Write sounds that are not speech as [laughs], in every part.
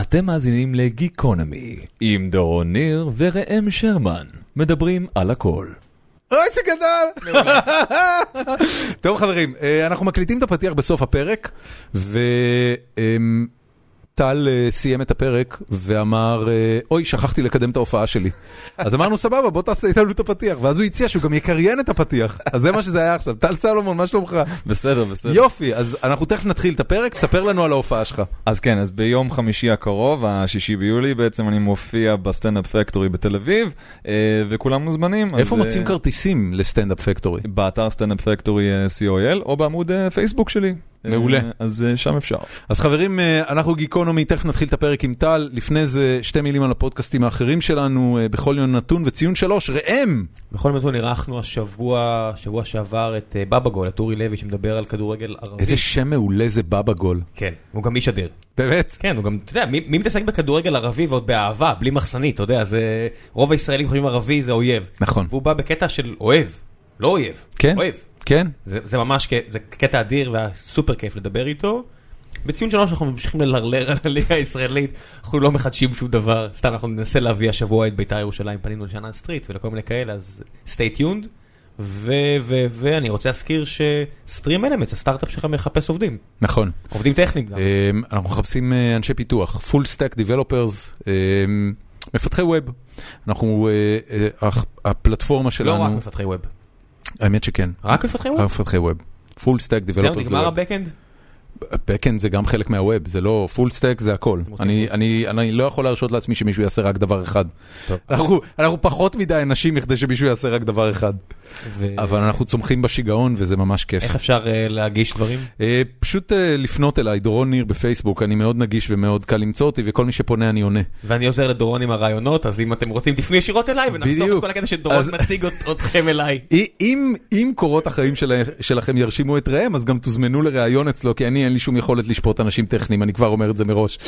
אתם מאזינים לגיקונומי, עם דורון ניר וראם שרמן, מדברים על הכל. אוי, זה גדל! [laughs] טוב חברים, אה, אנחנו מקליטים את הפתיח בסוף הפרק, וטל אה, סיים את הפרק ואמר, אה, אוי, שכחתי לקדם את ההופעה [laughs] שלי. אז אמרנו, סבבה, בוא תעשה איתנו את הפתיח, ואז הוא הציע שהוא גם יקריין את הפתיח, אז זה מה שזה היה עכשיו. טל סלומון, מה שלומך? בסדר, בסדר. יופי, אז אנחנו תכף נתחיל את הפרק, תספר לנו על ההופעה שלך. אז כן, אז ביום חמישי הקרוב, השישי ביולי, בעצם אני מופיע בסטנדאפ פקטורי בתל אביב, אה, וכולם מוזמנים. אז, איפה אה, מוצאים כרטיסים לסטנדאפ פקטורי? באתר סטנדאפ פקטורי אה, co.il, או בעמוד אה, פייסבוק שלי. מעולה. אה, אז אה, שם אפשר. אז חברים, אה, אנחנו גיקונומי, תכף נתחיל את הפרק עם טל. לפני זה שתי מילים על הפודקאסטים האחרים שלנו, אה, בכל יום נתון וציון שלוש, ראם! בכל מקום אירחנו השבוע, שבוע שעבר, את אה, בבא גול, את אורי לוי שמדבר על כדורגל ערבי. איזה שם מעולה זה בבא גול. כן, הוא גם איש אדיר. באמת? כן, הוא גם, אתה יודע, מי, מי מתעסק בכדורגל ערבי ועוד באהבה, בלי מחסנית, אתה יודע, זה... רוב הישראלים חושבים ערבי זה אויב. נכון. והוא בא בקטע של אוהב, לא אויב. כן? אוהב. כן? זה, זה ממש, ק- זה קטע אדיר והיה סופר כיף לדבר איתו. בציון שלוש אנחנו ממשיכים ללרלר על הליגה הישראלית, אנחנו לא מחדשים שום דבר, סתם אנחנו ננסה להביא השבוע את בית"ר ירושלים, פנינו לשנה סטריט ולכל מיני כאלה, אז stay tuned. ו- ו- ואני רוצה להזכיר שסטרים אלמנטס, הסטארט-אפ שלך מחפש עובדים, נכון. עובדים טכניים גם. אה, אנחנו מחפשים אה, אנשי פיתוח, full stack developers, אה, מפתחי ווב. אנחנו, אה, אה, הח- הפלטפורמה לא רק שלנו, מפתחי ווב, האמת שכן, רק מפתחי ווב? רק מפתחי ווב. full stack זהו, developers. נגמר ל-web. הבקאנד? backend זה גם חלק מהווב, זה לא full stack, זה הכל. רוצים אני, אני, אני לא יכול להרשות לעצמי שמישהו יעשה רק דבר אחד. טוב. אנחנו, אנחנו פחות מדי אנשים בכדי שמישהו יעשה רק דבר אחד. ו- אבל אנחנו צומחים בשיגעון וזה ממש כיף. אה. איך אפשר אה, להגיש דברים? אה, פשוט אה, לפנות אליי, דורון ניר בפייסבוק, אני מאוד נגיש ומאוד קל למצוא אותי, וכל מי שפונה אני עונה. ואני עוזר לדורון עם הרעיונות, אז אם אתם רוצים תפנו ישירות אליי ונחסוך בדיוק. את כל הקטע שדורון אז- מציג אות- אתכם אליי. אי- אם, אם קורות החיים של, שלכם ירשימו את ראם, אז גם תוזמנו לראיון אצלו, כי אני אין לי שום יכולת לשפוט אנשים טכניים, אני כבר אומר את זה מראש.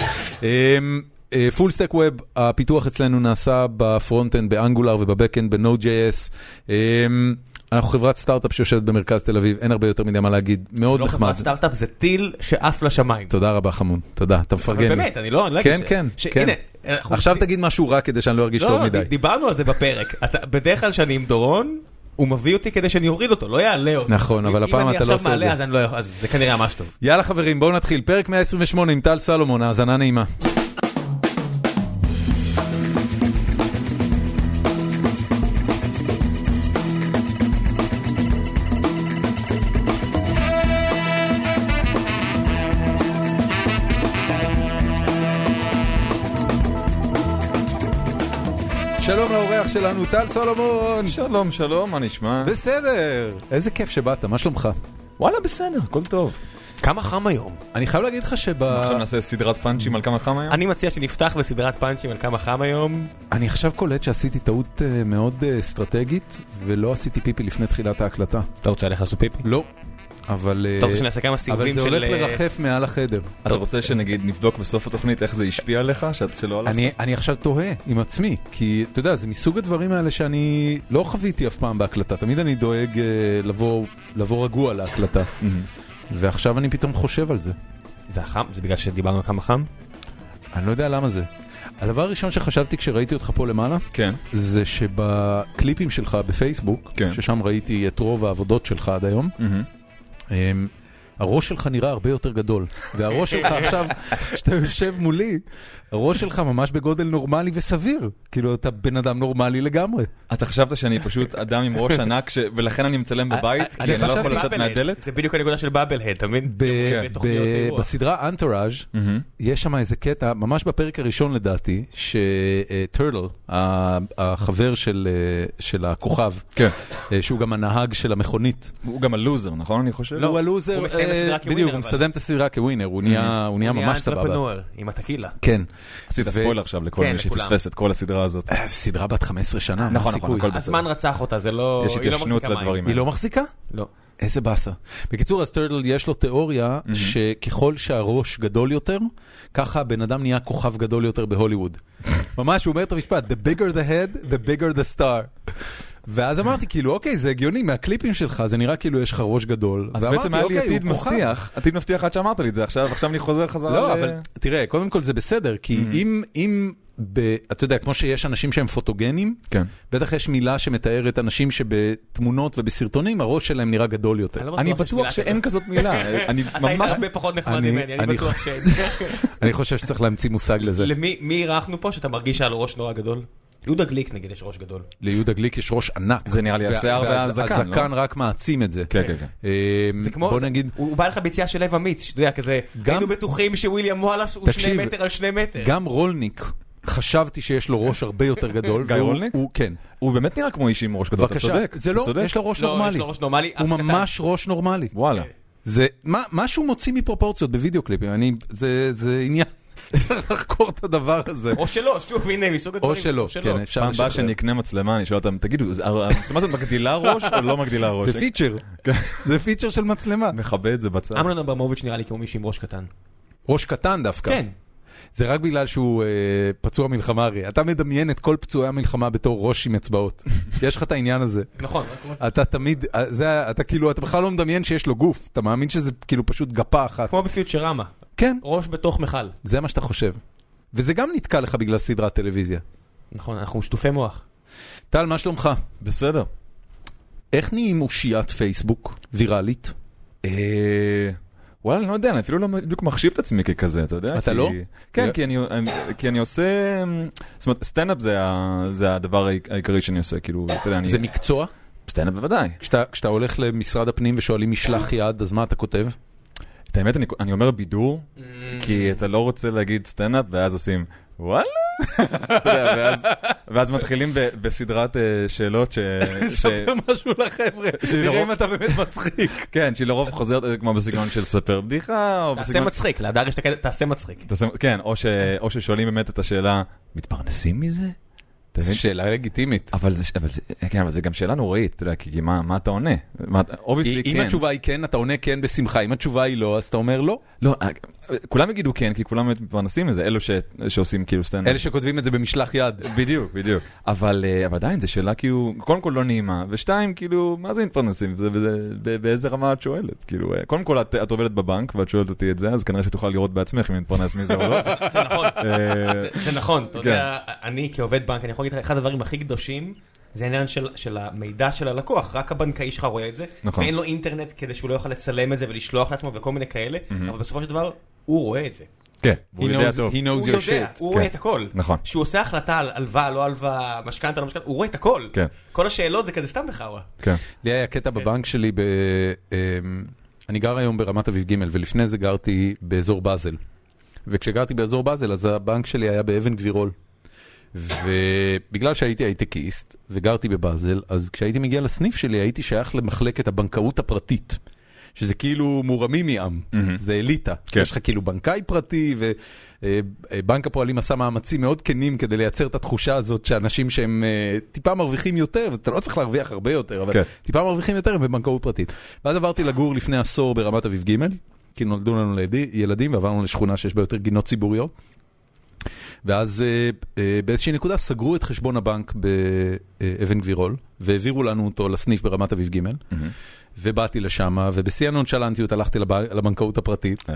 אמ, אה, פול סטק ווב, הפיתוח אצלנו נעשה בפרונט-אנד, באנגולר ובבק-אנד, ב-Node.js. אמ, אנחנו חברת סטארט-אפ שיושבת במרכז תל אביב, אין הרבה יותר מדי מה להגיד, מאוד לא חברת נחמד. סטארט-אפ, זה טיל שעף לשמיים. תודה רבה חמוד, תודה, אתה אבל מפרגן. לי. באמת, אני לא, אני לא כן, אגיד ש- כן, ש- כן. הנה, אנחנו- עכשיו תגיד משהו רע כדי שאני לא ארגיש טוב לא, מדי. ד- דיברנו על זה בפרק. [laughs] אתה- בדרך כלל כשאני עם דורון, הוא מביא אותי כדי שאני אוריד אותו, לא יעלה אותו. נכון, אבל אם- הפעם אתה לא אם אני עושה עכשיו את זה. מעלה, אז אני לא יכול- אז זה כנראה ממש טוב. יאללה חברים, בואו נתחיל. פרק 128 עם טל סלומון, האזנה נעימה. שלום לאורח שלנו, טל סולומון! שלום, שלום, מה נשמע? בסדר! איזה כיף שבאת, מה שלומך? וואלה, בסדר, הכל טוב. כמה חם היום. אני חייב להגיד לך שב... עכשיו נעשה סדרת פאנצ'ים על כמה חם היום? אני מציע שנפתח בסדרת פאנצ'ים על כמה חם היום. אני עכשיו קולט שעשיתי טעות אה, מאוד אה, אסטרטגית, ולא עשיתי פיפי לפני תחילת ההקלטה. לא רוצה ללכת לעשות פיפי. לא. אבל... אה, טוב, שנעשה כמה סיבובים אבל של... זה הולך אה, לרחף מעל החדר. אתה רוצה שנגיד נבדוק בסוף התוכנית איך זה השפיע עליך, שאת- שלא הלכת? אני, אני עכשיו תוהה עם עצמי, כי אתה יודע, זה מסוג הדברים האלה שאני לא חוויתי אף פעם בהקלטה. תמיד אני דואג אה, לבוא, לבוא רגוע להקלטה, מהמם. ועכשיו אני פתאום חושב על זה. זה החם? זה בגלל שדיברנו על כמה חם? אני לא יודע למה זה. הדבר הראשון שחשבתי כשראיתי אותך פה למעלה, כן. זה שבקליפים שלך בפייסבוק, כן. ששם ראיתי את רוב העבודות שלך עד היום, מהמם. אמ, הראש שלך נראה הרבה יותר גדול, והראש שלך עכשיו, כשאתה יושב מולי, הראש שלך ממש בגודל נורמלי וסביר. כאילו, אתה בן אדם נורמלי לגמרי. אתה חשבת שאני פשוט אדם עם ראש ענק, ש- ולכן אני מצלם בבית, כי זה אני לא חשבתי יכול לצאת בבלהד. מהדלת? זה בדיוק הנקודה של באבלהד, אתה מבין? ב- בתוכניות ב- אירוח. בסדרה אנטוראז' מהמם. יש שם איזה קטע, ממש בפרק הראשון לדעתי, שטרל, החבר של אה, של הכוכב, כן. אה, שהוא גם הנהג של המכונית, הוא גם הלוזר, נכון? אני חושב? הוא הלוזר, הוא מסיים את אה, הסדרה כווינר, בדיוק, הוא אבל. מסיים את הסדרה כווינר, הוא נהיה הוא כן, נהיה ממש סבבה. אנטרפנואר, עם הטקילה. כן. עשית ו- ספוילר עכשיו לכל כן, מי לכולם. שפספס את כל הסדרה הזאת. אה, סדרה בת 15 שנה, מה נכון, הסיכוי? הכל בסדר. הזמן רצח אותה, זה לא... יש היא לא התיישנות מחזיקה מים. לדברים היא האלה. לא מחזיקה? לא. איזה באסה. בקיצור, אז טרדל יש לו תיאוריה שככל שהראש גדול יותר, ככה הבן אדם נהיה כוכב [laughs] גדול יותר בהוליווד. ממש, הוא אומר את המשפט, The bigger the head, the bigger the star. ואז אמרתי, כאילו, אוקיי, זה הגיוני, מהקליפים שלך זה נראה כאילו יש לך ראש גדול. אז ואמרתי, בעצם היה לי אוקיי, עתיד הוא כוכב. מבטיח, עתיד מבטיח עד שאמרת לי את זה עכשיו, עכשיו אני חוזר חזרה. לא, ל- אבל תראה, קודם כל זה בסדר, כי אם, אם, ב- אתה יודע, כמו שיש אנשים שהם פוטוגנים, כן. בטח יש מילה שמתארת אנשים שבתמונות ובסרטונים הראש שלהם נראה גדול יותר. אני לא אני בטוח שיש בטוח מילה שאין כזאת. כזאת [laughs] מילה, אני אתה היית ממש... הרבה פחות נחמד אני- ממני, אני אני [laughs] בטוח שאין. אני חושב שצריך להמציא מושג לזה. למי מי אירחנו פה שאתה מרגיש שהיה לו ראש נורא גדול? יהודה גליק נגיד יש ראש גדול. ליהודה גליק יש ראש ענק. זה נראה לי וה- השיער והז- והזקן, לא? הזקן רק מעצים את זה. כן, כן, כן. אמ, זה כמו, בוא זה- נגיד, הוא הוא בא לך ביציאה של לב אמיץ, שאתה יודע, כזה, גם- היינו בטוחים שוויליאם וואלאס הוא שני תקשיב, מטר על שני מטר. לא, גם רולניק, חשבתי שיש לו ראש הרבה יותר [laughs] גדול. גיא והוא- רולניק? הוא- כן. הוא באמת נראה כמו איש עם ראש גדול, אתה בבקשה. צודק. זה אתה לא, צודק. יש לו ראש לא, נורמלי. יש לו ראש נורמלי, הוא אף קטן. ממש ראש נורמלי. וואלה. זה, מה, מה שהוא מוציא מפרופורציות בווידאו קליפים, אני, זה, זה עניין, [laughs] צריך לחקור את הדבר הזה. או שלא, שוב, הנה, מסוג הדברים. או שלא, כן, אפשר פעם הבאה לשחרר. שאני אקנה מצלמה, אני אשאל אותם, תגידו, זה- המצלמה הזאת מגדילה ראש או לא מגדילה ראש? זה פיצ'ר, זה פיצ'ר של מצלמה. כן. מכבה את זה בצד. אמנון אברמוביץ' נראה לי כמו מישהו עם ראש קטן. ראש קטן דווקא. כן. זה רק בגלל שהוא אה, פצוע מלחמה הרי. אתה מדמיין את כל פצועי המלחמה בתור ראש [laughs] עם אצבעות. יש לך את העניין הזה. נכון, רק- אתה תמיד, אה, זה, אתה כאילו, אתה בכלל לא מדמיין שיש לו גוף. אתה מאמין שזה כאילו פשוט גפה אחת. כמו בפיוטרמה, כן, ראש בתוך מכל. זה מה שאתה חושב. וזה גם נתקע לך בגלל סדרת טלוויזיה. נכון, אנחנו שטופי מוח. טל, מה שלומך? בסדר. איך נהיים אושיית פייסבוק ויראלית? אה, וואלה, אני לא יודע, אני אפילו לא בדיוק מחשיב את עצמי ככזה, אתה יודע? אתה כי- לא? כן, כי אני- כי אני עושה... זאת אומרת, סטנדאפ זה ה- זה הדבר העיקרי שאני עושה, כאילו, אתה יודע, אני... זה מקצוע? סטנדאפ בוודאי. כשאתה, כשאתה הולך למשרד הפנים ושואלים משלח יד, אז מה אתה כותב? את האמת, אני- אני אומר בידור, כי אתה לא רוצה להגיד סטנדאפ, ואז עושים וואלה. [laughs] אתה יודע, ואז- ואז מתחילים ב- בסדרת אה, שאלות [laughs] ש... ש- משהו לחבר'ה, נראה אם אתה באמת מצחיק. [laughs] כן, שהיא לרוב חוזרת אה, כמו בסגנון של ספר בדיחה, או תעשה בסגנון... מצחיק, להדר יש את הקטע, תעשה מצחיק. אתה שם- כן, או ש- או ששואלים באמת את השאלה, מתפרנסים מזה? אתה מבין? זו שאלה לגיטימית. אבל זה, אבל זה, כן, אבל זה גם שאלה נוראית, אתה יודע, כי כי מה, מה אתה עונה? מה, אתה- obviously אם כן. התשובה היא כן, אתה עונה כן בשמחה, אם התשובה היא לא, אז אתה אומר לא. לא, אה, כולם יגידו כן, כי כולם באמת מתפרנסים מזה, אלו ש, שעושים כאילו סטנדאפ. אלה שכותבים את זה במשלח יד. בדיוק, בדיוק. אבל, אה, אבל עדיין, זו שאלה כאילו, קודם כל לא נעימה, ושתיים, כאילו, מה זה מתפרנסים? זה, זה, ב- באיזה רמה את שואלת? כאילו, אה, קודם כל, את, את עובדת בבנק ואת שואלת אותי את זה, אז כנראה שתוכל לראות בעצמך אם אני מתפרנס מזה או [laughs] לא. זה נכון, אה, זה- זה נכון, אתה כן. יודע, אני כעובד בנק, אני יכול להגיד לך, אחד הדברים הכי קדושים, זה העניין של- של המידע של הלקוח, רק הבנקאי שלך רואה את זה, נכון. ואין לו אינטרנט כדי שהוא לא יוכל לצלם את זה ולשלוח לעצמו וכל מיני כאלה, אבל בסופו של דבר, הוא רואה את זה. כן, He הוא יודע knows- טוב. he knows הוא your יודע, shit. הוא רואה כן. את הכל. נכון. שהוא עושה החלטה על הלוואה, לא הלוואה, משכנתה, לא משכנתה, הוא רואה את הכל. כן. כל השאלות זה כזה סתם בחאווה. כן. לי היה קטע בבנק שלי, ב... אמ, אני גר היום ברמת אביב ג' ולפני זה גרתי באזור באזל. וכשגרתי באזור באזל אז הבנק שלי היה באבן גבירול. ובגלל שהייתי הייטקיסט וגרתי בבאזל, אז כשהייתי מגיע לסניף שלי הייתי שייך למחלקת הבנקאות הפרטית. שזה כאילו מורמים מעם, זה אליטה. כן. יש לך כאילו בנקאי פרטי, ובנק הפועלים עשה מאמצים מאוד כנים כדי לייצר את התחושה הזאת שאנשים שהם אה, טיפה מרוויחים יותר, ואתה לא צריך להרוויח הרבה יותר, אבל כן. טיפה מרוויחים יותר הם בבנקאות פרטית. ואז עברתי לגור לפני עשור ברמת אביב ג', כי נולדו לנו לידי- ילדים ועברנו לשכונה שיש בה יותר גינות ציבוריות. ואז אה, אה, באיזושהי נקודה סגרו את חשבון הבנק באבן גבירול, והעבירו לנו אותו לסניף ברמת אביב ג', ובאתי לשם, ובשיא הנונשלנטיות הלכתי לב- לבנקאות הפרטית, אה,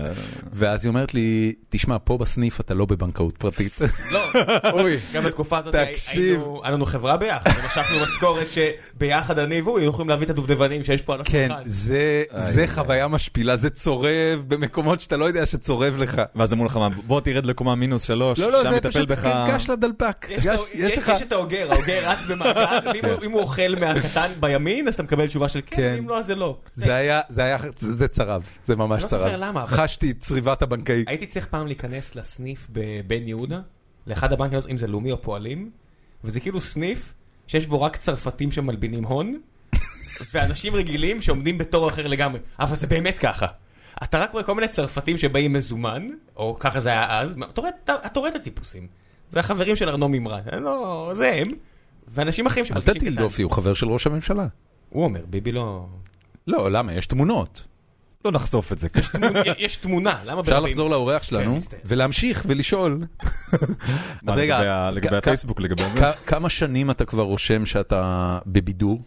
ואז היא אומרת לי, תשמע, פה בסניף אתה לא בבנקאות פרטית. לא, [laughs] גם בתקופה הזאת תקשיב. היינו- היה לנו חברה ביחד, ומשכנו משכורת שביחד אני והוא היינו יכולים להביא את הדובדבנים שיש פה על כן, השולחן. זה, זה איי. חוויה משפילה, זה צורב במקומות שאתה לא יודע שצורב לך. ואז אמרו לך, מה, בוא תרד לקומה מינוס שלוש, לא, לא, שם זה יטפל פשוט בך... קש לדלפק. יש, יש, יש, יש את האוגר, האוגר רץ במעגל, ואם הוא- אם הוא אוכל מהקטן בימין, אז אתה מקבל תשובה של כן, כן. אם לא, אז זה לא. זה היה, זה היה, זה צרב, זה ממש לא צרב. זוכר למה, אבל- חשתי את צריבת הבנקאי. הייתי צריך פעם להיכנס לסניף בבן יהודה, לאחד הבנקים, לא אם זה לאומי או פועלים, וזה כאילו סניף שיש בו רק צרפתים שמלבינים הון, [laughs] ואנשים רגילים שעומדים בתור אחר לגמרי. אבל זה באמת ככה. אתה רק רואה כל מיני צרפתים שבאים מזומן, או ככה זה היה אז, מה- אתה רואה- אתה אתה רואה את הטיפוסים. זה החברים של ארנו מימרן, לא, זה הם. ואנשים אחרים אל שמרגישים תטיל קטן. דופי, הוא חבר של ראש הממשלה. הוא אומר, ביבי לא... לא, למה? יש תמונות. לא נחשוף [laughs] את זה. יש תמונה, למה אפשר ברבים? לחזור לאורח שלנו מצטער. ולהמשיך ולשאול. מה, לגבי ה- לגבי כ- הפייסבוק, כ- לגבי כ- זה? כמה שנים אתה כבר רושם שאתה בבידור?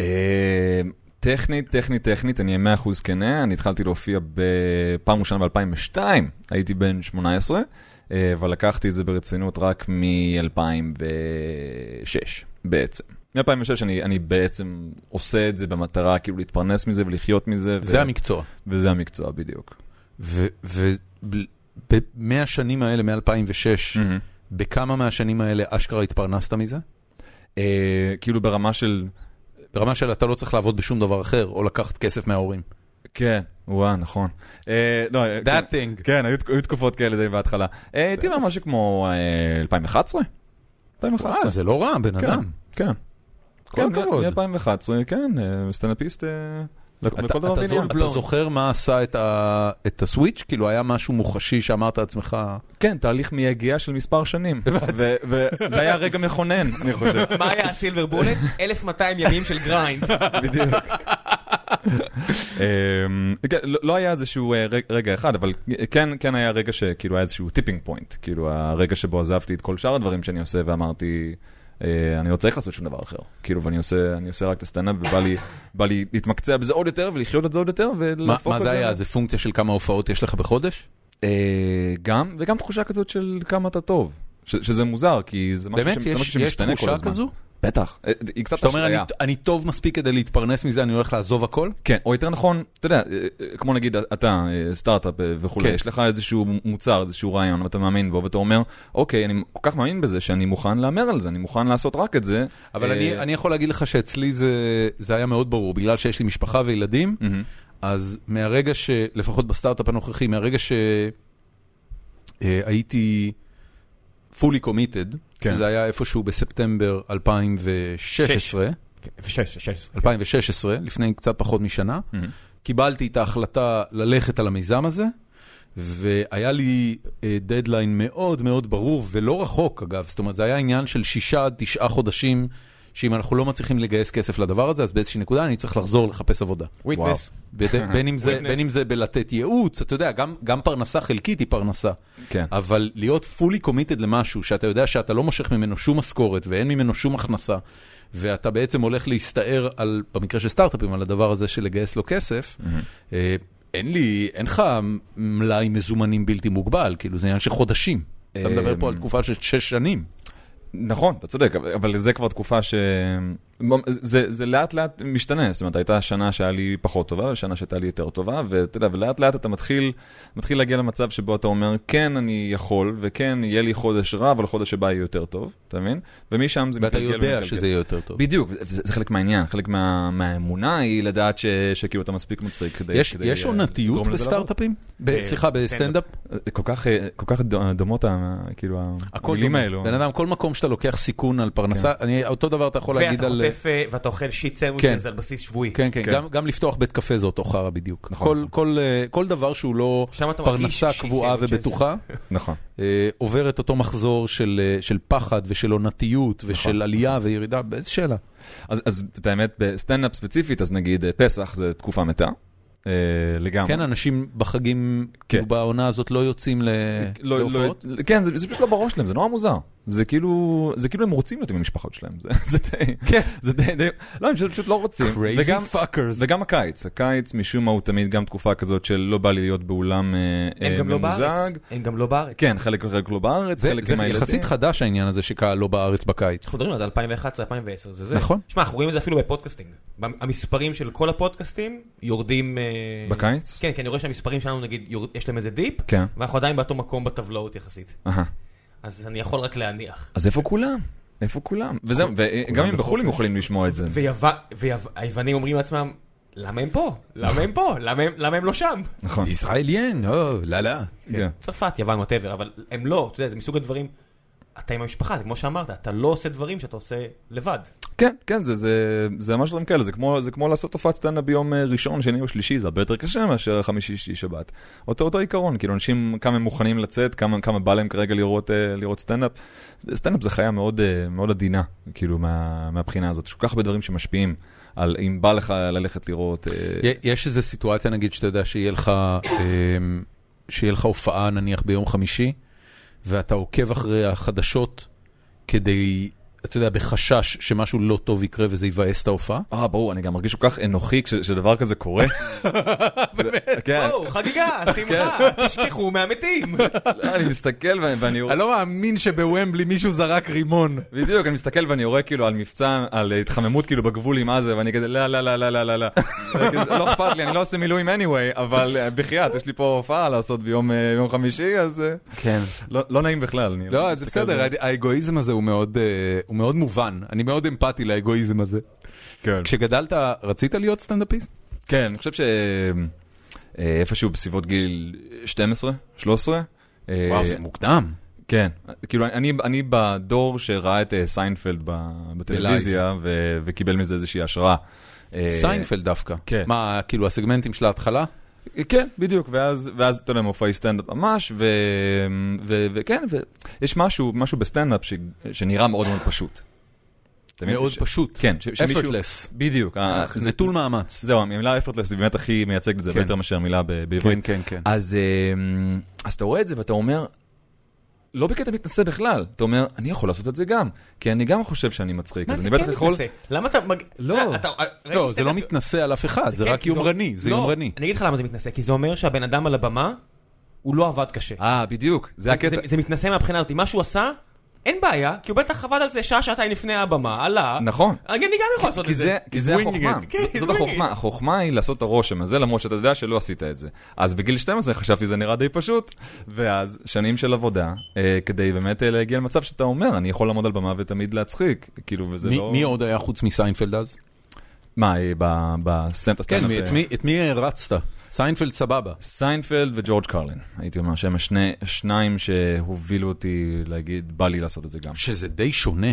אה, טכנית, טכנית, טכנית, אני אהיה 100% כנה, אני התחלתי להופיע בפעם ראשונה ב-2002, הייתי בן 18, אה, אבל לקחתי את זה ברצינות רק מ-2006 בעצם. מ-2006 אני, אני בעצם עושה את זה במטרה כאילו להתפרנס מזה ולחיות מזה. ו- זה המקצוע. וזה המקצוע בדיוק. ובמאה השנים האלה, מ-2006, בכמה מהשנים האלה אשכרה התפרנסת מזה? אה, כאילו ברמה של, ברמה של אתה לא צריך לעבוד בשום דבר אחר, או לקחת כסף מההורים. כן, וואה, נכון. אה, לא, אה, כן. thing. כן, היו, תק- היו תקופות כאלה די בהתחלה. אה, הייתי אומר משהו כמו אה, 2011? 2011. זה לא רע, בן כן, אדם. כן. כל הכבוד. מ-2011, כן, אה, סטנדאפיסט אה, לכ- אתה- לכל דבר אתה בעניין. זוכ- אתה זוכר מה עשה את ה- את הסוויץ'? כאילו היה משהו מוחשי שאמרת לעצמך... כן, תהליך מיגיעה של מספר שנים. ו- וזה היה רגע מכונן, אני חושב. מה היה הסילבר [laughs] בולט? 1200 ימים של גריינד. בדיוק. אמ, כן, לא- לא היה איזשהו אה, רג- רגע אחד, אבל כן, כן היה רגע שכאילו היה איזשהו טיפינג פוינט. כאילו הרגע שבו עזבתי את כל שאר הדברים שאני עושה ואמרתי, אה, אני לא צריך לעשות שום דבר אחר. כאילו, ואני עושה, אני עושה רק את הסטנדאפ ובא לי, בא לי להתמקצע בזה עוד יותר ולחיות את זה עוד יותר מה- ולהפוך מה את זה זה. היה? זה פונקציה של כמה הופעות יש לך בחודש? אה, גם, וגם תחושה כזאת של כמה אתה טוב. ש- שזה מוזר, כי זה משהו באמת? ש- זה משהו יש יש שמשתנה כל תחושה הזמן. כזו? בטח. אה, היא קצת שאתה אומר, אשליה. "אני- אני טוב מספיק כדי להתפרנס מזה, אני הולך לעזוב הכל? כן, או יותר נכון, אתה יודע, אה, אה, כמו נגיד אתה אה, סטארט-אפ אה, וכולי, כן. יש לך איזשהו מוצר, איזשהו רעיון, ואתה מאמין בו, ואתה אומר, אוקיי, אני כל כך מאמין בזה שאני מוכן להמר על זה, אני מוכן לעשות רק את זה. אבל אה, אני, אני יכול להגיד לך שאצלי זה, זה היה מאוד ברור, בגלל שיש לי משפחה וילדים, מהמם. אז מהרגע ש... לפחות בסטארט-אפ הנוכחי, מהרגע שהייתי fully committed, כן. כן. שזה היה איפשהו בספטמבר 2016, כן. 16. 2016, לפני קצת פחות משנה, מהמם. קיבלתי את ההחלטה ללכת על המיזם הזה, והיה לי אה, דדליין מאוד מאוד ברור, ולא רחוק אגב, זאת אומרת, זה היה עניין של שישה עד תשעה חודשים, שאם אנחנו לא מצליחים לגייס כסף לדבר הזה, אז באיזושהי נקודה אני צריך לחזור לחפש עבודה. וויטנס. בין, בין, אם זה, Witness. בין אם זה בלתת ייעוץ, אתה יודע, גם, גם פרנסה חלקית היא פרנסה. כן. אבל להיות fully committed למשהו שאתה יודע שאתה לא מושך ממנו שום משכורת ואין ממנו שום הכנסה, ואתה בעצם הולך להסתער על, במקרה של סטארט-אפים, על הדבר הזה של לגייס לו כסף, Mm-hmm. אה, אין לי, אין לך מלאי מזומנים בלתי מוגבל, כאילו זה עניין של חודשים. אתה מדבר אה, פה על תקופה של שש שנים. נכון, אתה צודק, אבל- אבל זה כבר תקופה ש... זה, זה לאט לאט משתנה, זאת אומרת, הייתה שנה שהיה לי פחות טובה, שנה שהייתה לי יותר טובה, ואתה יודע, ולאט לאט אתה מתחיל, מתחיל להגיע למצב שבו אתה אומר, כן, אני יכול, וכן, יהיה לי חודש רע, אבל חודש הבא יהיה יותר טוב, אתה מבין? ומשם זה ואתה מתגלגל יודע ומתגלגל. שזה יהיה יותר טוב. בדיוק, זה, זה חלק מהעניין, חלק מה, מהאמונה היא לדעת ש, שכאילו אתה מספיק מצחיק כדי... יש, כדי יש אה, עונתיות לגרום לזה לעבוד. אה, בסטארט-אפים? ב- סליחה, בסטנדאפ? כל כך, אה, כל כך ד- דומות, ה- כאילו, הכל המילים דומה. האלו. כן. בן אדם, כל מקום שאתה לוקח סיכון על פרנסה, אני, אותו דבר אתה יכול להגיד ואתה על... חוטף אה, ואתה אוכל שיט כן. סנדוויצ'ס על בסיס שבועי. כן, כן, כן. גם, גם לפתוח בית קפה זה אותו חרא בדיוק. נכון, כל, נכון. כל, אה, כל דבר שהוא לא שם אתה מרגיש פרנסה ש- קבועה ש- ובטוחה, נכון. אה, עובר את אותו מחזור של, אה, של פחד ושל נכון, עונתיות ושל עלייה וירידה, באיזה שאלה. אז, אז את האמת, בסטנדאפ ספציפית, אז נגיד אה, פסח זה תקופה מתה, אה, לגמרי. כן, אנשים בחגים, כאילו בעונה הזאת לא יוצאים ל- כן. לא, לא, להופעות. כן, זה, זה פשוט לא בראש שלהם, זה נורא מוזר. זה כאילו, זה כאילו הם רוצים להיות עם המשפחות שלהם, זה, [laughs] זה די, כן. זה די, די, לא, הם פשוט- פשוט לא רוצים. וגם- Crazy fuckers. וגם הקיץ, הקיץ משום מה הוא תמיד גם תקופה כזאת של לא בא לי להיות באולם אה, הם אה, גם לא בארץ. ממוזג. הם גם לא בארץ. כן, חלק חלק לא בארץ, זה, חלק נכון. זה עם הילדים. יחסית חדש העניין הזה שקהל לא בארץ בקיץ. אנחנו מדברים על זה 2011, 2010, כן. זה זה. נכון. שמע, אנחנו רואים את זה אפילו בפודקאסטינג. במ- המספרים של כל הפודקאסטים יורדים... אה, בקיץ? כן, כי אני רואה שהמספרים שלנו, נגיד, יורד- יש להם איזה דיפ, כן. ואנחנו עדיין באותו מקום בטבלאות יחסית. אהה. אז אני יכול רק להניח. אז איפה כולם? איפה כולם? וזה- וגם אם בחו"ל הם יכולים לשמוע את זה. והיוונים אומרים לעצמם, למה הם פה? למה הם פה? למה הם- למה הם לא שם? נכון. כן. ישראליין, או, לא, לא. כן. צרפת, יוון, ווטאבר, אבל הם לא, אתה יודע, זה מסוג הדברים, אתה עם המשפחה, זה כמו שאמרת, אתה לא עושה דברים שאתה עושה לבד. כן, כן, זה, זה, זה ממש דברים כאלה, זה כמו, זה כמו לעשות הופעת סטנדאפ ביום אה, ראשון, שני או שלישי, זה הרבה יותר קשה מאשר חמישי, שישי, שבת. אותו, אותו עיקרון, כאילו אנשים, כמה הם מוכנים לצאת, כמה, כמה בא להם כרגע לראות, אה, לראות סטנדאפ. סטנדאפ זה חיה מאוד, אה, מאוד עדינה, כאילו, מה, מהבחינה הזאת, יש כל כך הרבה דברים שמשפיעים על אם בא לך ללכת לראות... אה, י- יש איזו סיטואציה, נגיד, שאתה יודע שיהיה לך, אמ, שיהיה לך הופעה, נניח, ביום חמישי, ואתה עוקב אחרי החדשות כדי, אתה יודע, בחשש שמשהו לא טוב יקרה וזה יבאס את ההופעה? אה, ברור, אני גם מרגיש כל כך אנוכי כש- כשדבר כזה קורה. [laughs] באמת? כן, וואו, חגיגה, שמחה, תשכחו מהמתים. אני מסתכל ו- ואני... [laughs] אני לא מאמין שבוומבלי מישהו זרק רימון. בדיוק, אני מסתכל ואני יורה כאילו על מבצע, על התחממות כאילו בגבול עם עזה, ואני כזה לא, לא, לא, לא, לא, לא, [laughs] לא. כזה, לא אכפת לי, אני לא עושה מילואים anyway, אבל אה, בחייאת, יש לי פה הופעה לעשות ביום אה, יום חמישי, אז אה, כן. לא לא נעים בכלל. אני לא, זה מסתכל על בסדר, האגואיזם הזה הוא מאוד, אה, הוא מאוד מובן. אני מאוד אמפתי לאגואיזם הזה. כן. כשגדלת, רצית להיות סטנדאפיסט? כן, אני חושב שאיפשהו בסביבות גיל 12, 13. אה, מוקדם. כן, כאילו אני, אני בדור שראה את אה, סיינפלד ב- בטלוויזיה ו, וקיבל מזה איזושהי השראה. אה, סיינפלד דווקא. כן. מה, כאילו הסגמנטים של ההתחלה? כן, בדיוק, ואז, ואז אתה יודע, מופעי סטנדאפ ממש, ו, ו, וכן, ויש משהו, משהו בסטנדאפ ש, שנראה מאוד מאוד פשוט. אתה מבין? מאוד ש- פשוט. כן, ש- שמישהו... effortless. בדיוק. [laughs] אה, זה- נטול מאמץ. זהו, המילה effortless היא באמת הכי מייצגת את זה, כן. ויותר מאשר המילה ב- בעברית. כן, כן. אז, אמ, אז אתה רואה את זה ואתה אומר, לא בקטע מתנשא בכלל, אתה אומר, אני יכול לעשות את זה גם, כי אני גם חושב שאני מצחיק, אז אני בטח כן יכול... כן למה אתה... מג- לא, אתה- ראיתי לא, זה סטנדאפ- לא מתנשא על אף אחד, זה כן, רק כי יומרני, זה לא, יומרני. אני אגיד לך למה זה מתנשא, כי זה אומר שהבן אדם על הבמה, הוא לא עבד קשה. אה, בדיוק, זה הקטע. זה- זה מתנשא מהבחינה הזאת, מה שהוא עשה, אין בעיה, כי הוא בטח עבד על זה שעה, שעתיים לפני הבמה, עלה. נכון. אני אני גם יכול לעשות כי את זה, זה. כי זה He's winging [laughs] החוכמה, it. כן, he's זאת winging החוכמה, it. החוכמה היא לעשות את הרושם הזה למרות שאתה יודע שלא עשית את זה. אז בגיל 12 חשבתי זה נראה די פשוט, ואז שנים של עבודה, אה, כדי באמת אה, להגיע למצב שאתה אומר, אני יכול לעמוד על במה ותמיד להצחיק, כאילו, וזה מי- לא... מי עוד היה חוץ מסיינפלד אז? כן, מה, אה, ב- בסטנדאפ? כן, הסטנדאפ, מי- אה, את מי- את מי רצת? סיינפלד סבבה. סיינפלד וג'ורג' קרלין, הייתי אומר שהם השני- השניים שהובילו אותי להגיד, בא לי לעשות את זה גם. שזה די שונה.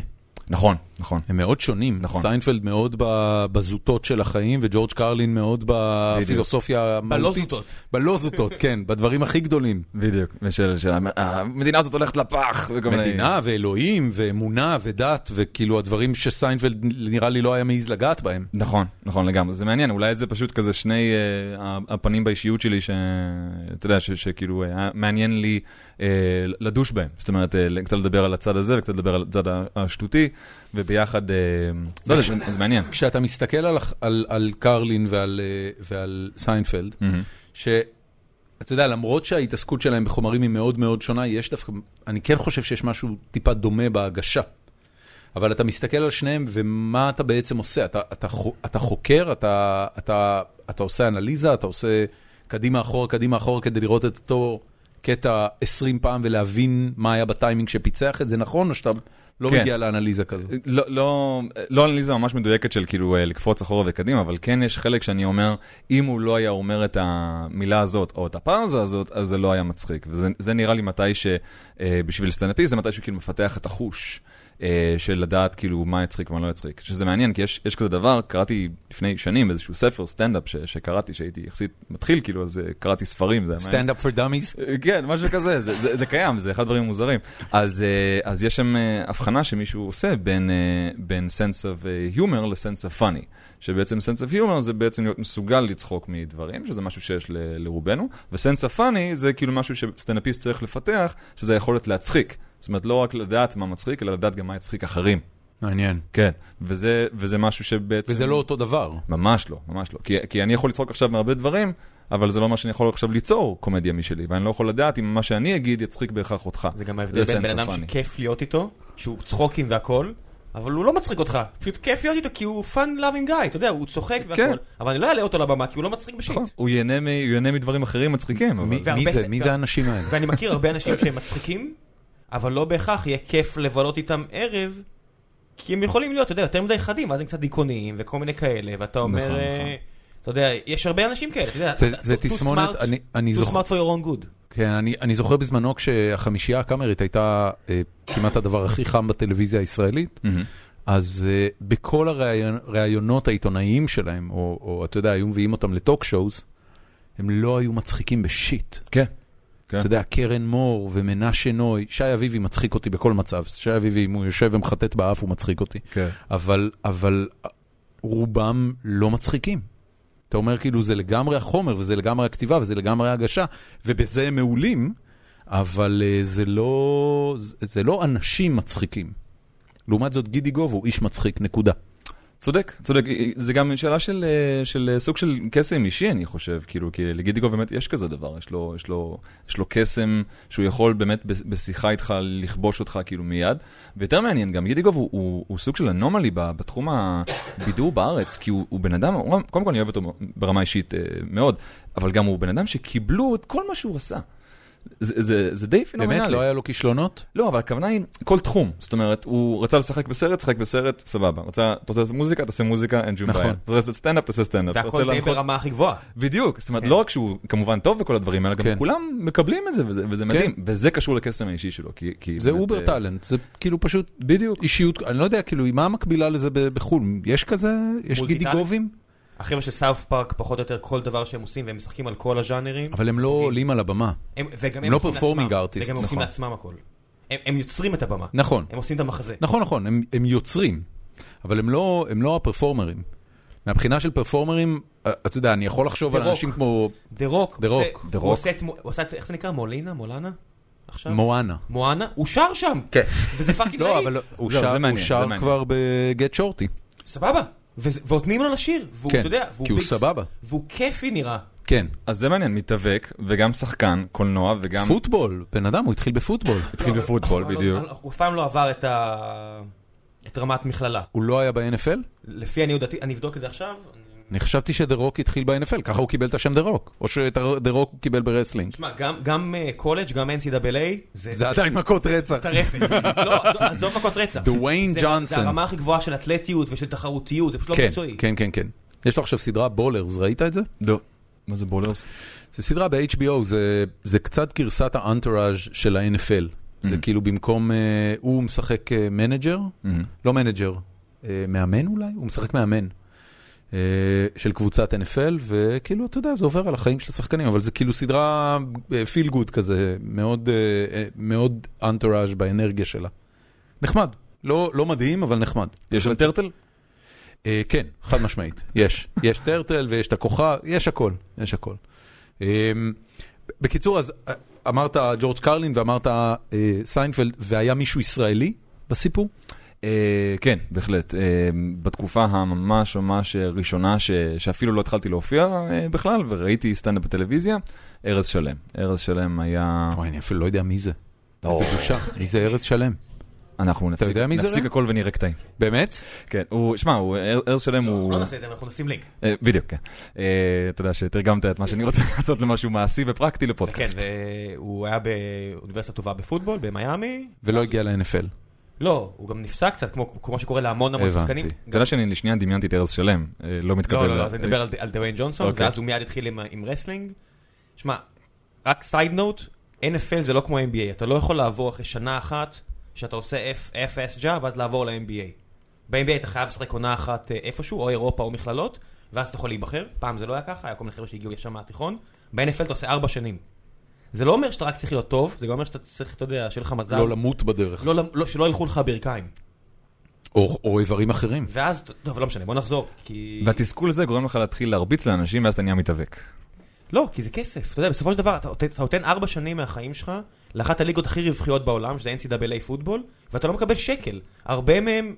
נכון, נכון. הם מאוד שונים. נכון. סיינפלד מאוד ב- בזוטות של החיים, וג'ורג' קרלין מאוד בפילוסופיה המהותית. בלא זוטות. בלא זוטות, כן, בדברים הכי גדולים. בדיוק, ושל- של- המדינה הזאת הולכת לפח, וכל מיני- מדינה ואלוהים ואמונה ודת, וכאילו הדברים שסיינפלד נראה לי לא היה מעז לגעת בהם. נכון, נכון לגמרי, זה מעניין, אולי זה פשוט כזה שני אה, הפנים באישיות שלי, שאתה יודע, ש- שכאילו אה, מעניין לי אה, לדוש בהם, זאת אומרת, אה, קצת לדבר על הצד הזה וקצת לדבר על הצד ה- השטותי, וביחד, אה, לא יודע, זה- זה מעניין. כשאתה מסתכל על, על, על קרלין ועל, אה, ועל סיינפלד, מהמם. שאתה יודע, למרות שההתעסקות שלהם בחומרים היא מאוד מאוד שונה, יש דווקא, אני כן חושב שיש משהו טיפה דומה בהגשה. אבל אתה מסתכל על שניהם, ומה אתה בעצם עושה? אתה, אתה, חו- אתה חוקר, אתה, אתה, אתה עושה אנליזה, אתה עושה קדימה אחורה, קדימה אחורה, כדי לראות את אותו קטע 20 פעם ולהבין מה היה בטיימינג שפיצח את זה נכון, או שאתה לא כן. מגיע לאנליזה כזו? לא, לא, לא אנליזה ממש מדויקת של כאילו אה, לקפוץ אחורה וקדימה, אבל כן יש חלק שאני אומר, אם הוא לא היה אומר את המילה הזאת או את הפאוזה הזאת, אז זה לא היה מצחיק. וזה זה נראה לי מתי שבשביל סטנדאפיסט, זה מתי שהוא כאילו מפתח את החוש אה, של לדעת כאילו מה יצחיק ומה לא יצחיק. שזה מעניין, כי יש, יש כזה דבר, קראתי לפני שנים איזשהו ספר סטנדאפ ש, שקראתי, שהייתי יחסית מתחיל, כאילו, אז אה, קראתי ספרים, זה היה מעניין. סטנדאפ פור דאמיס? כן, משהו כזה, זה, זה, זה קיים, זה אחד הדברים המוזרים. אז, אה, אז יש שם אה, הבחנה שמישהו עושה בין, אה, בין sense of אה, humor ל-sense of funny. שבעצם sense of humor זה בעצם להיות מסוגל לצחוק מדברים, שזה משהו שיש ל- לרובנו, ו-sense of funny זה כאילו משהו שסטנדאפיסט צריך לפתח, שזה היכולת להצחיק. זאת אומרת, לא רק לדעת מה מצחיק, אלא לדעת גם מה יצחיק אחרים. מעניין. כן, וזה, וזה משהו שבעצם... וזה לא אותו דבר. ממש לא, ממש לא. כי, כי אני יכול לצחוק עכשיו מהרבה דברים, אבל זה לא מה שאני יכול עכשיו ליצור קומדיה משלי, ואני לא יכול לדעת אם מה שאני אגיד יצחיק בהכרח אותך. זה גם ההבדל בין sense בן of אדם funny. שכיף להיות איתו, שהוא צחוקים והכל, אבל הוא לא מצחיק אותך. פשוט כיף להיות איתו כי הוא fun loving guy, אתה יודע, הוא צוחק כן. והכל. אבל אני לא אעלה אותו לבמה כי הוא לא מצחיק בשיט. נכון. הוא ייהנה מ- הוא ייהנה מדברים אחרים מצחיקים, אבל... והרבה מי זה? ס- מי וה- זה האנשים האלה? ואני מכיר הרבה אנשים שהם מצחיקים, אבל לא בהכרח יהיה כיף לבלות איתם ערב, כי הם יכולים להיות, אתה יודע, יותר מדי חדים, אז הם קצת דיכאוניים וכל מיני כאלה, ואתה נכון, אומר, נכון. אה, אתה יודע, יש הרבה אנשים כאלה, אתה יודע, זה- אתה- זה too תסמונת, smart- אני- אני too זוכר- smart for your own good. כן, אני, אני זוכר בזמנו כשהחמישייה הקאמרית הייתה אה, כמעט הדבר הכי חם בטלוויזיה הישראלית, מהמם. אז אה, בכל הראיונות העיתונאיים שלהם, או, או אתה יודע, היו מביאים אותם לטוק שואוז, הם לא היו מצחיקים בשיט. כן. אתה יודע, קרן מור ומנשה נוי, שי אביבי מצחיק אותי בכל מצב. שי אביבי, אם הוא יושב ומחטט באף, הוא מצחיק אותי. כן. אבל, אבל רובם לא מצחיקים. אתה אומר כאילו זה לגמרי החומר וזה לגמרי הכתיבה וזה לגמרי ההגשה, ובזה הם מעולים, אבל אה, זה לא, זה זה לא אנשים מצחיקים. לעומת זאת גידי גוב הוא איש מצחיק, נקודה. צודק, צודק, זה גם שאלה של, אה, של אה, סוג של קסם אישי, אני חושב, כאילו, כי לגידיגו באמת יש כזה דבר, יש לו, יש לו, יש לו קסם שהוא יכול באמת ב- בשיחה איתך לכבוש אותך כאילו מיד, ויותר מעניין, גם גידיגו הוא, הוא, הוא סוג של אנומלי ב- בתחום הבידור בארץ, כי הוא, הוא בן אדם, הוא, קודם כל אני אוהב אותו ברמה אישית אה, מאוד, אבל גם הוא בן אדם שקיבלו את כל מה שהוא עשה. זה, זה, זה די פנומנלי. באמת, לא היה לו כישלונות? לא, אבל הכוונה היא כל תחום. זאת אומרת, הוא רצה לשחק בסרט, שחק בסרט, סבבה. רצה, אתה רוצה לעשות מוזיקה, תעשה מוזיקה, אין שום נכון. בעיה. אתה רוצה לעשות סטנדאפ, תעשה סטנדאפ. אתה והכל רוצה די להנחות- ברמה הכי גבוהה. בדיוק. זאת אומרת, לא רק שהוא כמובן טוב וכל הדברים האלה, כן. גם כולם מקבלים את זה, וזה- וזה מדהים. וזה קשור לקסם האישי שלו. כי- כי זה באמת, אובר אה, טאלנט, זה כאילו פשוט בדיוק אישיות, אני לא יודע, כאילו, מה המקבילה לזה ב- בחו"ל? יש כזה, יש גידי מולטי-טאלנט? גובים? החבר'ה של סאוף פארק פחות או יותר כל דבר שהם עושים והם משחקים על כל הז'אנרים. אבל הם לא עולים על הבמה. הם, וגם לא עושים performing artists, לעצמם- וגם הם נכון. עושים לעצמם הכל. הם, הם יוצרים את הבמה. נכון. הם עושים את המחזה. נכון, נכון, הם, הם יוצרים, אבל הם לא, הם לא הפרפורמרים. מהבחינה של פרפורמרים, אה, אתה יודע, אני יכול לחשוב על דה רוק. אנשים כמו דה רוק. דה עושה- רוק, דה הוא רוק. עושה את, מו- הוא עשה את, איך זה נקרא? מולינה? מולנה? עכשיו? מואנה. מואנה? הוא שר שם! כן. [laughs] וזה פאקינג לא, להיט. אבל הוא לא, שר, זה הוא מעניין, זה שר מעניין. כבר בגט שורטי. סבבה. וזה- ונותנים לו לשיר. והוא, כן, אתה יודע, והוא כי הוא ביג- סבבה. והוא כיפי נראה. כן. אז זה מעניין, מתאבק, וגם שחקן, קולנוע, וגם... פוטבול, בן אדם, הוא התחיל בפוטבול. התחיל בפוטבול, לא, אבל בדיוק. הוא- הוא אף פעם לא עבר את ה... את רמת מכללה. הוא לא היה ב-NFL? לפי עניות דעתי, אני אבדוק את זה עכשיו. אני- אני חשבתי שדה רוק התחיל ב-NFL, ככה הוא קיבל את השם דה רוק. או שאת דה רוק הוא קיבל ברסלינג. תשמע, גם- גם אה, קולג', גם NCAA, זה... זה עדיין מכות רצח. טרפת. [laughs] לא, עזוב מכות רצח. דוויין זה- ג'ונסון. זה הרמה הכי גבוהה של אתלטיות ושל תחרותיות, זה פשוט לא כן, מקצועי. כן, כן, כן. יש לו עכשיו סדרה בולרס, ראית את זה? לא. מה זה בולרס? זה סדרה ב-HBO, זה, זה קצת גרסת האנטוראז' של ה-NFL. זה כאילו במקום, אה, הוא משחק אה, מנג'ר, לא מנג'ר, אה, מאמן אולי? הוא משחק מאמן אה, של קבוצת NFL, וכאילו, אתה יודע, זה עובר על החיים של השחקנים, אבל זה כאילו סדרה פיל גוד כזה, מאוד, אה, אה, מאוד אנטוראז' באנרגיה שלה. נחמד. לא, לא מדהים, אבל נחמד. יש שם טרטל? אה, כן, חד משמעית, יש. יש טרטל ויש את הכוחה, יש הכל, יש הכל. אה, בקיצור, אז אה, אמרת ג'ורג' קרלין ואמרת אה, סיינפלד, והיה מישהו ישראלי בסיפור? אה, כן, בהחלט. אה, בתקופה הממש ממש אה, ראשונה, ש, שאפילו לא התחלתי להופיע אה, בכלל, וראיתי סטנדאפ בטלוויזיה, ארז שלם. ארז שלם היה... וואי, אני אפילו לא יודע מי זה. לא. איזה בושה, מי זה ארז שלם? אנחנו נפסיק, יודע מי זה, נפסיק ראם? הכל ונראה קטעים. באמת? כן, הוא, שמע, הוא- אר- ארז שלם אנחנו הוא... לא נעשה את זה, אבל אנחנו נשים לינק. אה, בדיוק, כן. אה, אתה יודע שתרגמת את מה שאני רוצה [laughs] לעשות למשהו מעשי ופרקטי כן, לפודקאסט. והוא היה באוניברסיטה טובה בפוטבול, במיאמי. ולא הגיע ל-NFL. לא, הוא גם נפסע קצת, כמו כמו שקורה להמון המון הבנתי. שחקנים. אתה יודע שאני לשנייה דמיינתי את ארז שלם, אה, לא מתקבל. לא, לא, ל- לא, אז אני מדבר על- על דוויין ג'ונסון, אוקיי. ואז הוא מיד התחיל עם- עם רסלינג. שמע, רק סייד נוט, NFL זה לא כמו NBA, אתה לא יכול לעבור אחרי שנה אחת שאתה עושה F- FS ג'אב, ואז לעבור ל-NBA. ב-NBA אתה חייב לשחק עונה אחת אה, איפשהו, או אירופה או מכללות, ואז אתה יכול להיבחר, פעם זה לא היה ככה, היה כל מיני חבר'ה שהגיעו ישר מהתיכון, ב-NFL אתה עושה ארבע שנים. זה לא אומר שאתה רק צריך להיות טוב, זה גם אומר שאתה צריך, אתה יודע, שיהיה לך מזל, לא למות בדרך. לא למ- לא- שלא ילכו לך הברכיים. או או איברים אחרים. ואז, טוב, לא משנה, בוא נחזור, כי... והתסכול הזה גורם לך להתחיל להרביץ לאנשים, ואז אתה נהיה מתאבק. לא, כי זה כסף. אתה יודע, בסופו של דבר, אתה נותן- אתה נותן ארבע שנים מהחיים שלך לאחת הליגות הכי רווחיות בעולם, שזה NCAA פוטבול, ואתה לא מקבל שקל. הרבה מהם,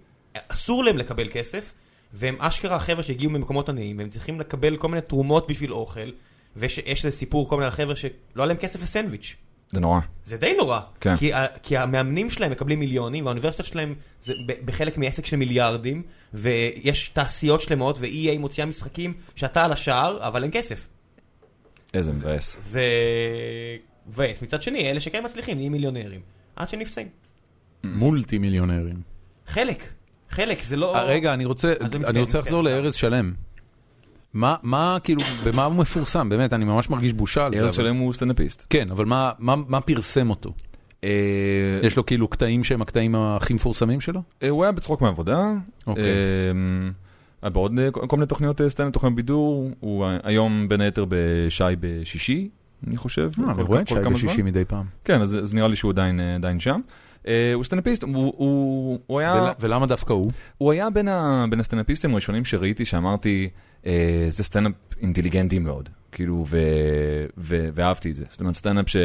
אסור להם לקבל כסף, והם אשכרה החבר'ה שהגיעו ממקומות עניים, והם צריכים לקבל כל מיני תרומות בשביל אוכל, ויש יש איזה סיפור, כל מיני חבר'ה שלא היה להם כסף לסנדוויץ'. זה נורא. זה די נורא, כן. כי, ה- כי המאמנים שלהם מקבלים מיליונים, והאוניברסיטאות שלהם זה ב- בחלק מעסק של מיליארדים, ויש תעשיות שלמות, ו-EA מוציאה משחקים שאתה על השער, אבל אין כסף. איזה מבאס. זה מבאס. מצד שני, אלה שכן מצליחים נהיים מיליונרים, עד שנפצעים. Mm. מולטי מיליונרים. חלק, חלק, זה לא... אה, רגע, אני רוצה, אז זה מצטיין, אני רוצה מצטיין. לחזור לארז שלם. מה, מה, כאילו, במה הוא מפורסם? באמת, אני ממש מרגיש בושה על זה. ארז אבל- שלם הוא סטנדאפיסט. כן, אבל מה, מה, מה פרסם אותו? אה, יש לו כאילו קטעים שהם הקטעים הכי מפורסמים שלו? אה, הוא היה בצחוק מעבודה. אוקיי. אה, היה בעוד אה, כל כל מיני תוכניות אה, סטנדאפ, תוכניות בידור. הוא אה, היום בין היתר בשי בשישי, אני חושב. אה, אני כל- רואה כל את שי כמה זמן. בשישי מדי פעם. כן, אז, אז נראה לי שהוא עדיין, אה, עדיין שם. אה, הוא סטנדאפיסט, הוא- הוא הוא היה... ול- ולמה דווקא הוא? הוא היה בין, ה... בין הסטנדאפיסטים הראשונים שראיתי שאמרתי, אה, זה סטנדאפ אינטליגנטי מאוד, כאילו, ו... ו... ואהבתי את זה. זאת אומרת, סטנדאפ ש...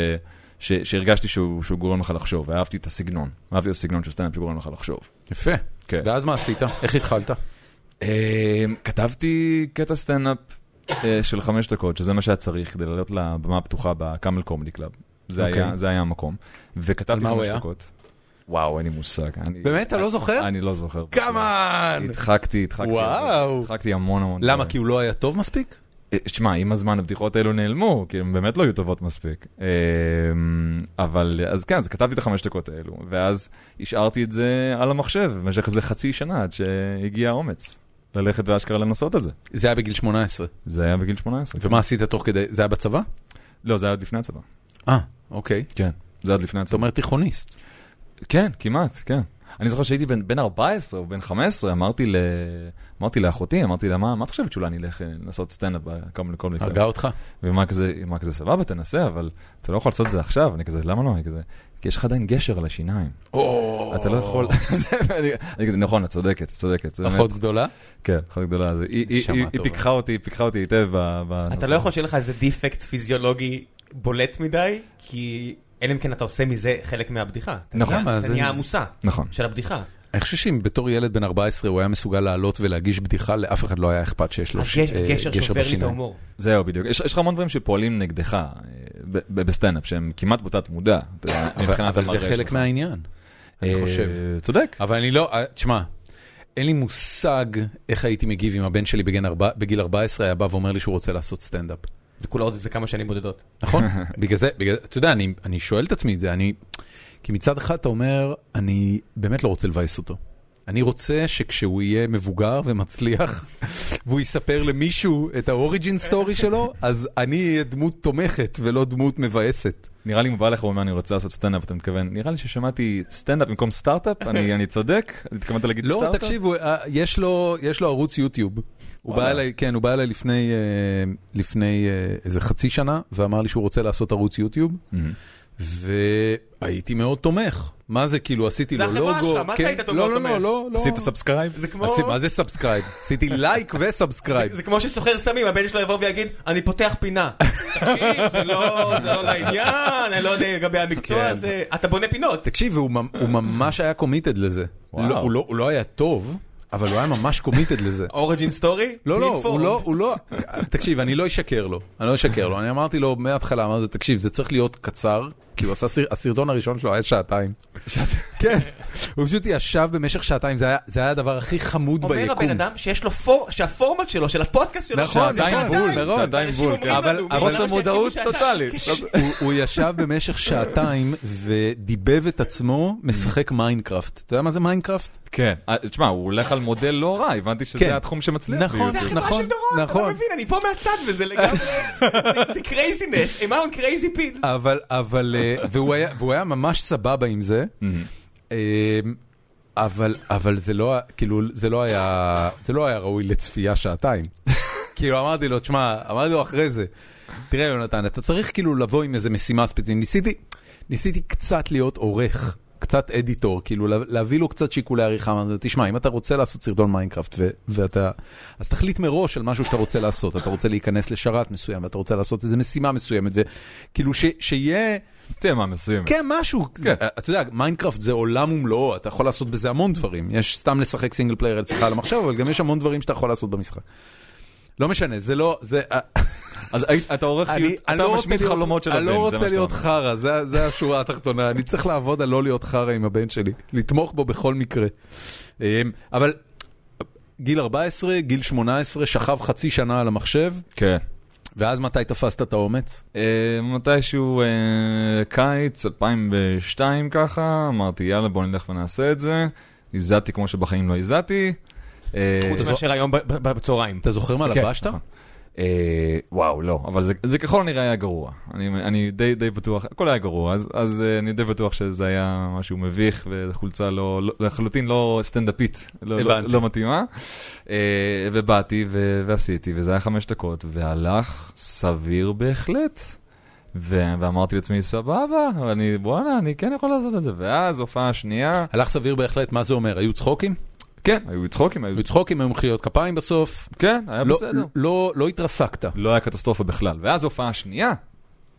ש... שהרגשתי שהוא... שהוא גורם לך לחשוב, ואהבתי את הסגנון, אהבתי את הסגנון של סטנדאפ שגורם לך לחשוב. יפה. כן. ואז מה עשית? איך התחלת? אה, כתבתי קטע סטנדאפ אה, של חמש דקות, שזה מה שהיה צריך כדי לעלות לבמה הפתוחה בקאמל קומדי קלאב. זה אוקיי. היה- זה היה המקום. על וכתבתי מה הוא חמש היה? דקות. וואו, אין לי מושג. אני- באמת? אתה לא זוכר? אני לא זוכר. כמובן! הדחקתי, הדחקתי. וואו. הדחקתי המון המון. למה? דברים. כי הוא לא היה טוב מספיק? אה, שמע, עם הזמן הבדיחות האלו נעלמו, כי הן באמת לא היו טובות מספיק. אה, אבל אז כן, אז כתבתי את החמש דקות האלו, ואז השארתי את זה על המחשב במשך איזה חצי שנה עד שהגיע האומץ ללכת ואשכרה לנסות את זה. זה היה בגיל 18. זה היה בגיל 18. ומה עשית תוך כדי? זה היה בצבא? לא, זה היה עוד לפני הצבא. אה, אוקיי. כן. זה היה עוד לפני זאת הצבא. אומרת תיכוניסט. כן, כמעט, כן. אני זוכר שהייתי בן, בן 14 או בן 15, אמרתי, ל... אמרתי לאחותי, אמרתי לה, מה, מה את חושבת שאולי אני אלך אה, לעשות סטנדאפ בקאמל קומדי קלאב?" הרגה אותך? ומה כזה, מה כזה, סבבה, תנסה, אבל אתה לא יכול לעשות את זה עכשיו. אני כזה, למה לא? אני כזה, כי יש לך עדיין גשר על השיניים. אתה לא יכול... [laughs] זה- אני- אני כזה, נכון, את צודקת, את צודקת. זה אחות באמת- גדולה? כן, אחות גדולה. זה- היא- היא- נשמה היא היא טובה. פיקחה אותי, היא פיקחה אותי היטב ב- בנושא. אתה לא יכול שיהיה לך איזה דיפקט פיזיולוגי בולט מדי, כי אלא אם כן אתה עושה מזה חלק מהבדיחה. אתה נכון. נהיה- למה? אתה זה- נהיה זה- עמוסה נכון. של הבדיחה. אני חושב שאם בתור ילד בן 14 הוא היה מסוגל לעלות ולהגיש בדיחה, לאף אחד לא היה אכפת שיש לו ש- הגש- אה, הגשר שובר לי את בשיניים. ההומור. זהו, בדיוק. יש יש לך המון דברים שפועלים נגדך אה, ב- ב- בסטנדאפ, שהם כמעט בתת מודע. אתה- אבל- מבחינת אבל זה המראה חלק שלך. מהעניין, אני אה, חושב. צודק. אבל אני לא, אה, תשמע, אין לי מושג איך הייתי מגיב אם הבן שלי בגן ארבע- בגיל 14 היה בא ואומר לי שהוא רוצה לעשות סטנדאפ. זה כולה עוד איזה כמה שנים בודדות. נכון? [laughs] בגלל זה, בגלל, אתה יודע, אני, אני שואל את עצמי את זה, אני... כי מצד אחד אתה אומר, אני באמת לא רוצה לבאס אותו. אני רוצה שכשהוא יהיה מבוגר ומצליח, [laughs] והוא יספר למישהו את האוריג'ין סטורי שלו, אז אני אהיה דמות תומכת ולא דמות מבאסת. נראה לי אם בא לך ואומר אני רוצה לעשות סטנדאפ, אתה מתכוון, נראה לי ששמעתי סטנדאפ במקום סטארט-אפ, [laughs] אני אני צודק? התכוונת להגיד לא, סטארט-אפ? תקשיבו, אה, יש לו, יש לו ערוץ יוטיוב. הוא בא וואלה. אליי, כן, הוא בא אליי לפני, אה, לפני אה, איזה חצי שנה, ואמר לי שהוא רוצה לעשות ערוץ יוטיוב, מהמם. והייתי מאוד תומך. מה זה, כאילו, עשיתי זה לו החברה לוגו. שלך, מה זה כן, היית תומך? לא, לא, לא, לא, לא. עשית סאבסקרייב? זה כמו... עשי- מה זה סאבסקרייב? עשיתי לייק וסאבסקרייב. [laughs] זה כמו שסוחר סמים, הבן שלו יבוא ויגיד, אני פותח [laughs] פינה. תקשיב, זה לא זה לא לעניין, אני לא יודע לגבי המקצוע כן. הזה. אתה בונה פינות. תקשיב, הוא ממ- הוא ממש היה קומיטד לזה. וואו. לא, הוא לא- הוא לא היה טוב, אבל הוא היה ממש קומיטד לזה. אוריג'ין סטורי? לא, לא, הוא לא, הוא לא, תקשיב, אני לא אשקר לו, אני לא אשקר לו, אני אמרתי לו מההתחלה, אמרתי לו, תקשיב, זה צריך להיות קצר, כי הוא עשה, סר- הסרטון הראשון שלו היה שעתיים. כן, הוא פשוט ישב במשך שעתיים, זה היה- זה היה הדבר הכי חמוד אומר ביקום. הבן אדם שיש לו פור... שהפורמט שלו, של הפודקאסט שלו, נכון, זה שעתיים בול, נכון. שעתיים אנשים בול, אומרים כן. לנו, אבל- "בואנה, חוסר שיקשיבו מודעות שעתיים". טוטאלית. כן. לא, הוא, הוא ישב במשך שעתיים ודיבב את עצמו משחק מיינקראפט. אתה יודע מה זה מיינקראפט? כן. אה, תשמע, הוא הולך על מודל לא רע, הבנתי כן. שזה התחום שמצליח. נכון. ביוטיוב. זה החברה נכון, של דורון, אתה לא נכון. מבין, אני פה מהצד וזה [laughs] לגמרי, זה- זה קרייזינס, am I on crazy pills? אבל, אבל, אה, והוא היה, והוא היה ממש סבבה עם זה. אה, אבל, אבל זה לא, כאילו, זה לא היה, זה לא היה ראוי לצפייה שעתיים. [laughs] כאילו, אמרתי לו, תשמע, אמרתי לו אחרי זה, תראה, יונתן, אתה צריך כאילו לבוא עם איזה משימה ספציפית. ניסיתי, ניסיתי קצת להיות עורך, קצת אדיטור, כאילו, לה- להביא לו קצת שיקולי עריכה. אמרתי לו, תשמע, אם אתה רוצה לעשות סרטון מיינקראפט, ו- ואתה, אז תחליט מראש על משהו שאתה רוצה לעשות. אתה רוצה להיכנס לשרת מסוים, ואתה רוצה לעשות איזו משימה מסוימת, וכאילו, ש- שיהיה... תמה מסוימת. כן, משהו. כן. אתה יודע, מיינקראפט זה עולם ומלואו, אתה יכול לעשות בזה המון דברים. יש סתם לשחק סינגל פלייר אצלך על המחשב, אבל גם יש המון דברים שאתה יכול לעשות במשחק. לא משנה, זה לא, זה, אז היית- אתה עורך, אני, יוט- אתה אני לא רוצה משמיד להיות- חלומות של הבן, אני לא זה רוצה מה שאתה להיות אומר. חרא, זה, זה השורה התחתונה, אני צריך לעבוד על לא להיות חרא עם הבן שלי, לתמוך בו בכל מקרה. אמ, אבל גיל 14, גיל 18, שכב חצי שנה על המחשב, כן. ואז מתי תפסת את האומץ? אה, מתישהו אה, קיץ 2002 ככה, אמרתי יאללה בוא נלך ונעשה את זה. הזעתי כמו שבחיים לא הזעתי. אה, חוץ מאשר היום ב- ב- בצהריים. אתה זוכר מה כן, לבשת? נכון. אה, וואו, לא, אבל זה, זה ככל הנראה היה גרוע. אני, אני די, די בטוח, הכל היה גרוע, אז, אז אה, אני די בטוח שזה היה משהו מביך וחולצה לא, לא, לחלוטין לא סטנדאפית, לא, לא, הבנתי. לא מתאימה. אה, ובאתי ו, ועשיתי, וזה היה חמש דקות, והלך סביר בהחלט. ו- ואמרתי לעצמי, סבבה, אבל אני, בואנה, אני כן יכול לעשות את זה. ואז הופעה שנייה, הלך סביר בהחלט, מה זה אומר? היו צחוקים? כן, היו צחוקים, היו... היו צחוקים, היו מחיאות כפיים בסוף. כן, היה לא- בסדר. לא- לא התרסקת. לא היה קטסטרופה בכלל. ואז הופעה שנייה,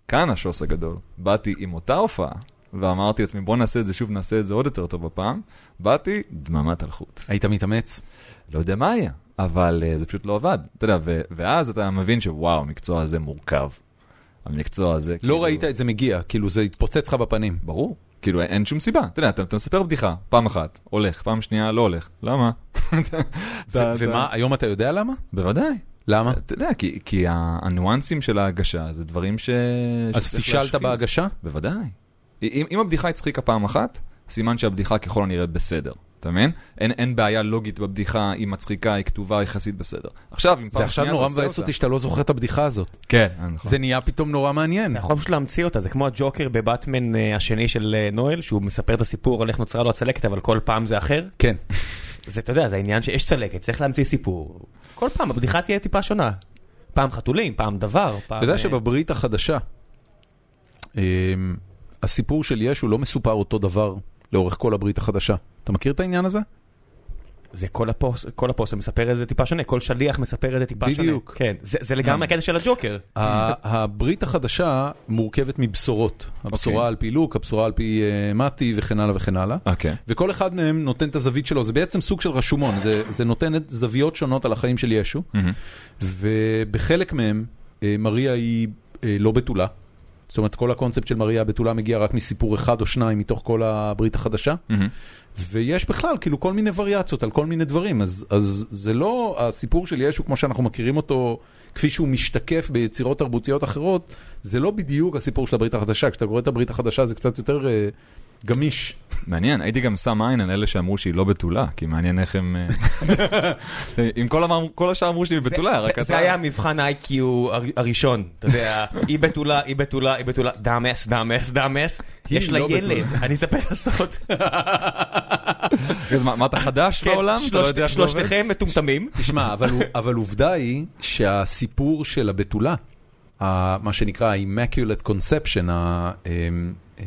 כאן השוס הגדול. באתי עם אותה הופעה, ואמרתי לעצמי, בוא נעשה את זה שוב, נעשה את זה עוד יותר טוב הפעם. באתי, דממת אלחוט. היית מתאמץ? לא יודע מה היה, אבל אה, זה פשוט לא עבד. אתה יודע, ו- ואז אתה מבין שוואו, המקצוע הזה מורכב. המקצוע הזה... כאילו- לא ראית את זה מגיע, כאילו זה התפוצץ לך בפנים. ברור. כאילו אין- אין שום סיבה, אתה יודע, אתה, אתה מספר בדיחה, פעם אחת, הולך, פעם שנייה לא הולך, למה? [laughs] אתה- אתה- ו- ומה, היום אתה יודע למה? בוודאי. למה? אתה יודע, כי, כי הניואנסים של ההגשה זה דברים ש... אז שצריך פישלת להשחיז. בהגשה? בוודאי. אם, אם הבדיחה הצחיקה פעם אחת, סימן שהבדיחה ככל הנראה בסדר, אתה מבין? אין, אין בעיה לוגית בבדיחה, היא מצחיקה, היא כתובה, היא יחסית בסדר. עכשיו, אם פעם זה עכשיו שנייה נורא עושה מבאס אותה. אותי שאתה לא זוכר את הבדיחה הזאת. נכון. כן, אה, נכון. זה נהיה פתאום נורא מעניין. אתה יכול פשוט להמציא אותה, זה כמו הג'וקר בבטמן אה, השני של אה, נואל, שהוא מספר את הסיפור על איך נוצרה לו הצלקת, אבל כל פעם זה אחר. כן. זה, אתה יודע, זה העניין שיש צלקת, צריך להמציא סיפור. כל פעם הבדיחה תהיה טיפה שונה. פעם חתולים, פעם דבר, פעם... אתה יודע אה, שבברית החדשה, אמ, הסיפור של ישו לא מסופר אותו דבר לאורך כל הברית החדשה. אתה מכיר את העניין הזה? זה כל הפוסט, כל הפוסט מספר את זה טיפה שונה, כל שליח מספר את זה טיפה שונה. בדיוק. כן, זה, זה לגמרי הקטע של הג'וקר. ה- הברית החדשה מורכבת מבשורות. הבשורה אוקיי. על פי לוק, הבשורה על פי אה, מתי וכן הלאה וכן הלאה. אוקיי. וכל אחד מהם נותן את הזווית שלו, זה בעצם סוג של רשומון, זה, זה נותן את זוויות שונות על החיים של ישו, מהמם. ובחלק מהם אה, מריה היא אה, לא בתולה. זאת אומרת, כל הקונספט של מריה הבתולה מגיע רק מסיפור אחד או שניים מתוך כל הברית החדשה, מהמם. ויש בכלל כאילו כל מיני וריאציות על כל מיני דברים, אז, אז זה לא הסיפור של ישו כמו שאנחנו מכירים אותו, כפי שהוא משתקף ביצירות תרבותיות אחרות, זה לא בדיוק הסיפור של הברית החדשה, כשאתה קורא את הברית החדשה זה קצת יותר אה, גמיש. מעניין, הייתי גם שם עין על אלה שאמרו שהיא לא בתולה, כי מעניין איך הם... אה, [laughs] אם כל אמר- כל השאר אמרו שהיא בתולה, רק זה, אתה... זה היה מבחן ה-IQ הר- הראשון, אתה יודע, היא בתולה, היא בתולה, היא בתולה, דאמס, דאמס, דאמס, היא יש לה לא ילד, בתולה. [laughs] אני אספר לך סוד. אז מה- מה אתה חדש כן, בעולם? אתה לא שלושת- יודע איך זה עובד? שלושתכם מטומטמים. תשמע, אבל, אבל עובדה היא שהסיפור של הבתולה, ה- מה שנקרא ה-immaculate conception, ה, אמ, אמ,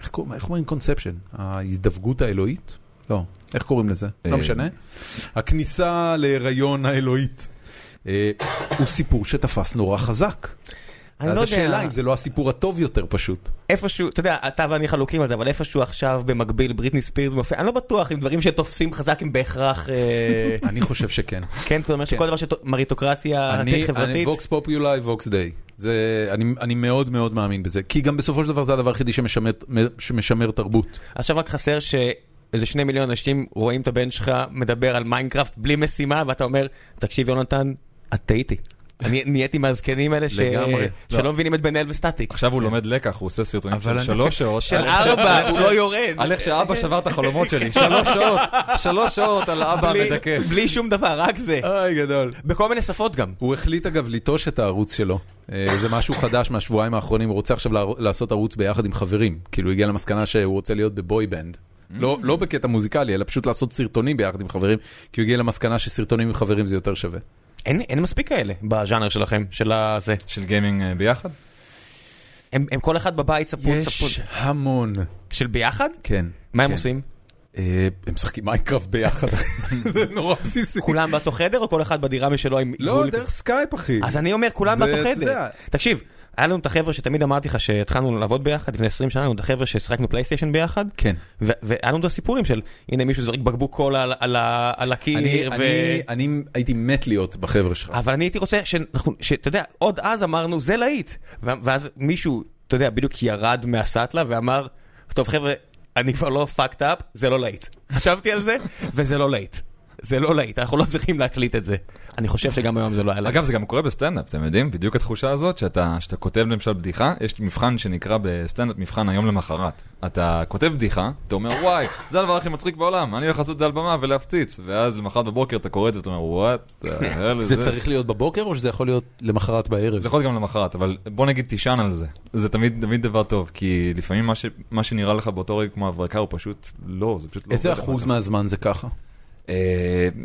איך, קוראים- איך אומרים conception? ההזדווגות האלוהית? לא, איך קוראים לזה? אה, לא משנה. הכניסה להיריון האלוהית. אה, הוא סיפור שתפס נורא חזק. אני לא אז השאלה יודע, אם זה לא הסיפור הטוב יותר פשוט. איפשהו, אתה יודע, אתה ואני חלוקים על זה, אבל איפשהו עכשיו במקביל בריטני ספירס מופיע, אני לא בטוח אם דברים שתופסים חזק הם בהכרח, אה, אני חושב שכן. כן, זאת אומרת שכל דבר שמריטוקרטיה אני, אני חברתית. ווקס פופולי, ווקס דיי. זה, אני, אני מאוד מאוד מאמין בזה, כי גם בסופו של דבר זה הדבר היחידי שמשמר, שמשמר תרבות. עכשיו רק חסר שאיזה שני מיליון אנשים רואים את הבן שלך מדבר על מיינקראפט בלי משימה, ואתה אומר, תקשיב יונתן, את טעיתי. אני נהייתי מהזקנים האלה ש... לגמרי. לא. שלא מבינים את בן אל וסטטיק. עכשיו הוא לומד לקח, הוא עושה סרטונים אבל של אני- שלוש שעות. של על איך ש- על ארבע, איך הוא ש- לא יורד. על איך שאבא שבר את החלומות שלי, שלוש שעות, שלוש שעות על אבא בלי- המדכא. בלי שום דבר, רק זה. אוי, גדול. בכל מיני שפות גם. הוא החליט אגב ליטוש את הערוץ שלו. אה, זה משהו חדש מהשבועיים האחרונים, הוא רוצה עכשיו לער- לעשות ערוץ ביחד עם חברים. כאילו, הוא הגיע למסקנה שהוא רוצה להיות בבוי בנד. לא, לא בקטע מוזיקלי, אלא פשוט לעשות סרטונים ביחד עם חברים, כי הוא הגיע למסקנה שסרטונים עם חברים זה יותר שווה. אין אין מספיק כאלה בז'אנר שלכם, של הזה. של גיימינג אה, ביחד? הם הם כל אחד בבית צפון צפון. יש המון. של ביחד? כן. מה הם כן. עושים? אה, הם משחקים מיינקראפט [laughs] ביחד. זה נורא בסיסי. כולם באותו חדר או כל אחד בדירה משלו עם... לא, גבול? דרך סקייפ, אחי. אז אני אומר, כולם זה, באותו אתה חדר. יודע. תקשיב, היה לנו את החבר'ה שתמיד אמרתי לך שהתחלנו לעבוד ביחד, לפני 20 שנה, היו לנו את החבר'ה ששיחקנו פלייסטיישן ביחד. כן. ו- והיה לנו את הסיפורים של, הנה מישהו זורק בקבוק קולה על, על, ה- על אני, הקיר, ו... אני, אני הייתי מת להיות בחבר'ה שלך. אבל אני הייתי רוצה, שאנחנו- שאתה יודע, עוד אז אמרנו, זה להיט. ו- ואז מישהו, אתה יודע, בדיוק ירד מהסאטלה ואמר, טוב חבר'ה, אני כבר לא fucked up, זה לא להיט. חשבתי על זה, וזה לא להיט. זה לא להיט, אנחנו לא צריכים להקליט את זה. אני חושב שגם היום זה לא היה להיט. אגב, זה גם קורה בסטנדאפ, אתם יודעים? בדיוק התחושה הזאת שאתה שאתה כותב למשל בדיחה, יש מבחן שנקרא בסטנדאפ מבחן היום למחרת. אתה כותב בדיחה, אתה אומר, וואי, זה הדבר הכי מצחיק בעולם, אני הולך לעשות את זה על במה ולהפציץ. ואז למחרת בבוקר אתה קורא את זה ואתה אומר, וואט, זה צריך להיות בבוקר או שזה יכול להיות למחרת בערב? זה יכול להיות גם למחרת, אבל בוא נגיד תישן על זה. זה תמיד, תמיד דבר טוב, כי לפעמים מה, ש, מה שנראה לך באותו רגע כמו הברקה הוא פשוט לא, זה פשוט לא... איזה עובד אחר אחוז כך. מהזמן זה ככה?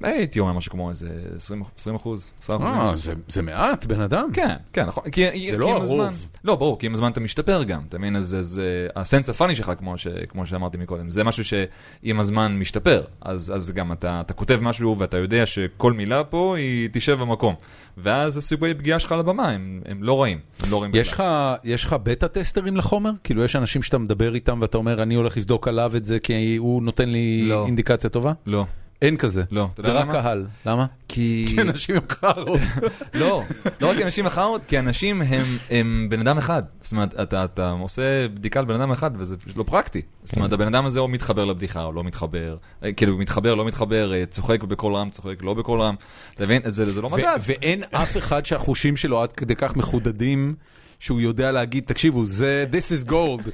אה, הייתי אומר משהו כמו איזה 20 20 אחוז, 10 אחוז. אה, זה- זה מעט, בן אדם. כן, כן, נכון. כי, כי לא עם הרוב. הזמן, לא, ברור, כי עם הזמן אתה משתפר גם, אתה מבין? אז, אז אה, הסנס הפאני שלך, כמו, ש, כמו שאמרתי מקודם, זה משהו שעם הזמן משתפר. אז, אז גם אתה, אתה כותב משהו ואתה יודע שכל מילה פה היא תשב במקום. ואז הסיכויי פגיעה שלך על הבמה הם, הם לא רעים, הם לא רעים יש לך, יש לך בטה טסטרים לחומר? כאילו יש אנשים שאתה מדבר איתם ואתה אומר אני הולך לבדוק עליו את זה כי הוא נותן לי לא. אינדיקציה טובה? לא, אין כזה. לא. אתה זה יודע רק למה? קהל. למה? כי... כי אנשים הם חארות. [laughs] לא, לא רק אנשים אחרות, כי אנשים הם, הם בן אדם אחד. זאת אומרת, אתה, אתה עושה בדיקה על בן אדם אחד, וזה פשוט לא פרקטי. זאת אומרת, הבן אדם הזה או מתחבר לבדיחה, או לא מתחבר. אה, כאילו, מתחבר, לא מתחבר, אה, צוחק בקול רם, צוחק לא בקול רם. אתה מבין? זה, זה לא ו- מדד. ואין אף אחד שהחושים שלו עד כדי כך מחודדים שהוא יודע להגיד, תקשיבו, זה this is [laughs] gold.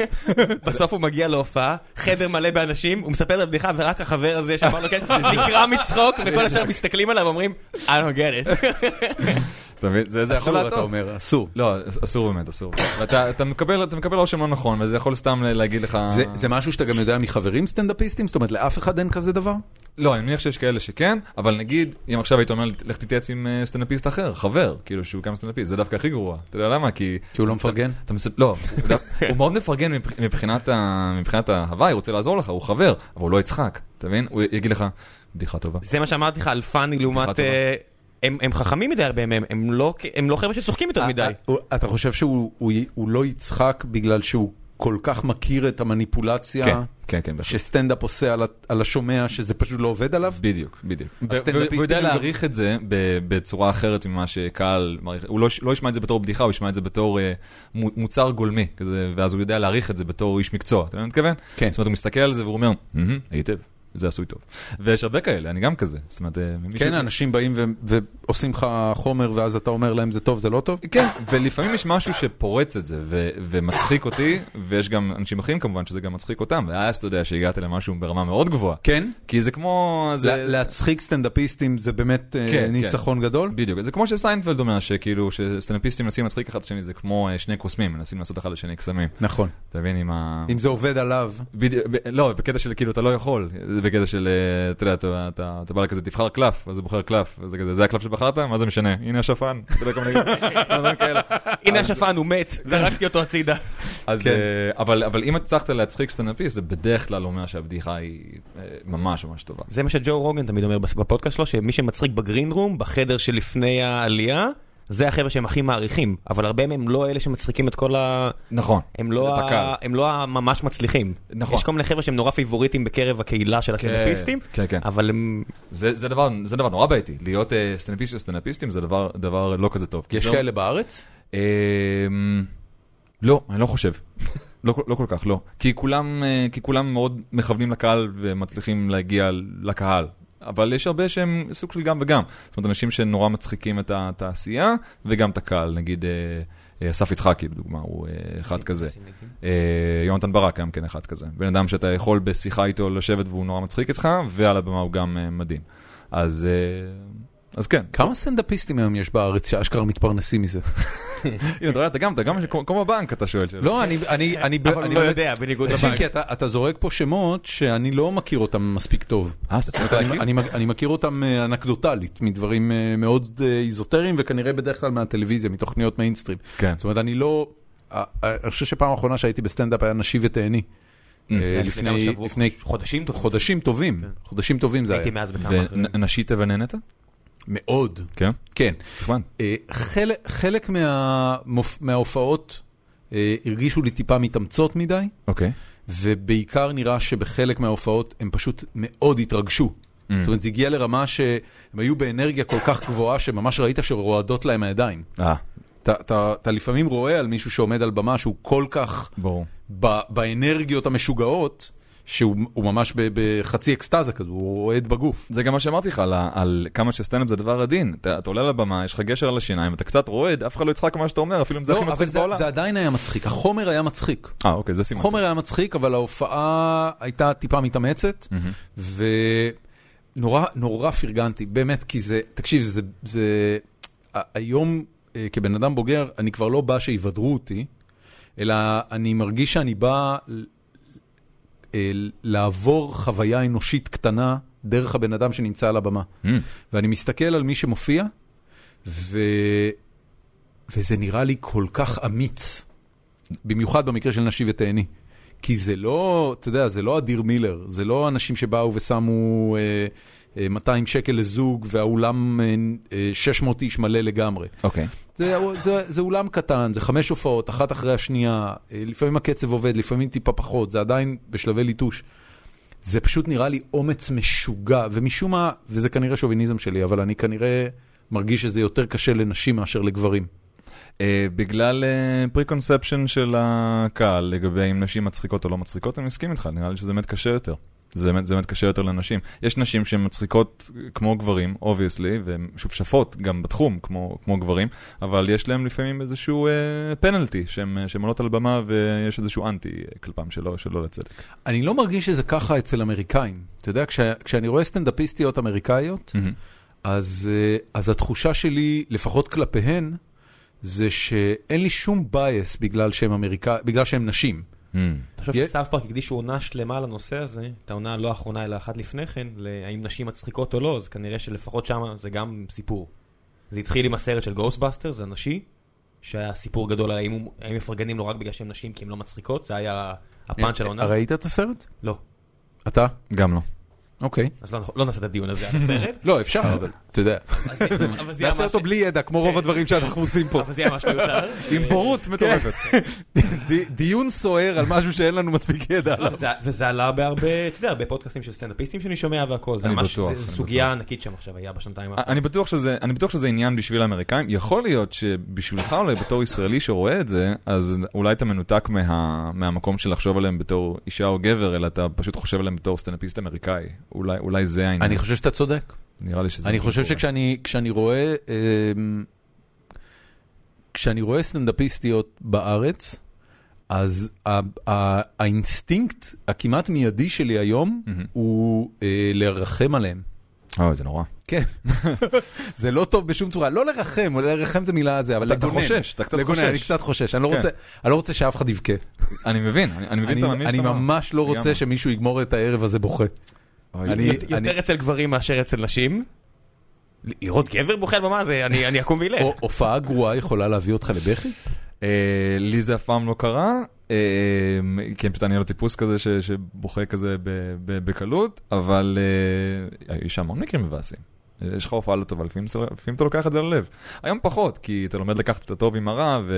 בסוף הוא מגיע להופעה, חדר מלא באנשים, הוא מספר את הבדיחה, ורק החבר הזה שאמר לו כן, נקרע מצחוק, וכל השאר מסתכלים עליו ואומרים, I don't get it. אתה מבין? זה, זה יכול אסור, אתה להטעות. אומר, אסור. לא, אסור באמת, אסור. ואתה אתה מקבל, אתה מקבל רושם לא נכון, וזה יכול סתם ל- להגיד לך... זה, זה משהו שאתה גם יודע מחברים סטנדאפיסטים? זאת אומרת, לאף אחד אין כזה דבר? לא, אני מניח שיש כאלה שכן, אבל נגיד, אם עכשיו היית אומר, לי, לך תתייעץ עם אה, סטנדאפיסט אחר, חבר, כאילו שהוא גם סטנדאפיסט, זה דווקא הכי גרוע. אתה יודע למה? כי... כי הוא לא מפרגן? אתה מס... לא, הוא דו- הוא מאוד מפרגן מבח- מבחינת, ה... מבחינת ההוואי, הוא רוצה לעזור לך, הוא חבר, אבל הוא לא יצחק, אתה מבין? הוא יגיד לך, בדיחה טובה. זה מה שאמרתי לך על פאני לעומת... טובה. אה, הם הם חכמים מדי הרבה מהם, הם לא- הם לא חבר'ה שצוחקים יותר מדי. אה, אה, אתה חושב שהוא הוא י- הוא לא יצחק בגלל שהוא כל כך מכיר את המניפולציה כן, כן, כן, בהחלט. שסטנדאפ עושה על ה- על השומע, שזה פשוט לא עובד עליו? בדיוק, בדיוק. ו- והוא הסטנדאפיסטים והוא יודע הם גם- להעריך את זה ב- בצורה אחרת ממה שקהל מעריך. הוא לא ש- לא ישמע את זה בתור בדיחה, הוא ישמע את זה בתור אה, מו- מוצר גולמי, כזה, ואז הוא יודע להעריך את זה בתור איש מקצוע, אתה מבין מה אני מתכוון? כן. זאת אומרת, הוא מסתכל על זה והוא אומר, "מהמם, היטב, זה עשוי טוב. ויש הרבה כאלה, אני גם כזה. זאת אומרת, אה, מישהו- כן, אנשים באים ו- ועושים לך חומר ואז אתה אומר להם זה טוב, זה לא טוב? כן, ולפעמים יש משהו שפורץ את זה ו- ומצחיק אותי, ויש גם אנשים אחרים כמובן שזה גם מצחיק אותם, ואז אתה יודע שהגעת למשהו ברמה מאוד גבוהה. כן? כי זה כמו... זה... לה- להצחיק סטנדאפיסטים זה באמת אה, כן, כן. ניצחון גדול? בדיוק, זה כמו שסיינפלד אומר שכאילו שסטנדאפיסטים מנסים להצחיק אחד את השני, זה כמו אה, שני קוסמים, מנסים לעשות אחד לשני קסמים. נכון. אתה מבין עם ה... אם זה עובד עליו, בדיוק, ב- לא, בקטע של כאילו אתה לא יכול, זה בקטע של אה, אתה יודע, אתה- אתה אתה בא לכזה תבחר קלף, אז הוא בוחר קלף, וזה כזה, זה הקלף שבחרת? מה זה משנה? הנה השפן, אתה יודע כל מיני דברים כאלה. הנה השפן, הוא מת, זרקתי אותו הצידה. אז, כן. אה, אבל, אבל אם הצלחת להצחיק סטנדאפיסט, זה בדרך כלל אומר שהבדיחה היא אה, ממש ממש טובה. זה מה שג'ו רוגן תמיד אומר בפודקאסט שלו, שמי שמצחיק בגרין רום, בחדר שלפני העלייה, זה החבר'ה שהם הכי מעריכים, אבל הרבה מהם לא אלה שמצחיקים את כל ה... נכון. הם לא, את הקהל. ה... הם לא הממש מצליחים. נכון. יש כל מיני חבר'ה שהם נורא פייבוריטים בקרב הקהילה של הסטנדאפיסטים, כן, כן. אבל הם... זה, זה, דבר, זה דבר נורא בעייתי, להיות אה, סטנדאפיסט של סטנדאפיסטים זה דבר, דבר לא כזה טוב. יש זה- כאלה בארץ? אה, לא, אני לא חושב. [laughs] לא, כל- לא כל כך, לא. כי כולם, אה, כי כולם מאוד מכוונים לקהל ומצליחים להגיע לקהל. אבל יש הרבה שהם סוג של גם וגם. זאת אומרת, אנשים שנורא מצחיקים את התעשייה וגם את הקהל. נגיד, אה, אה, אסף יצחקי, לדוגמה, הוא אה, אחד כזה. אה, יונתן ברק גם כן אחד כזה. בן אדם שאתה יכול בשיחה איתו לשבת והוא נורא מצחיק איתך, ועל הבמה הוא גם אה, מדהים. אז, אה, אז [laughs] כן. כמה סטנדאפיסטים היום יש בארץ שאשכרה מתפרנסים מזה? הנה, אתה רואה, אתה גם, אתה גם כמו- כמו בבנק, אתה שואל שאלה. לא, אה, אני, אני, אני, אבל אני הוא לא באמת- יודע, בניגוד תקשיב, לבנק. כי אתה, אתה זורק פה שמות שאני לא מכיר אותם מספיק טוב. אה, אז אתה צריך אני, להגיד? אני, מכ- אני מכיר אותם אה, אנקדוטלית, מדברים אה, מאוד אה, איזוטריים, וכנראה בדרך כלל מהטלוויזיה, מתוכניות מיינסטרים. כן. זאת אומרת, אני לא... אה, אה, אני חושב שפעם האחרונה שהייתי בסטנדאפ היה נשי ותהני. אה, היה לפני Mm-hmm. כמה שבועות, לפני חודשים טובים. חודשים טובים, חודשים טובים זה היה. הייתי מאז בכמה אחרים. ונשית ונהנת? מאוד, כן. כן. נחמד. אה, חלק- חלק מהמופ- מההופעות אה, הרגישו לי טיפה מתאמצות מדי. אוקיי. ובעיקר נראה שבחלק מההופעות הם פשוט מאוד התרגשו. Mm. זאת אומרת, זה הגיע לרמה שהם היו באנרגיה כל כך גבוהה, שממש ראית שרועדות להם הידיים. אה, אתה, אתה, אתה לפעמים רואה על מישהו שעומד על במה שהוא כל כך ברור. ב, באנרגיות המשוגעות, שהוא הוא ממש ב, בחצי אקסטזה כזו, הוא רועד בגוף. זה גם מה שאמרתי לך על ה- על כמה שסטנדאפ זה דבר עדין. אתה אתה עולה לבמה, יש לך גשר על השיניים, אתה קצת רועד, אף אחד לא יצחק מה שאתה אומר, אפילו אם זה הכי אבל מצחיק זה, בעולם. זה עדיין היה מצחיק, החומר היה מצחיק. אה, אוקיי, זה סימן. החומר היה מצחיק, אבל ההופעה הייתה טיפה מתאמצת, ונורא נורא פרגנתי, באמת, כי זה, תקשיב, זה, זה, ה- היום אה, כבן אדם בוגר, אני כבר לא בא שיבדרו אותי, אלא אני מרגיש שאני בא ל- אה, לעבור חוויה אנושית קטנה דרך הבן אדם שנמצא על הבמה. Mm. ואני מסתכל על מי שמופיע, ו... וזה נראה לי כל כך אמיץ, במיוחד במקרה של נשי ותהני. כי זה לא, אתה יודע, זה לא אדיר מילר, זה לא אנשים שבאו ושמו אה, אה, 200 שקל לזוג והאולם אה, אה, 600 איש מלא לגמרי. אוקיי. זה, זה, זה אולם קטן, זה חמש הופעות, אחת אחרי השנייה, אה, לפעמים הקצב עובד, לפעמים טיפה פחות, זה עדיין בשלבי ליטוש. זה פשוט נראה לי אומץ משוגע, ומשום מה, וזה כנראה שוביניזם שלי, אבל אני כנראה מרגיש שזה יותר קשה לנשים מאשר לגברים. אה, בגלל פריקונספשן של הקהל לגבי אם נשים מצחיקות או לא מצחיקות, אני מסכים איתך, נראה לי שזה באמת קשה יותר. זה באמת, זה באמת קשה יותר לנשים. יש נשים שהן מצחיקות אה, כמו גברים, אובייסלי, והן שופשפות גם בתחום כמו, כמו גברים, אבל יש להן לפעמים איזשהו אה, פנלטי, שהן אה, שהן עולות על הבמה ויש איזשהו אנטי כלפם שלא, שלא לצדק. אני לא מרגיש שזה ככה אצל אמריקאים. אתה יודע, כש, כשאני רואה סטנדאפיסטיות אמריקאיות, מהמם. אז, אה, אז התחושה שלי, לפחות כלפיהן, זה שאין לי שום בייס בגלל שהן אמריקא... בגלל שהן נשים. מהמם. תחשוב יה- שסאב פארק הקדישו עונה שלמה לנושא הזה, את העונה לא האחרונה אלא אחת לפני כן, להאם נשים מצחיקות או לא, אז כנראה שלפחות שם זה גם סיפור. זה התחיל עם הסרט של גוסטבאסטר, זה נשי, שהיה סיפור גדול על האם הוא- האם מפרגנים לו רק בגלל שהן נשים כי הן לא מצחיקות, זה היה הפאנץ' אה, של העונה. ראית את הסרט? לא. אתה? גם לא. אוקיי. אז לא- לא נעשה את הדיון הזה על הסרט. לא, אפשר, אבל, אתה יודע. [laughs] אז זה- אבל זה היה נעשה אותו ממש- בלי ידע, כמו רוב הדברים שאנחנו עושים פה. אבל זה היה ממש מיותר. [laughs] עם בורות מטורפת. די- דיון סוער על משהו שאין לנו מספיק ידע עליו. וזה- לא, וזה עלה בהרבה, אתה יודע, הרבה פודקאסטים של סטנדאפיסטים שאני שומע והכל. זה אני ממש, בטוח, אה, זה- אני זה סוגיה ענקית שם עכשיו, היה בשנתיים האחרונות. אני בטוח שזה, אני בטוח שזה עניין בשביל האמריקאים. יכול להיות שבשבילך אולי בתור ישראלי שרואה את זה, אז אולי אתה מנותק מה, מהמקום של לחשוב עליהם בתור אישה או גבר, אלא אתה פשוט חושב עליהם בתור סטנדאפיסט אמריקאי. אולי, אולי זה העניין. אני חושב שאתה צודק. נראה לי שזה... אני מה חושב שקורה. שכשאני כשאני רואה אמ, כשאני רואה סטנדאפיסטיות בארץ, אז ה- ה- האינסטינקט הכמעט מיידי שלי היום מהמם. הוא אה, לרחם עליהם. אוי, זה נורא. כן, [laughs] זה לא טוב בשום צורה, לא לרחם, או לרחם זה מילה זה, אבל אתה- לגונן. אתה חושש, אתה קצת לגונן, חושש. אני קצת חושש, אני לא כן. רוצה- אני לא רוצה שאף אחד יבכה. אני מבין, אני, אני מבין אני את המאמין אני שאתה אומר. ממש לא רוצה לגמרי. שמישהו יגמור את הערב הזה בוכה. אוי, אני- יותר- יותר אצל גברים מאשר אצל נשים. ל- לראות גבר בוכה על במה זה, אני אני אקום כן. או- ואילך. הופעה גרועה יכולה להביא אותך לבכי? אה, לי זה אף פעם לא קרה, אה, כי פשוט אני לא טיפוס כזה ש- שבוכה כזה ב- ב- בקלות, אבל אה, יש המון מקרים מבאסים. יש לך הופעה לא טובה, לפעמים זה- לפעמים אתה לוקח את זה ללב. היום פחות, כי אתה לומד לקחת את הטוב עם הרע, ו...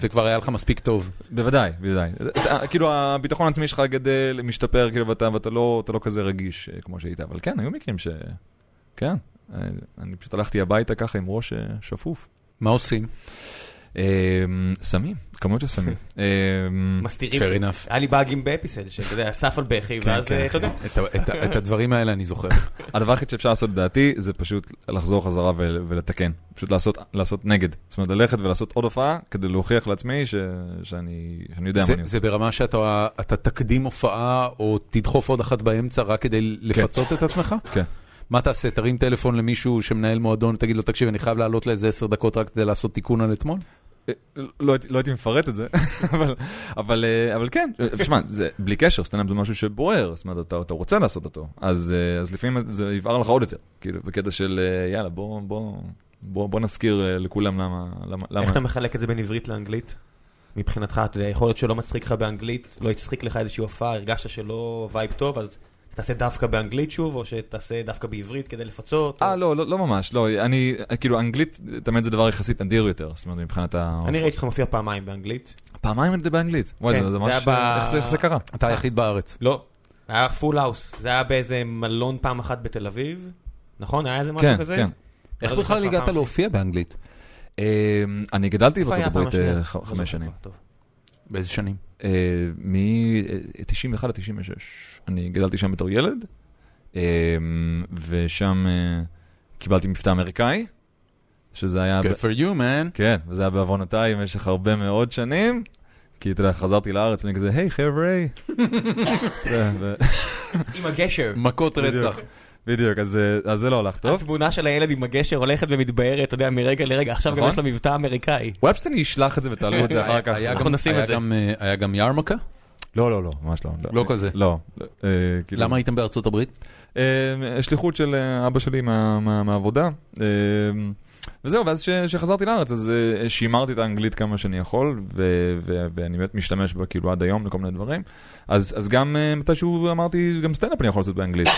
וכבר היה לך מספיק טוב. בוודאי, בוודאי. אתה- כאילו הביטחון העצמי שלך גדל, משתפר, כאילו, ואתה ואתה לא אתה לא כזה רגיש אה, כמו שהיית, אבל כן, היו מקרים ש... כן, אה, אני פשוט הלכתי הביתה ככה עם ראש אה, שפוף. מה עושים? אה, סמים, כמות של סמים. אה, מסתירים. Fair enough. היה לי באגים באפיסל, שאתה יודע, אסף על בכי, כן, ואז כן, אה, אתה יודע. את ה- את ה- את הדברים האלה אני [laughs] זוכר. הדבר היחיד שאפשר לעשות לדעתי זה פשוט לחזור חזרה ול- ולתקן. פשוט לעשות, לעשות נגד. זאת אומרת, ללכת ולעשות עוד הופעה כדי להוכיח לעצמי ש, שאני, שאני יודע זה- מה אני עושה. זה ברמה שאתה אתה תקדים הופעה או תדחוף עוד אחת באמצע רק כדי לפצות את עצמך? כן. מה תעשה, תרים טלפון למישהו שמנהל מועדון ותגיד לו, תקשיב, אני חייב לעלות לאיזה עשר דקות רק כדי לעשות תיקון על אתמול? אה, לא, הייתי- לא הייתי מפרט את זה, [laughs] אבל, אבל, אה, אבל כן, אה, שמע, זה בלי קשר, סטנדאפ זה משהו שבוער, זאת אומרת, אתה, אתה רוצה לעשות אותו, אז, אה, אז לפעמים זה יבער לך עוד יותר, כאילו, בקטע של אה, יאללה, בוא, בוא, בוא, בוא נזכיר אה, לכולם למה... למה, איך אתה למה... מחלק את זה בין עברית לאנגלית? מבחינתך, אתה יודע, יכול להיות שלא מצחיק לך באנגלית, לא הצחיק לך איזושהי הופעה, הרגשת שלא וייב טוב, אז תעשה דווקא באנגלית שוב, או שתעשה דווקא בעברית כדי לפצות. או- אה, לא, לא, לא ממש, לא, אני, כאילו, אנגלית תמיד זה דבר יחסית אדיר יותר, זאת אומרת, מבחינת ה... אני ראיתי אותך מופיע פעמיים באנגלית. פעמיים את זה באנגלית. וואי, כן, זה זה זה ממש... אה, היה ב- איך זה- איך זה קרה? אתה היחיד אה, בארץ. לא. היה פול האוס, זה היה באיזה מלון פעם אחת בתל אביב, נכון? היה איזה משהו כן, כזה? כן. איך לא בכלל זוכר הגעת פעם להופיע באנגלית? אמ, אני גדלתי איפה בארצות היה הפעם הברית אה, השנייה? ח- לא זוכר חמש שנים. אה, כבר, טוב. באיזה שנים? מ-91 אה, עד 96. אני גדלתי שם בתור ילד, אמ, ושם אה, קיבלתי מבטא אמריקאי, שזה היה... ב- Good for you, man. כן, וזה היה בעוונותיי במשך הרבה מאוד שנים, כי אתה יודע, חזרתי לארץ, ואני כזה, היי חבר'ה. [laughs] אתה יודע, ו- עם הגשר. מכות רצח. בדיוק, אז אה, אז זה לא הלך טוב. התמונה של הילד עם הגשר הולכת ומתבהרת, אתה יודע, מרגע לרגע, עכשיו גם נכון. יש לה מבטא אמריקאי. אולי פשוט אני אשלח את זה ותעלו את זה אחר כך. היה אנחנו גם- נשים היה את זה. גם, אה, היה גם ירמקה? לא, לא, לא, ממש לא. לא כזה. לא. אה, כאילו- למה הייתם בארצות הברית? אה, שליחות של אה, אבא שלי מה- מה- מהעבודה. אה, וזהו, ואז כשחזרתי לארץ, אז אה, שימרתי את האנגלית כמה שאני יכול, ו- ו- ואני באמת משתמש בה כאילו עד היום לכל מיני דברים. אז אז גם אה, מתישהו אמרתי, גם סטנדאפ אני יכול לעשות באנגלית.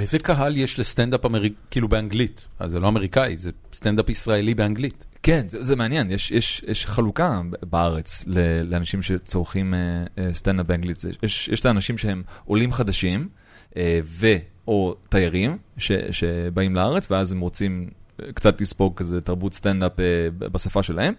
איזה קהל יש לסטנדאפ אמריק... כאילו באנגלית? אז זה לא אמריקאי, זה סטנדאפ ישראלי באנגלית. כן, זה, זה מעניין, יש, יש, יש חלוקה בארץ ל- לאנשים שצורכים אה, אה, סטנדאפ באנגלית. זה- יש, יש את האנשים שהם עולים חדשים אה, ו/או תיירים ש, שבאים לארץ, ואז הם רוצים אה, קצת לספוג כזה תרבות סטנדאפ אה, ב- בשפה שלהם,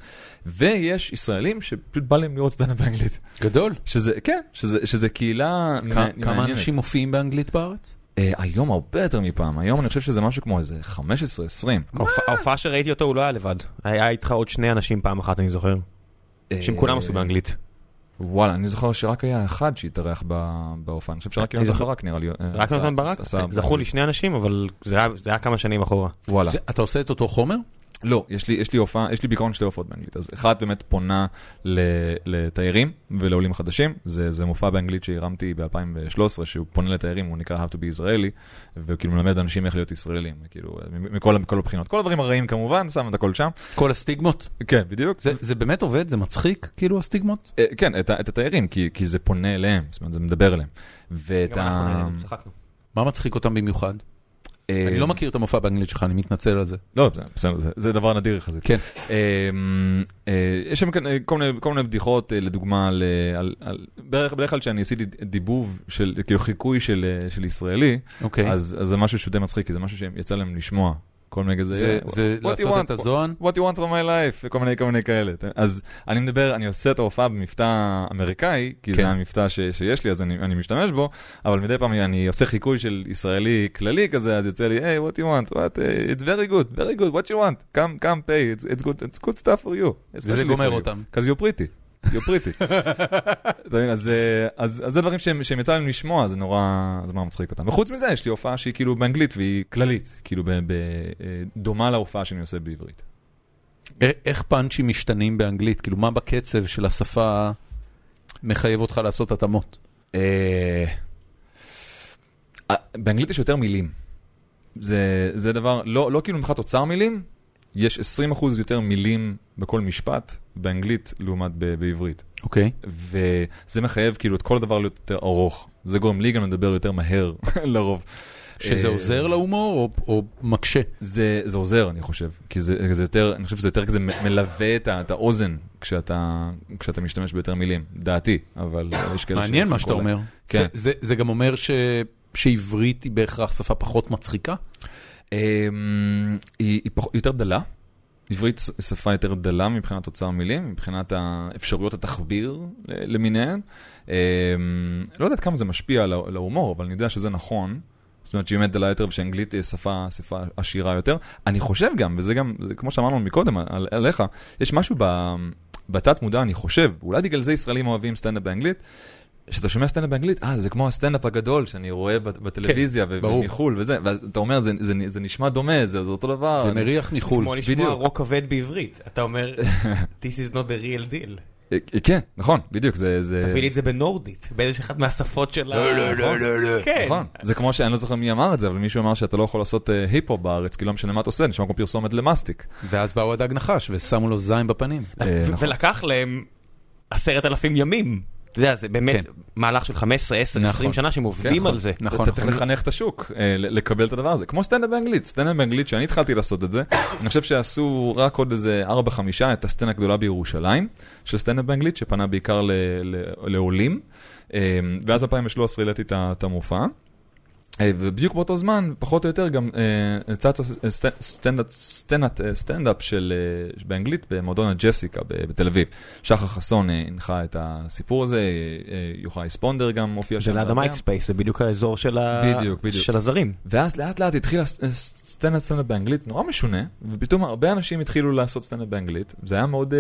ויש ישראלים שפשוט בא להם לראות סטנדאפ באנגלית. גדול. שזה, כן, שזה, שזה קהילה כ- מעניינת. כמה אנשים מופיעים באנגלית בארץ? אה, היום הרבה יותר מפעם, היום אני חושב שזה משהו כמו איזה 15-20. ההופעה- ההופעה שראיתי אותו הוא לא היה לבד. היה איתך עוד שני אנשים פעם אחת, אני זוכר. אה, שהם כולם עשו באנגלית. וואלה, אני זוכר שרק היה אחד שהתארח ב- בהופעה, אני חושב שרק אני יונתן זוכר- ברק נראה לי. אה, רק עשה- נתן ברק? עשה- זכו לי שני אנשים, אבל זה היה- זה היה כמה שנים אחורה. וואלה. זה- אתה עושה את אותו חומר? לא, יש לי- יש לי הופעה, יש לי בעיקרון שתי הופעות באנגלית. אז אחת באמת פונה ל- לתיירים ולעולים חדשים, זה זה מופע באנגלית שהרמתי ב-2013, שהוא פונה לתיירים, הוא נקרא Have to be Israeli, וכאילו מלמד אנשים איך להיות ישראלים, כאילו, מ- מכל מכל הבחינות. כל הדברים הרעים כמובן, שם את הכל שם. כל הסטיגמות? כן, בדיוק. זה, זה באמת עובד? זה מצחיק? כאילו הסטיגמות? אה, כן, את ה- את התיירים, כי כי זה פונה אליהם, זאת אומרת, זה מדבר אליהם. ואת גם אנחנו ה... נהנינו, צחקנו. מה מצחיק אותם במיוחד? אה, אני לא מכיר את המופע באנגלית שלך, אני מתנצל על זה. לא, זה- בסדר, זה- זה דבר נדיר יחסית. כן. אמ, אה, יש שם כאן, אה, כל מיני, כל מיני בדיחות, אה, לדוגמה, על, אה, על, על, בדרך, בדרך כלל שאני עשיתי דיבוב של, כאילו חיקוי של, אה, של ישראלי, אוקיי. אז, אז זה משהו שהוא די מצחיק, כי זה משהו שיצא להם לשמוע. כל מיני כזה, אה, זה, "What זה you לעשות want? את הזוהן? What you want from my life, וכל מיני, כל מיני כאלה. אז אני מדבר, אני עושה את ההופעה במבטא אמריקאי, כי כן. זה המבטא ש, שיש לי, אז אני, אני משתמש בו, אבל מדי פעם אני עושה חיקוי של ישראלי כללי כזה, אז יוצא לי, היי, hey, what you want, what, uh, it's very good, very good, what you want, come, come pay, it's, it's, good, it's good stuff for you. וזה גומר אותם. Because you're pretty. You're [laughs] pretty. אתה מבין, אז, אה, אז, אז זה דברים שהם, שהם יצא להם לשמוע, זה נורא, זה נורא מצחיק אותם. וחוץ מזה, יש לי הופעה שהיא כאילו באנגלית והיא כללית, כאילו ב, ב, אה, דומה להופעה שאני עושה בעברית. א- אה, איך פאנצ'ים משתנים באנגלית? כאילו, מה בקצב של השפה מחייב אותך לעשות התאמות? אה, אה, באנגלית יש יותר מילים. זה, זה דבר, לא, לא כאילו מבחינת אוצר מילים, יש 20% יותר מילים בכל משפט באנגלית לעומת ב, בעברית. אוקיי. וזה מחייב כאילו את כל הדבר להיות יותר ארוך. זה גורם לי גם לדבר יותר מהר [laughs] לרוב. שזה אה, עוזר להומור או- או מקשה? זה, זה עוזר, אני חושב, כי זה, זה יותר, אני חושב שזה יותר כזה מ- מלווה את, ה, את האוזן כשאתה, כשאתה משתמש ביותר מילים, דעתי, אבל אה, יש כאלה מעניין ש- מה שאתה אומר. כן. זה- זה- זה גם אומר ש- שעברית היא בהכרח שפה פחות מצחיקה? אמ, היא, היא פח, היא יותר דלה. עברית ש- שפה יותר דלה מבחינת אוצר מילים, מבחינת האפשרויות התחביר אה, למיניהן. אמ, לא יודעת כמה זה משפיע על ה- על ההומור, אבל אני יודע שזה נכון. זאת אומרת שהיא באמת דלה יותר ושאנגלית היא שפה, שפה עשירה יותר. אני חושב גם, וזה גם, זה כמו שאמרנו מקודם על, עליך, יש משהו ב, בתת מודע, אני חושב, אולי בגלל זה ישראלים אוהבים סטנדאפ באנגלית, כשאתה שומע סטנדאפ באנגלית, אה, זה כמו הסטנדאפ הגדול שאני רואה בת- בטלוויזיה ו- ברור. ומחול וזה, ואז אתה אומר, "זה- זה זה נשמע דומה, זה זה אותו דבר. זה אני- מריח מחו"ל. כמו לשמוע בדיוק. רוק כבד בעברית. אתה [laughs] אומר, This is not the real deal. אה, כן, נכון, בדיוק, זה... זה- תביא לי את זה בנורדית, באיזושהי אחת מהשפות של ה... כן. לא, לא, לא, לא. כן. נכון, זה כמו שאני לא זוכר מי אמר את זה, אבל מישהו אמר שאתה לא יכול לעשות אה, היפ-הופ בארץ, כי לא משנה מה אתה עושה, נשמע כמו פרסומת [laughs] למאסטיק. ואז באו הדג נחש ושמו לו זין בפנים. ו- אה, נכון. ולקח להם עשרת אלפים ימים. אתה יודע, זה באמת כן. מהלך של 15, 10, נכון. 20 שנה שהם עובדים על זה. נכון. אתה צריך לחנך את השוק אה, ל- לקבל את הדבר הזה. כמו סטנדאפ באנגלית, סטנדאפ באנגלית, שאני התחלתי לעשות את זה, אני חושב שעשו רק עוד איזה 4-5 את הסצנה הגדולה בירושלים, של סטנדאפ באנגלית, שפנה בעיקר ל- ל- לעולים, אה, ואז 2013 העליתי את ה- את המופע. אה, ובדיוק באותו זמן, פחות או יותר, גם אה, הצעת אה, סט- סטנדאפ- סטנדאפ- אה, סטנדאפ של אה, באנגלית במועדון הג'סיקה ב- בתל אביב. שחר חסון אה, הנחה את הסיפור הזה, אה, אה, יוחאי ספונדר גם הופיע זה ליד אתה יודע. המייקספייס, זה בדיוק האזור של ה- בדיוק, בדיוק. של הזרים. ואז לאט לאט התחילה ס- ס- סצנת סטנדאפ באנגלית, נורא משונה, ופתאום הרבה אנשים התחילו לעשות סטנדאפ באנגלית, זה היה מאוד אה,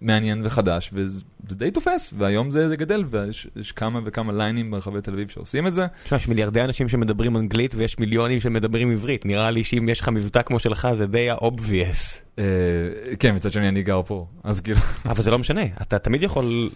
מעניין וחדש, וזה זה די תופס, והיום זה, זה גדל, ויש יש כמה וכמה ליינים ברחבי תל אביב שעושים את זה. תשמע, יש מיליארדי אנשים שמדברים אנגלית ויש מיליונים שמדברים עברית. נראה לי שאם יש לך מבטא כמו שלך זה די ה-obvious. אה, כן, מצד שני אני גר פה, אז כאילו, [laughs] אבל זה לא משנה, אתה תמיד יכול...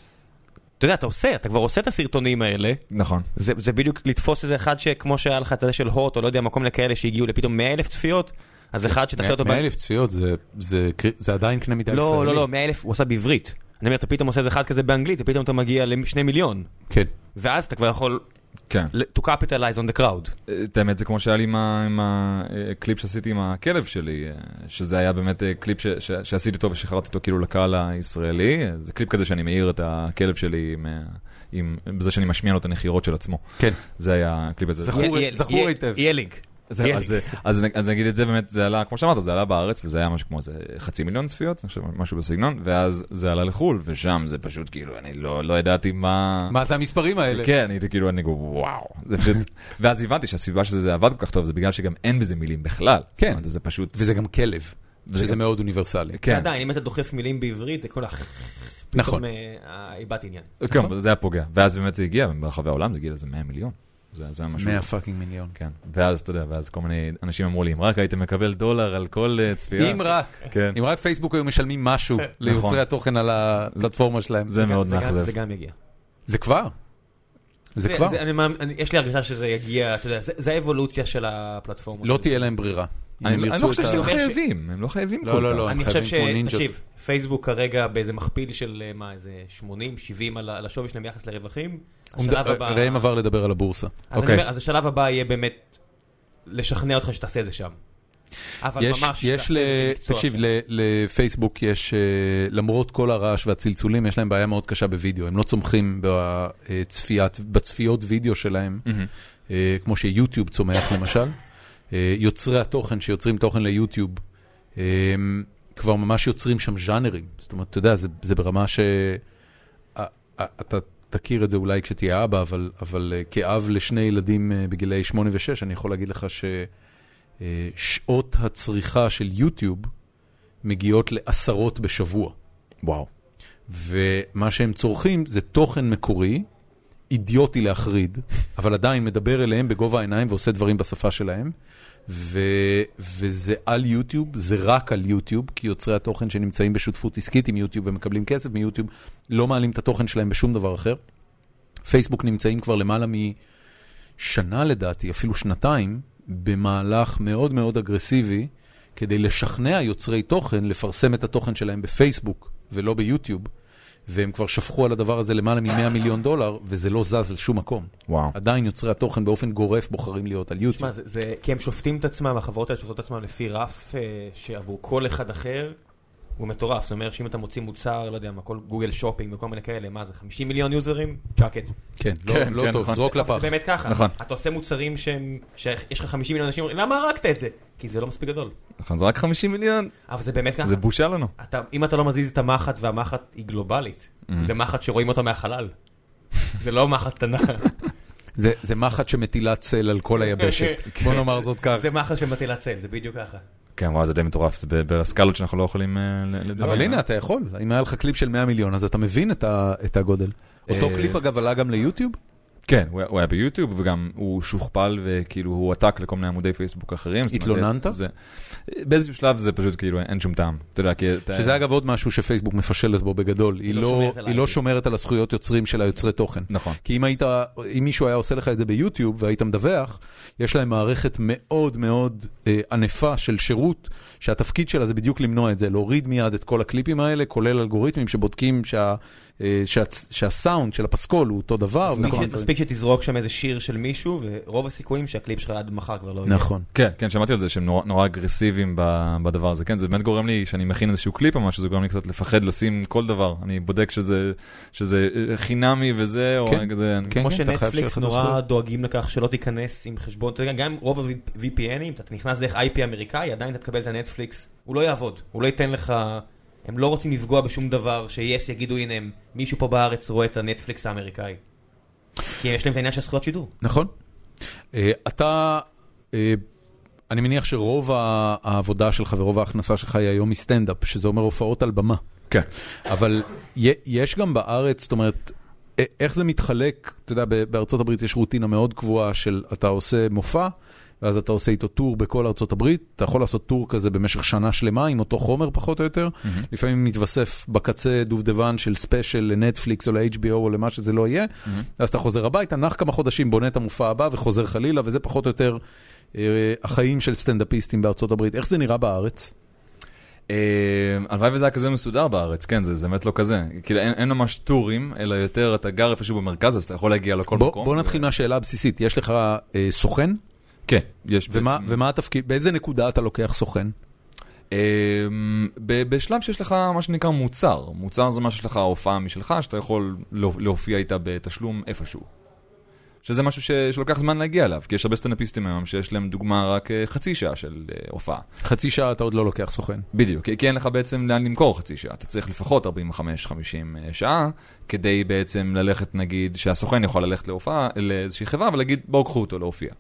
אתה יודע, אתה עושה, אתה כבר עושה את הסרטונים האלה. נכון. זה, זה בדיוק לתפוס איזה אחד שכמו שהיה לך את זה של הוט, או לא יודע, מקום לכאלה שהגיעו לפתאום 100 אלף צפיות, אז אחד שתעשה אותו... ב- 100 כן, אלף צפיות זה- זה קרי- זה עדיין קנה מידה ישראלי. לא, לא, לא, 100 אלף הוא עשה בעברית. אני אומר, אתה פתאום עושה איזה אחד כזה באנגלית, ופתאום אתה מגיע לשני מיליון. כן. ואז אתה כבר יכול כן. ל- to capitalize on the crowd. את האמת זה כמו שהיה לי עם ה- עם הקליפ שעשיתי עם הכלב שלי, אה, שזה היה באמת אה, קליפ ש- ש- שעשיתי אותו ושחררתי אותו כאילו לקהל הישראלי. אה, זה קליפ כזה שאני מעיר את הכלב שלי עם, אה, עם, בזה שאני משמיע לו את הנחירות של עצמו. כן. זה היה הקליפ הזה. זכור- אז- יהיה- זכור יהיה- היטב. יהיה לינק. זה- כן. יהיה אז, אז, אז נגיד את זה באמת, זה עלה, כמו שאמרת, זה עלה בארץ וזה היה משהו כמו איזה חצי מיליון צפיות, אני חושב, משהו בסגנון, ואז זה עלה לחו"ל, ושם זה פשוט כאילו, אני לא, לא ידעתי מה... מה זה המספרים האלה? כן, הייתי כאילו, אני כאילו, וואו. זה פשוט... ואז הבנתי שהסיבה שזה זה עבד כל כך טוב, זה בגלל שגם אין בזה מילים בכלל. כן. זאת אומרת, זה פשוט... וזה גם כלב, וזה שזה גם- מאוד אוניברסלי. כן. עדיין, אם אתה דוחף מילים בעברית, זה כל הכי... נכון. איבדת עניין. כן, אבל זה היה פוגע. ואז באמת זה הגיע, ברחבי העולם זה הגיע לאיזה 100 מיליון. זה זה היה משהו... 100 פאקינג מיליון. כן. ואז, אתה יודע, ואז כל מיני אנשים אמרו לי, אם רק הייתם מקבל דולר על כל אה, צפייה. אם רק, כן. נכון. אם רק פייסבוק היו משלמים משהו ליוצרי התוכן על הפלטפורמה שלהם. זה מאוד זה גם- מאכזב. זה גם יגיע. זה כבר. זה כבר. אני מאמין- אני- יש לי הרגשה שזה יגיע, אתה יודע, זה זה האבולוציה של הפלטפורמה. לא תהיה להם ברירה. אם אני הם אני ירצו לא את חושב ה- שהם אומר ש- חייבים, הם לא חייבים כל לא, כך. לא, לא. אני חייבים חושב ש... כמו נינג'ות. תקשיב, פייסבוק כרגע באיזה מכפיל של אה, מה, איזה 80, 70 על ה- על השווי שלהם ביחס לרווחים. הוא מד- השלב הבא- ראם עבר לדבר על הבורסה. אז אני אוקיי. אומר, אז השלב הבא יהיה באמת לשכנע אותך שתעשה את זה שם. אבל יש, ממש... יש שתעשה ל... את זה במקצוע תקשיב, אחר. ל... לפייסבוק יש, אה, למרות כל הרעש והצלצולים, יש להם בעיה מאוד קשה בווידאו. הם לא צומחים בצפיית, בצפיות וידאו שלהם, אה, כמו שיוטיוב צומח למשל. אה, יוצרי התוכן שיוצרים תוכן ליוטיוב, אה, כבר ממש יוצרים שם ז'אנרים. זאת אומרת, אתה יודע, זה, זה ברמה ש... אה, אה, אתה תכיר את זה אולי כשתהיה אבא, אבל, אבל אה, כאב לשני ילדים אה, בגילאי 8 ו-6, אני יכול להגיד לך ש... אה, שעות הצריכה של יוטיוב מגיעות לעשרות בשבוע. וואו. ומה שהם צורכים זה תוכן מקורי, אידיוטי להחריד, אבל עדיין מדבר אליהם בגובה העיניים ועושה דברים בשפה שלהם. ו... וזה על יוטיוב, זה רק על יוטיוב, כי יוצרי התוכן שנמצאים בשותפות עסקית עם יוטיוב ומקבלים כסף מיוטיוב, לא מעלים את התוכן שלהם בשום דבר אחר. פייסבוק נמצאים כבר למעלה משנה לדעתי, אפילו שנתיים, במהלך מאוד מאוד אגרסיבי, כדי לשכנע יוצרי תוכן לפרסם את התוכן שלהם בפייסבוק ולא ביוטיוב, והם כבר שפכו על הדבר הזה למעלה מ-100 מיליון דולר, וזה לא זז לשום מקום. וואו. עדיין יוצרי התוכן באופן גורף בוחרים להיות על יוטיוב. תשמע, זה, זה, כי הם שופטים את עצמם, החברות האלה שופטות את עצמם לפי רף אה, שעבור כל אחד אחר, הוא מטורף. זאת אומרת שאם אתה מוציא מוצר, לא יודע מה, כל גוגל שופינג וכל מיני כאלה, מה זה, 50 מיליון יוזרים? צ'אקט. כן, לא, כן, לא כן, טוב, נכון. זרוק זה לפח. באמת ככה. נכון. אתה עושה מוצרים שהם, שיש לך 50 מיליון אנשים, אומרים, למה הרגת את זה? כי זה לא מספיק גדול. נכון, זה רק 50 מיליון, אבל זה באמת ככה. זה בושה לנו. אתה, אם אתה לא מזיז את המחט, והמחט היא גלובלית, Mm. זה מחט שרואים אותה מהחלל. זה לא מחט קטנה, זה, זה מחט שמטילה צל על כל [laughs] היבשת. בוא נאמר זאת [laughs] כך. זה מחט שמטילה צל, זה בדיוק ככה. כן, וואו, זה די מטורף, זה ב- בסקלות שאנחנו לא יכולים אה, ל- לדבר. אבל אה? הנה, אתה יכול. אם היה לך קליפ של 100 מיליון, אז אתה מבין את, ה, את הגודל. אותו אה, קליפ, אגב, עלה גם ליוטיוב? כן, הוא היה- הוא היה ביוטיוב, וגם הוא שוכפל וכאילו הוא הועתק לכל מיני עמודי פייסבוק אחרים. זאת אומרת, התלוננת? זה- באיזשהו שלב זה פשוט כאילו אין שום טעם. אתה יודע, כי... אתה- שזה אגב עוד משהו שפייסבוק מפשלת בו בגדול, היא לא לא, שומרת על היא לא ה-IP. שומרת על הזכויות יוצרים של היוצרי תוכן. נכון. כי אם היית, אם מישהו היה עושה לך את זה ביוטיוב והיית מדווח, יש להם מערכת מאוד מאוד אה, ענפה של שירות, שהתפקיד שלה זה בדיוק למנוע את זה, להוריד מיד את כל הקליפים האלה, כולל אלגוריתמים שבודקים שה, אה, שה, שהסאונד של הפסקול הוא אותו דבר. נכון. וכל מספיק מיני ש- דברים. מספיק שתזרוק שם איזה שיר של מישהו, ורוב הסיכויים שהקליפ שלך עד מחר כבר לא יהיה. נכון. כן, כן, שמעתי על זה שהם נורא, נורא אגרסיביים ב- בדבר הזה. כן, זה באמת גורם לי, כשאני מכין איזשהו קליפ או משהו, זה גורם לי קצת לפחד לשים כל דבר. אני בודק שזה, שזה אה, חינמי וזה, או כן, כזה... כן, כמו אתה חייב שיהיה לך שנטפליקס את הזכויות. נורא דואגים לכך שלא תיכנס עם חשבון, אתה יודע, גם רוב ה-VPNים, אתה נכנס דרך IP אמריקאי, עדיין אתה תקבל את הנטפליקס, הוא לא יעבוד, הוא לא ייתן לך, הם לא רוצים לפגוע בשום דבר, שיס יגידו הנה, הם- מישהו פה בארץ רואה את הנטפליקס האמריקאי. כי יש להם את העניין של זכויות שידור. נכון. אה, אתה, אה, אני מניח שרוב ה- העבודה שלך ורוב ההכנסה שלך היא היום מסטנדאפ, שזה אומר הופעות על במה. כן. אבל י- יש גם בארץ, זאת אומרת, אה, א- איך זה מתחלק? אתה יודע, ב- בארצות הברית יש רוטינה מאוד קבועה של אתה עושה מופע, ואז אתה עושה איתו טור בכל ארצות הברית, אתה יכול לעשות טור כזה במשך שנה שלמה עם אותו חומר פחות או יותר, לפעמים מתווסף בקצה דובדבן של ספיישל לנטפליקס או ל-HBO או למה שזה לא יהיה, אז אתה חוזר הביתה, נח כמה חודשים, בונה את המופע הבא וחוזר חלילה, וזה פחות או יותר אה, החיים של סטנדאפיסטים בארצות הברית. איך זה נראה בארץ? אה, הלוואי וזה היה כזה מסודר בארץ, כן, זה זה באמת לא כזה. כאילו אין אין ממש טורים, אלא יותר אתה גר איפשהו במרכז, אז אתה יכול להגיע לכל בוא, מקום. בוא נתחיל מהשאלה הבסיסית, יש לך אה, סוכן? כן, יש ומה, בעצם- ומה התפקיד, באיזה נקודה אתה לוקח סוכן? אמ, ב- בשלב שיש לך מה שנקרא מוצר, מוצר זה מה שיש לך הופעה משלך, שאתה יכול להופ- להופיע איתה בתשלום איפשהו. שזה משהו ש... שלוקח זמן להגיע אליו, כי יש הרבה סטנדאפיסטים היום שיש להם דוגמה רק אה, חצי שעה של אה, הופעה. חצי שעה אתה עוד לא לוקח סוכן. בדיוק, כי כי אין לך בעצם לאן למכור חצי שעה, אתה צריך לפחות 45-50 אה, שעה, כדי בעצם ללכת, נגיד, שהסוכן יכול ללכת להופעה, לאיזושהי חברה ולהגיד, בואו קחו אותו להופיע.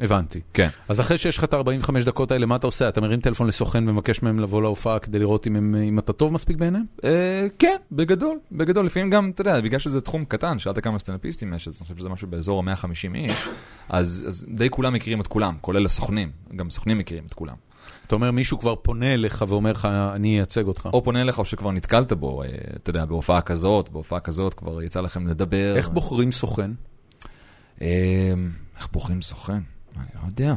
הבנתי. כן. אז אחרי שיש לך את ה-45 דקות האלה, מה אתה עושה? אתה מרים טלפון לסוכן ומבקש מהם לבוא להופעה כדי לראות אם, הם, אם אתה טוב מספיק בעיניהם? אה, כן, בגדול, בגדול. לפעמים גם, אתה יודע, בגלל שזה תחום קטן, שאלת כמה סטנדאפיסטים יש, אז אני חושב שזה משהו באזור ה-150 איש, אז, אז די כולם מכירים את כולם, כולל הסוכנים, גם סוכנים מכירים את כולם. אתה אומר, מישהו כבר פונה אליך ואומר לך, אני אייצג אותך. או פונה אליך או שכבר נתקלת בו, אה, אתה יודע, בהופעה כזאת, בהופעה כזאת, כבר יצא לכם לדבר. איך בוחרים סוכן? אה, איך בוחרים סוכן? אני לא יודע.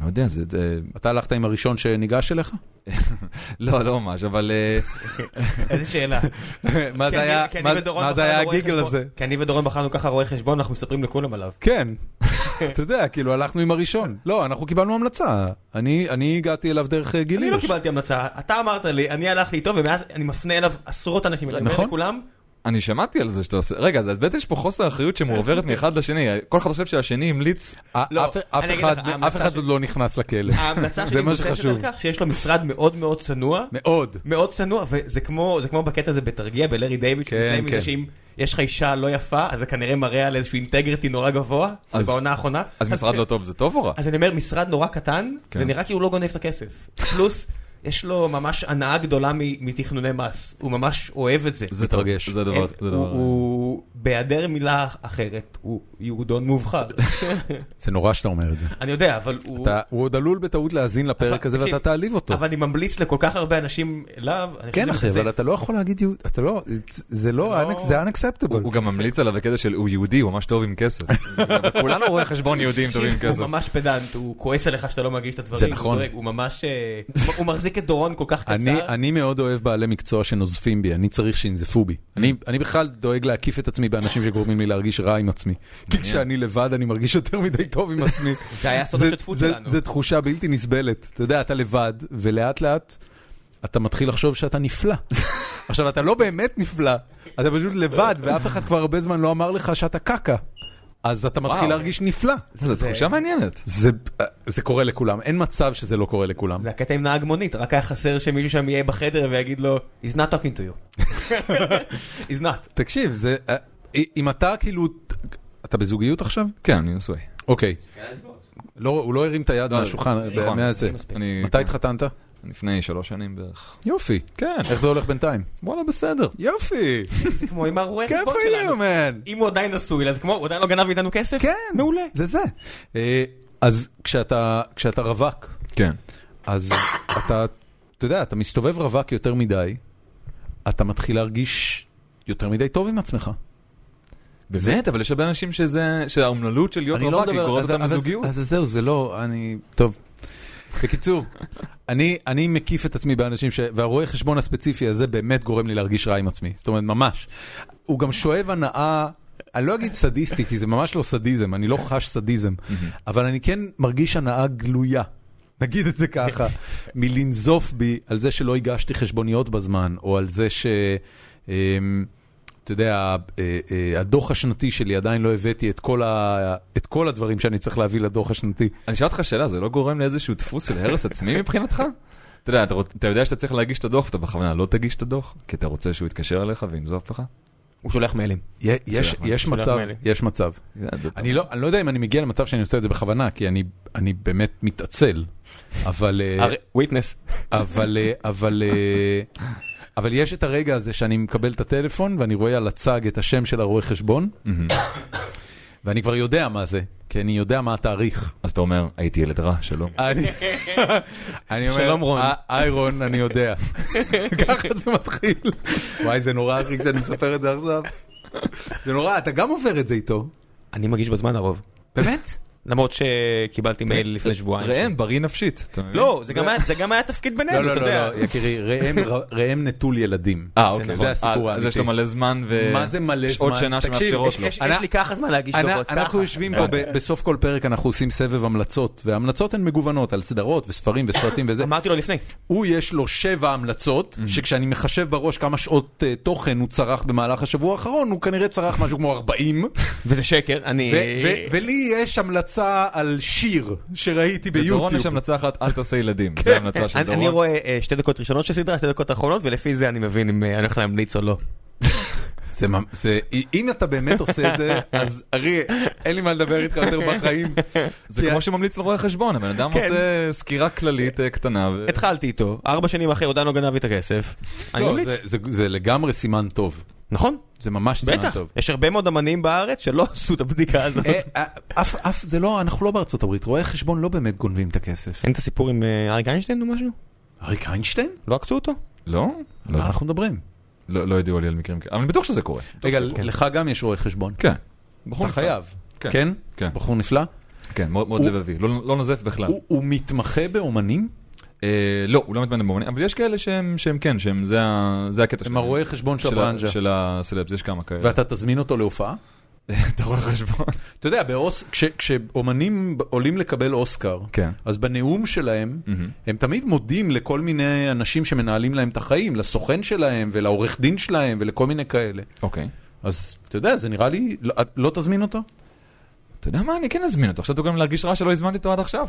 לא יודע, זה... זה... אתה הלכת עם הראשון שניגש אליך? לא, לא ממש, אבל... אה, איזה שאלה. [laughs] מה [laughs] כי זה אני- היה- כי אני מה- ודורון מה זה בחרנו היה רואה הגיגל חשבון- הזה? כי אני ודורון בחרנו ככה רואה חשבון, אנחנו מספרים לכולם עליו. כן, [laughs] אתה יודע, כאילו הלכנו עם הראשון. לא, אנחנו קיבלנו המלצה. אני אני הגעתי אליו דרך אה, אני לא גילינוש. קיבלתי המלצה, אתה אמרת לי, אני הלכתי איתו, ומאז אני מפנה אליו עשרות [laughs] אנשים, אני אומר נכון. לכולם, אני שמעתי על זה שאתה עושה... רגע, אז באמת יש פה חוסר אחריות שמועברת מאחד לשני. כל אחד חושב שהשני המליץ אה, לא, אף- אף אני אגיד אחד- לך, אף ההמלצה אחד שלי- עוד לא נכנס לכלא. ההמלצה זה שלי מה מבוססת שחשוב. על כך שיש לו משרד מאוד מאוד צנוע, מאוד. מאוד צנוע, וזה כמו, זה כמו בקטע הזה בתרגיע בלארי דיוויד, כן, שמתלהב כן. מזה שאם יש לך אישה לא יפה, אז זה כנראה מראה על איזשהו אינטגריטי נורא גבוה, זה אז- בעונה האחרונה. אז משרד לא טוב זה טוב או רע? אז אני אומר, משרד נורא קטן, כן. זה נראה כאילו הוא לא גונב את הכסף. פלוס, יש לו ממש הנאה גדולה מ- מתכנוני מס, הוא ממש אוהב את זה. זה מתרגש. טוב, זה דבר, אין- זה הוא- דבר. הוא, בהיעדר מילה אחרת, הוא יהודון [laughs] מובחר. זה נורא שאתה אומר את זה. אני יודע, אבל הוא... אתה- הוא עוד עלול בטעות להאזין לפרק אבל- הזה ואתה תקשיב, תעליב אותו. אבל אני ממליץ לכל כך הרבה אנשים אליו. אני חושב כן שזה אחי, מחזק. אבל אתה לא יכול להגיד יהוד, אתה לא, זה לא, זה unacceptable. הוא גם ממליץ עליו בקטע של הוא יהודי, הוא ממש טוב עם כסף. [laughs] כולנו רואי חשבון יהודים טובים עם כסף. הוא ממש פדנט, הוא כועס עליך שאתה לא מגיש את הדברים. זה הוא נכון. דואג, הוא ממש... אה, הוא מחזיק את דורון כל כך אני, קצר. אני מאוד אוהב בעלי מקצוע שנוזפים בי, אני צריך שינזפו בי. אני, Mm. אני בכלל דואג להקיף את עצמי באנשים שגורמים לי להרגיש רע עם עצמי. כי כשאני לבד אני מרגיש יותר מדי טוב עם עצמי. [laughs] זה היה סוד זה- השותפות זה- שלנו. זה תחושה בלתי נסבלת. אתה יודע, אתה לבד, ולאט לאט אתה מתחיל לחשוב שאתה [laughs] נפלא. עכשיו, אתה לא באמת נפלא, אתה פשוט לבד, ואף אחד כבר הרבה זמן לא אמר לך שאתה קקה. אז אתה מתחיל וואו. להרגיש נפלא. [laughs] זו תחושה מעניינת. זה, זה קורה לכולם, אין מצב שזה לא קורה לכולם. זה הקטע עם נהג מונית, רק היה חסר שמישהו שם יהיה בחדר ויגיד לו, he's not talking to you. [laughs] he's not. תקשיב, זה... אה, אם אתה כאילו... אתה בזוגיות עכשיו? כן, אני נשוי. אוקיי. לא, הוא לא הרים את היד מהשולחן, נכון. מהזה. אני מתי התחתנת? לפני שלוש שנים בערך. יופי. כן, איך זה הולך בינתיים? וואלה, בסדר. יופי! נכון זה כמו עם הרואה כיף חשבון היו, שלנו. מן! אם הוא עדיין נשוי, אז כמו, הוא עדיין לא גנב מאיתנו כסף? כן! מעולה. זה זה. אה, אז כשאתה כשאתה רווק, כן. אז אתה, אתה יודע, אתה מסתובב רווק יותר מדי, אתה מתחיל להרגיש יותר מדי טוב עם עצמך. באמת, אבל יש הרבה אנשים שזה, שהאומללות של להיות אני לא רווק היא מדבר, קוראת אז- אותם אז- לזוגיות. אז זהו, זה לא, אני, טוב. בקיצור, אני, אני מקיף את עצמי באנשים ש... והרואה חשבון הספציפי הזה באמת גורם לי להרגיש רע עם עצמי. זאת אומרת, ממש. הוא גם שואב הנאה, אני לא אגיד סדיסטי, כי זה ממש לא סדיזם, אני לא חש סדיזם, אבל אני כן מרגיש הנאה גלויה. נגיד את זה ככה, מלנזוף בי על זה שלא הגשתי חשבוניות בזמן, או על זה ש... אמ, אתה יודע, אה, אה, הדוח השנתי שלי, עדיין לא הבאתי את כל, ה, את כל הדברים שאני צריך להביא לדוח השנתי. אני אשאל אותך שאלה, זה לא גורם לאיזשהו דפוס של הרס עצמי [laughs] מבחינתך? אתה יודע, אתה רוצ- אתה יודע שאתה צריך להגיש את הדוח, ואתה בכוונה לא תגיש את הדוח, כי אתה רוצה שהוא יתקשר אליך וינזוף לך? הוא שולח מיילים. י- יש, שולח יש שולח מצב, מיילים. יש מצב. אני לא, אני לא יודע אם אני מגיע למצב שאני עושה את זה בכוונה, כי אני, אני באמת מתעצל, אבל... אה, וויטנס. אבל, אה, אבל, אה, אבל יש את הרגע הזה שאני מקבל את הטלפון ואני רואה על הצג את השם של הרואה חשבון, ואני כבר יודע מה זה, כי אני יודע מה התאריך. אז אתה אומר, הייתי ילד רע, שלום. [laughs] אני אני אומר, שלום, רון. "אה, היי רון, אני יודע. [laughs] ככה זה מתחיל. וואי, זה נורא, אחי, כשאני מספר את זה עכשיו. זה נורא, אתה גם עובר את זה איתו. אני מגיש בזמן הרוב. [laughs] באמת? למרות שקיבלתי מייל לפני שבועיים. ראם, בריא נפשית, אתה מבין? לא, זה גם היה- זה גם היה תפקיד בינינו, לא, אתה לא, לא, יודע. לא, יקירי, ראם- ראם נטול ילדים. אה, אוקיי. זה הסיפור אה, אז האמיתי. יש לו מלא זמן ו... מה זה מלא שעות זמן? שינה תקשיב, שמאפשרות יש- לו. יש- אני- יש לי ככה זמן להגיש אנ- דוחות, אנחנו ככה. יושבים פה, ב- בסוף כל פרק אנחנו עושים סבב המלצות, וההמלצות הן מגוונות על סדרות וספרים וסרטים וזה. אמרתי לו לפני. הוא יש לו שבע המלצות, Mm-hmm. שכשאני מחשב בראש כמה שעות אה, תוכן הוא צרך במהלך השבוע האחרון, הוא כנראה צרך משהו כמו [laughs] 40, וזה שקר, אני... ו- אוקיי. ו- ולי יש המלצה על שיר שראיתי ביוטיוב. לדורון יש המלצה אחת, אל תעשה [laughs] ילדים. זו ההמלצה של אני- אני דורון. רואה אה, שתי דקות ראשונות של סדרה, שתי דקות אחרונות, ולפי זה אני מבין אם אה, אני הולך להמליץ או לא. זה ממ- זה- אם אתה באמת עושה [laughs] את זה, אז אריה, אין לי מה לדבר איתך יותר בחיים. זה כמו שממליץ לרואה חשבון, הבן אדם כן. עושה סקירה כללית אה, קטנה. ו- התחלתי איתו, ארבע שנים אחרי עודנו גנב לי את הכסף. אני לא, ממליץ. זה- זה- זה לגמרי סימן טוב. נכון? זה ממש סימן בטח. טוב. יש הרבה מאוד אמנים בארץ שלא [laughs] עשו את הבדיקה הזאת. אה, אה, אף, אף, זה לא, אנחנו לא בארצות הברית, רואי חשבון לא באמת גונבים את הכסף. כן. אין את הסיפור עם אה, אריק איינשטיין או משהו? אריק איינשטיין? לא עקצו אותו? לא? לא על יודע. מה אנחנו מדברים? לא לא יודעו לי על מקרים כאלה, אבל אני בטוח שזה קורה. רגע, לך גם יש רואה חשבון. כן. אתה חייב. כן. כן? כן. בחור נפלא. כן, מאוד מאוד הוא- לבבי, לא לא נוזף בכלל. הוא- הוא מתמחה באומנים? אה, לא, הוא לא מתמנה במובנים, אבל יש כאלה שהם שהם כן, שהם זה ה- זה הקטע הם הרואי חשבון של של ה- הברנז'ה. של הסלבס, יש כמה כאלה. ואתה תזמין אותו להופעה? [laughs] אתה רואה חשבון? אתה יודע, באוס- כש- כשאומנים ב- עולים לקבל אוסקר, כן. אז בנאום שלהם, מהמם. הם תמיד מודים לכל מיני אנשים שמנהלים להם את החיים, לסוכן שלהם ולעורך דין שלהם ולכל מיני כאלה. אוקיי. אז אתה יודע, זה נראה לי, לא- לא תזמין אותו? אתה יודע מה, אני כן אזמין אותו, עכשיו אתה גם להרגיש רע שלא הזמנתי אותו עד עכשיו.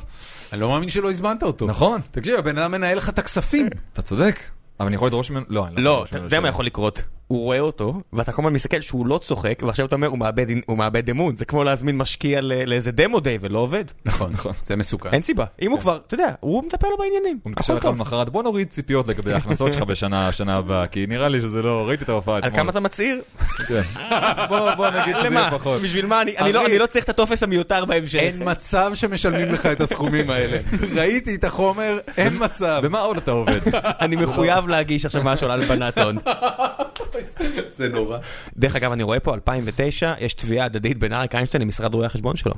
אני לא מאמין שלא הזמנת אותו. נכון, תקשיב, הבן אדם מנהל לך את הכספים. אתה צודק. אבל אני יכול לדרוש ממנו, לא, אני יכול לא, לדרוש אתה ממנו יודע מה לשבת. יכול לקרות. הוא רואה אותו, ואתה כל הזמן מסתכל שהוא לא צוחק, ועכשיו אתה אומר, "הוא מאבד אינ- הוא מאבד אמון. לא. זה כמו להזמין משקיע ל- לאיזה דמו דיי ולא עובד. [laughs] נכון, נכון. זה מסוכן. אין סיבה. אם כן. הוא כבר, אתה יודע, הוא מטפל לו בעניינים. הוא מתקשר הכל לך טוב. למחרת, בוא נוריד ציפיות לגבי ההכנסות שלך בשנה שנה הבאה, כי נראה לי שזה לא, ראיתי את ההופעה על אתמול. כמה אתה מצהיר? אתה... בוא נגיד שזה למה? יהיה פחות. בשביל מה? אני- אני לא- ארי. אני לא צריך את הטופס המיותר בהמשך. אין מצב שמשלמים לך את הסכומים האלה. ראיתי את החומר, אין מצב. במה עוד אתה עובד? אני מחויב להגיש עכשיו משהו על הלבנת הון. זה נורא. [laughs] דרך אגב, אני רואה פה, 2009, יש תביעה הדדית בין אריק איינשטיין למשרד רואי החשבון שלו.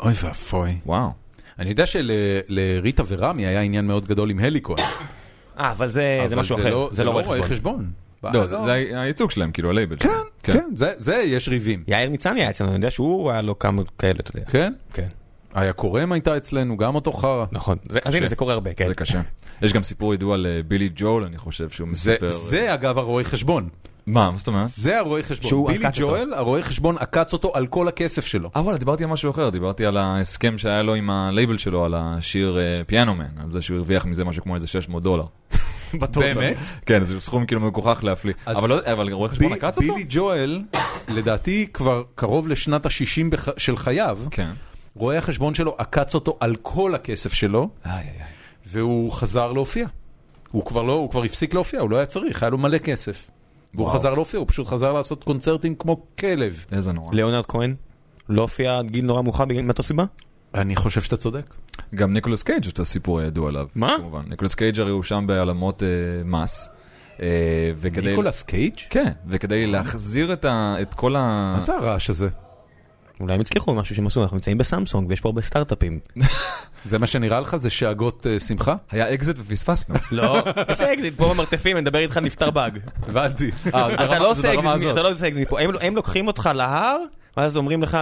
אוי ואבוי. וואו. אני יודע שלריטה ורמי היה עניין מאוד גדול עם הליקון. אה, אבל זה זה משהו אחר. זה לא רואה חשבון. חשבון. לא, זה זה הייצוג שלהם, כאילו הלייבל. כן, כן, זה- זה יש ריבים. יאיר ניצני היה אצלנו, אני יודע שהוא היה לו כמה כאלה, אתה יודע. כן? כן. איה קורם הייתה אצלנו, גם אותו חרא. נכון. זה- אז הנה, זה קורה הרבה, כן. זה קשה. יש גם סיפור ידוע על אה, בילי ג'ול, אני חושב שהוא זה- מספר... אה, זה אגב הרואה חשבון. מה, מה זאת אומרת? זה הרואה חשבון. שהוא בילי עקץ אותו. ג'ואל, הרואה חשבון עקץ אותו על כל הכסף שלו. אה וואלה, דיברתי על משהו אחר, דיברתי על ההסכם שהיה לו עם הלייבל שלו, על השיר פיאנומן, על זה שהוא הרוויח מזה משהו כמו איזה 600 דולר. [laughs] בטוטל. באמת? כן, זה סכום כאילו מגוחך להפליא. אז- אבל לא- אבל רואה חשבון ב- עקץ אותו? בילי ג'ואל, לדעתי כבר קרוב לשנת ה-60 בח- של חייו, כן. רואה החשבון שלו עקץ אותו על כל הכסף שלו, איי, איי, איי. והוא חזר להופיע. הוא כבר לא, הוא כבר הפסיק להופיע, הוא לא היה צריך, היה לו מלא כסף. והוא וואו. חזר להופיע, הוא פשוט חזר לעשות קונצרטים כמו כלב. איזה נורא. ליאונרד כהן לא הופיע עד גיל נורא מאוחר בגלל מאותה סיבה? אני חושב שאתה צודק. גם ניקולס קייג' את הסיפור הידוע עליו. מה? כמובן. ניקולס קייג' הרי הוא שם בהעלמות אה, מס. אה, וכדי... ניקולס קייג'? כן, וכדי להחזיר את ה- את כל ה... מה זה הרעש הזה? אולי הם הצליחו במשהו שהם עשו, אנחנו נמצאים בסמסונג ויש פה הרבה סטארט-אפים. זה מה שנראה לך? זה שאגות אה, שמחה? היה אקזיט ופספסנו. לא, [laughs] אה, עושה אקזיט פה במרתפים, אני מדבר איתך נפטר באג. הבנתי. אתה לא עושה אקזיט מ- אתה לא עושה אקזיט פה, הם- הם לוקחים אותך להר, ואז אומרים לך,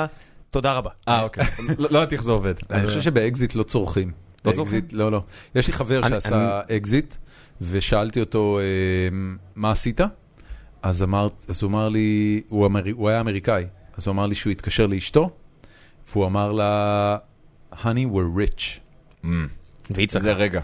תודה רבה. אה, אוקיי. לא לא ידעתי איך זה עובד. אני חושב שבאקזיט לא צורכים. לא צורכים? באקזיט, לא, לא. יש לי חבר אני- שעשה אקזיט, ושאלתי אותו, אמ, מה עשית? אז אמרת- אז הוא אמר לי, הוא אמרי- הוא היה אמריקאי, אז הוא אמר לי שהוא התקשר לאשתו, והוא אמר לה, honey, we're rich. Mm. והיא זה צחקה. רגע.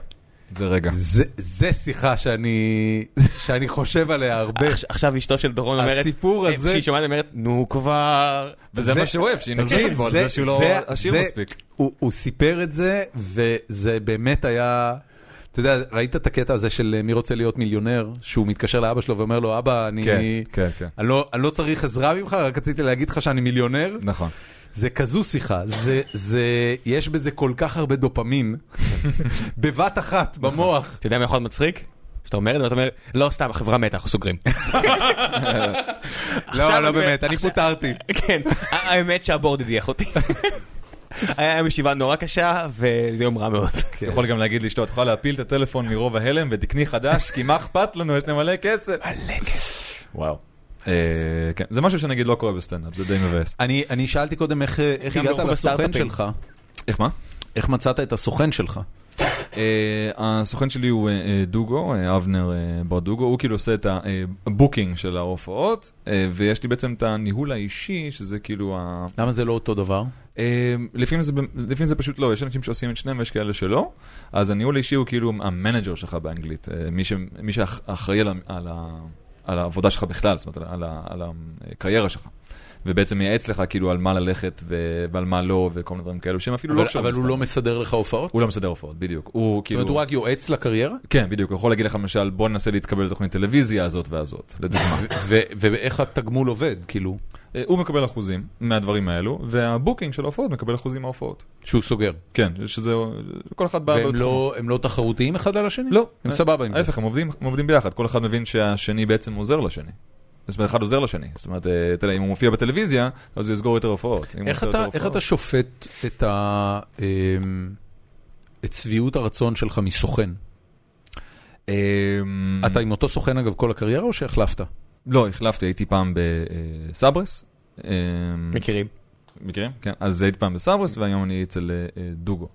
זה רגע. זה- זה שיחה שאני שאני חושב עליה [laughs] הרבה. עכש- אה, עכשיו אשתו של דורון אומרת, הסיפור אה, הזה- שהיא שומעת אומרת, נו כבר. וזה זה- מה שהוא אוהב, שהיא נוזלת תקשיב, בו על זה שהוא לא עשיר זה- מספיק. הוא, הוא סיפר את זה, וזה באמת היה... אתה יודע, ראית את הקטע הזה של אה, מי רוצה להיות מיליונר? שהוא מתקשר לאבא שלו ואומר לו, אבא, אני... כן, כן, כן. אני לא, אני לא צריך עזרה ממך, רק רציתי להגיד לך שאני מיליונר. נכון. זה כזו שיחה, זה, זה, יש בזה כל כך הרבה דופמין, [laughs] בבת אחת, [laughs] במוח. אתה יודע מה יכול להיות מצחיק? שאתה אומר את זה, ואתה אומר, לא, סתם, החברה מתה, אנחנו סוגרים. לא, אני לא מבין. באמת, אני פוטרתי. [laughs] כן, האמת שהבורד הדיח [laughs] אותי. היה יום ישיבה נורא קשה, וזה יום רע מאוד. נכון, אתה יכול גם להגיד לאשתו, את יכולה להפיל את הטלפון מרוב ההלם ותקני חדש, כי מה אכפת לנו, יש לי מלא כסף. מלא כסף. וואו. כן, זה משהו שנגיד לא קורה בסטנדאפ, זה די מבאס. אני, אני שאלתי קודם איך, איך גם הגעת ברוב לא לסוכן הסטארט-אפים. שלך, איך מה? איך מצאת את הסוכן שלך. אה, הסוכן שלי הוא אה, אה, דוגו, אה, אבנר אה, ברדוגו, הוא כאילו עושה את הבוקינג של ההופעות, אה, ויש לי בעצם את הניהול האישי, שזה כאילו ה... למה זה לא אותו דבר? אה, לפעמים זה, לפעמים זה פשוט לא, יש אנשים שעושים את שניהם ויש כאלה שלא, אז הניהול האישי הוא כאילו המנג'ר שלך באנגלית, אה, מי, ש, מי שאחראי על, ה- על, ה- על העבודה שלך בכלל, זאת אומרת על, ה- על, ה- על הקריירה שלך. ובעצם מייעץ לך כאילו על מה ללכת ו- ועל מה לא וכל מיני דברים כאלו שהם אפילו אבל, לא קשורים אבל הוא לסטנדאפ. לא מסדר לך הופעות? הוא לא מסדר הופעות, בדיוק. הוא זאת כאילו... אומרת, הוא רק יועץ לקריירה? כן, בדיוק, הוא יכול להגיד לך למשל, בוא ננסה להתקבל לתוכנית טלוויזיה הזאת והזאת, [laughs] לדוגמה. ו- ואיך התגמול עובד, כאילו, אה, הוא מקבל אחוזים מהדברים האלו, והבוקינג של ההופעות מקבל אחוזים מההופעות. שהוא סוגר. כן, שזה, כל אחד בא... והם בתחום. לא, הם לא תחרותיים אחד על השני? לא. הם סבבה עם זה. ההפך, הם עובדים, הם עובדים ביחד, כל אחד מבין שהשני בעצם עוזר לשני. זאת אומרת, אחד עוזר לשני. זאת אומרת, אה, אתה יודע, אם הוא מופיע בטלוויזיה, אז הוא יסגור יותר הופעות. אם הוא איך עושה אתה, יותר איך הופעות. אתה שופט את, ה, אמ, את שביעות הרצון שלך מסוכן? אמ, אתה עם אותו סוכן אגב כל הקריירה או שהחלפת? לא, החלפתי, הייתי פעם בסברס. אמ, מכירים. מכירים? כן. אז הייתי פעם בסברס, והיום אני אצל אה, אה, דוגו.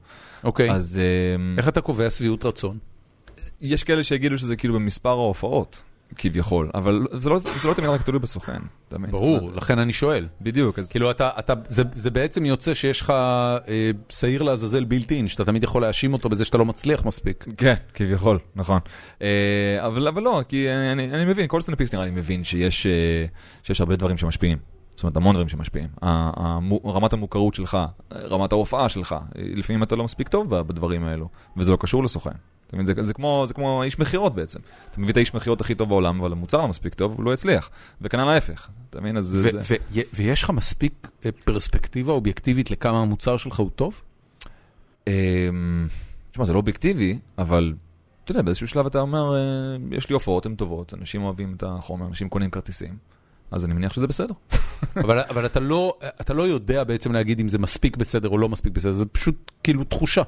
אוקיי. אז... אז... אמ, איך אתה קובע שביעות רצון? יש כאלה שיגידו שזה כאילו במספר ההופעות, כביכול, אבל זה לא, זה לא תמיד רק תלוי בסוכן, אתה מבין? זאת ברור, אומרת, לכן אני שואל. בדיוק, אז כאילו אתה, אתה זה, זה בעצם יוצא שיש לך אה, שעיר לעזאזל בילט אין, שאתה תמיד יכול להאשים אותו בזה שאתה לא מצליח מספיק. כן, כביכול, נכון. אה, אבל, אבל לא, כי אני, אני, אני מבין, כל סטנדאפיסט נראה לי מבין שיש, אה, שיש הרבה דברים שמשפיעים. זאת אומרת, המון דברים שמשפיעים. ה- המו- רמת המוכרות שלך, אה, רמת ההופעה שלך, אה, לפעמים אתה לא מספיק טוב ב- בדברים האלו, וזה לא קשור לסוכן. אתה מבין, זה, זה, כמו, זה כמו איש מכירות בעצם. אתה מביא את האיש מכירות הכי טוב בעולם, אבל המוצר לא מספיק טוב, הוא לא יצליח. וכנ"ל ההפך, אתה מבין? אז זה... ו- זה... ו- ו- ויש לך מספיק אה, פרספקטיבה אובייקטיבית לכמה המוצר שלך הוא טוב? אמ, תשמע, זה לא אובייקטיבי, אבל אתה יודע, באיזשהו שלב אתה אומר, אה, יש לי הופעות, הן טובות, אנשים אוהבים את החומר, אנשים קונים כרטיסים, אז אני מניח שזה בסדר. [laughs] אבל, אבל אתה, לא, אתה לא יודע בעצם להגיד אם זה מספיק בסדר או לא מספיק בסדר, זה פשוט כאילו תחושה.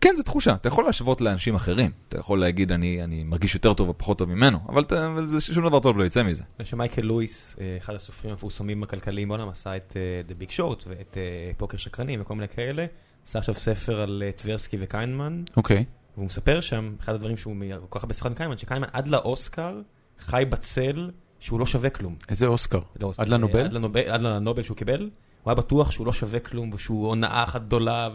כן, זו תחושה, אתה יכול להשוות לאנשים אחרים, אתה יכול להגיד, אני, אני מרגיש יותר טוב או פחות טוב ממנו, אבל, אתה, אבל זה, שום דבר טוב לא יצא מזה. זה שמייקל לואיס, אה, אחד הסופרים המפורסמים הכלכליים בעולם, עשה את אה, The Big Short ואת אה, פוקר שקרנים וכל מיני כאלה. עשה עכשיו ספר על אה, טברסקי וקיינמן, אוקיי. והוא מספר שם, אחד הדברים שהוא מ- כל כך הרבה שיחות עם קיינמן, שקיינמן עד לאוסקר חי בצל שהוא לא שווה כלום. איזה אוסקר? לא, עד אה, לנובל? עד לנובל? עד לנובל שהוא קיבל. הוא היה בטוח שהוא לא שווה כלום, ושהוא הונאה אחת גדולה,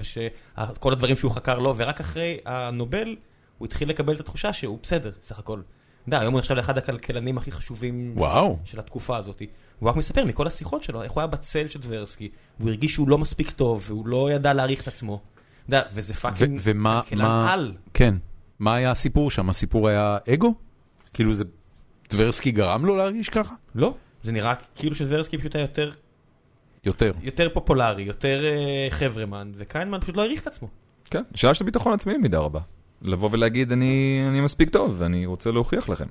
ושכל הדברים שהוא חקר לו, ורק אחרי הנובל הוא התחיל לקבל את התחושה שהוא בסדר, סך הכל. אתה יודע, היום הוא נחשב לאחד הכלכלנים הכי חשובים וואו. של התקופה הזאת. הוא רק מספר מכל השיחות שלו, איך הוא היה בצל של טברסקי, והוא הרגיש שהוא לא מספיק טוב, והוא לא ידע להעריך את עצמו. אתה יודע, וזה פאקינג... ו- ומה, כלכלן מה, על. כן. מה היה הסיפור שם? הסיפור היה אגו? כאילו זה, טברסקי גרם לו להרגיש ככה? לא, זה נראה כאילו שטברסקי פשוט היה יותר, יותר. יותר פופולרי, יותר אה, חברמן, וקיינמן פשוט לא העריך את עצמו. כן, שאלה של ביטחון עצמי במידה רבה. לבוא ולהגיד, אני, אני מספיק טוב, ואני רוצה להוכיח לכם.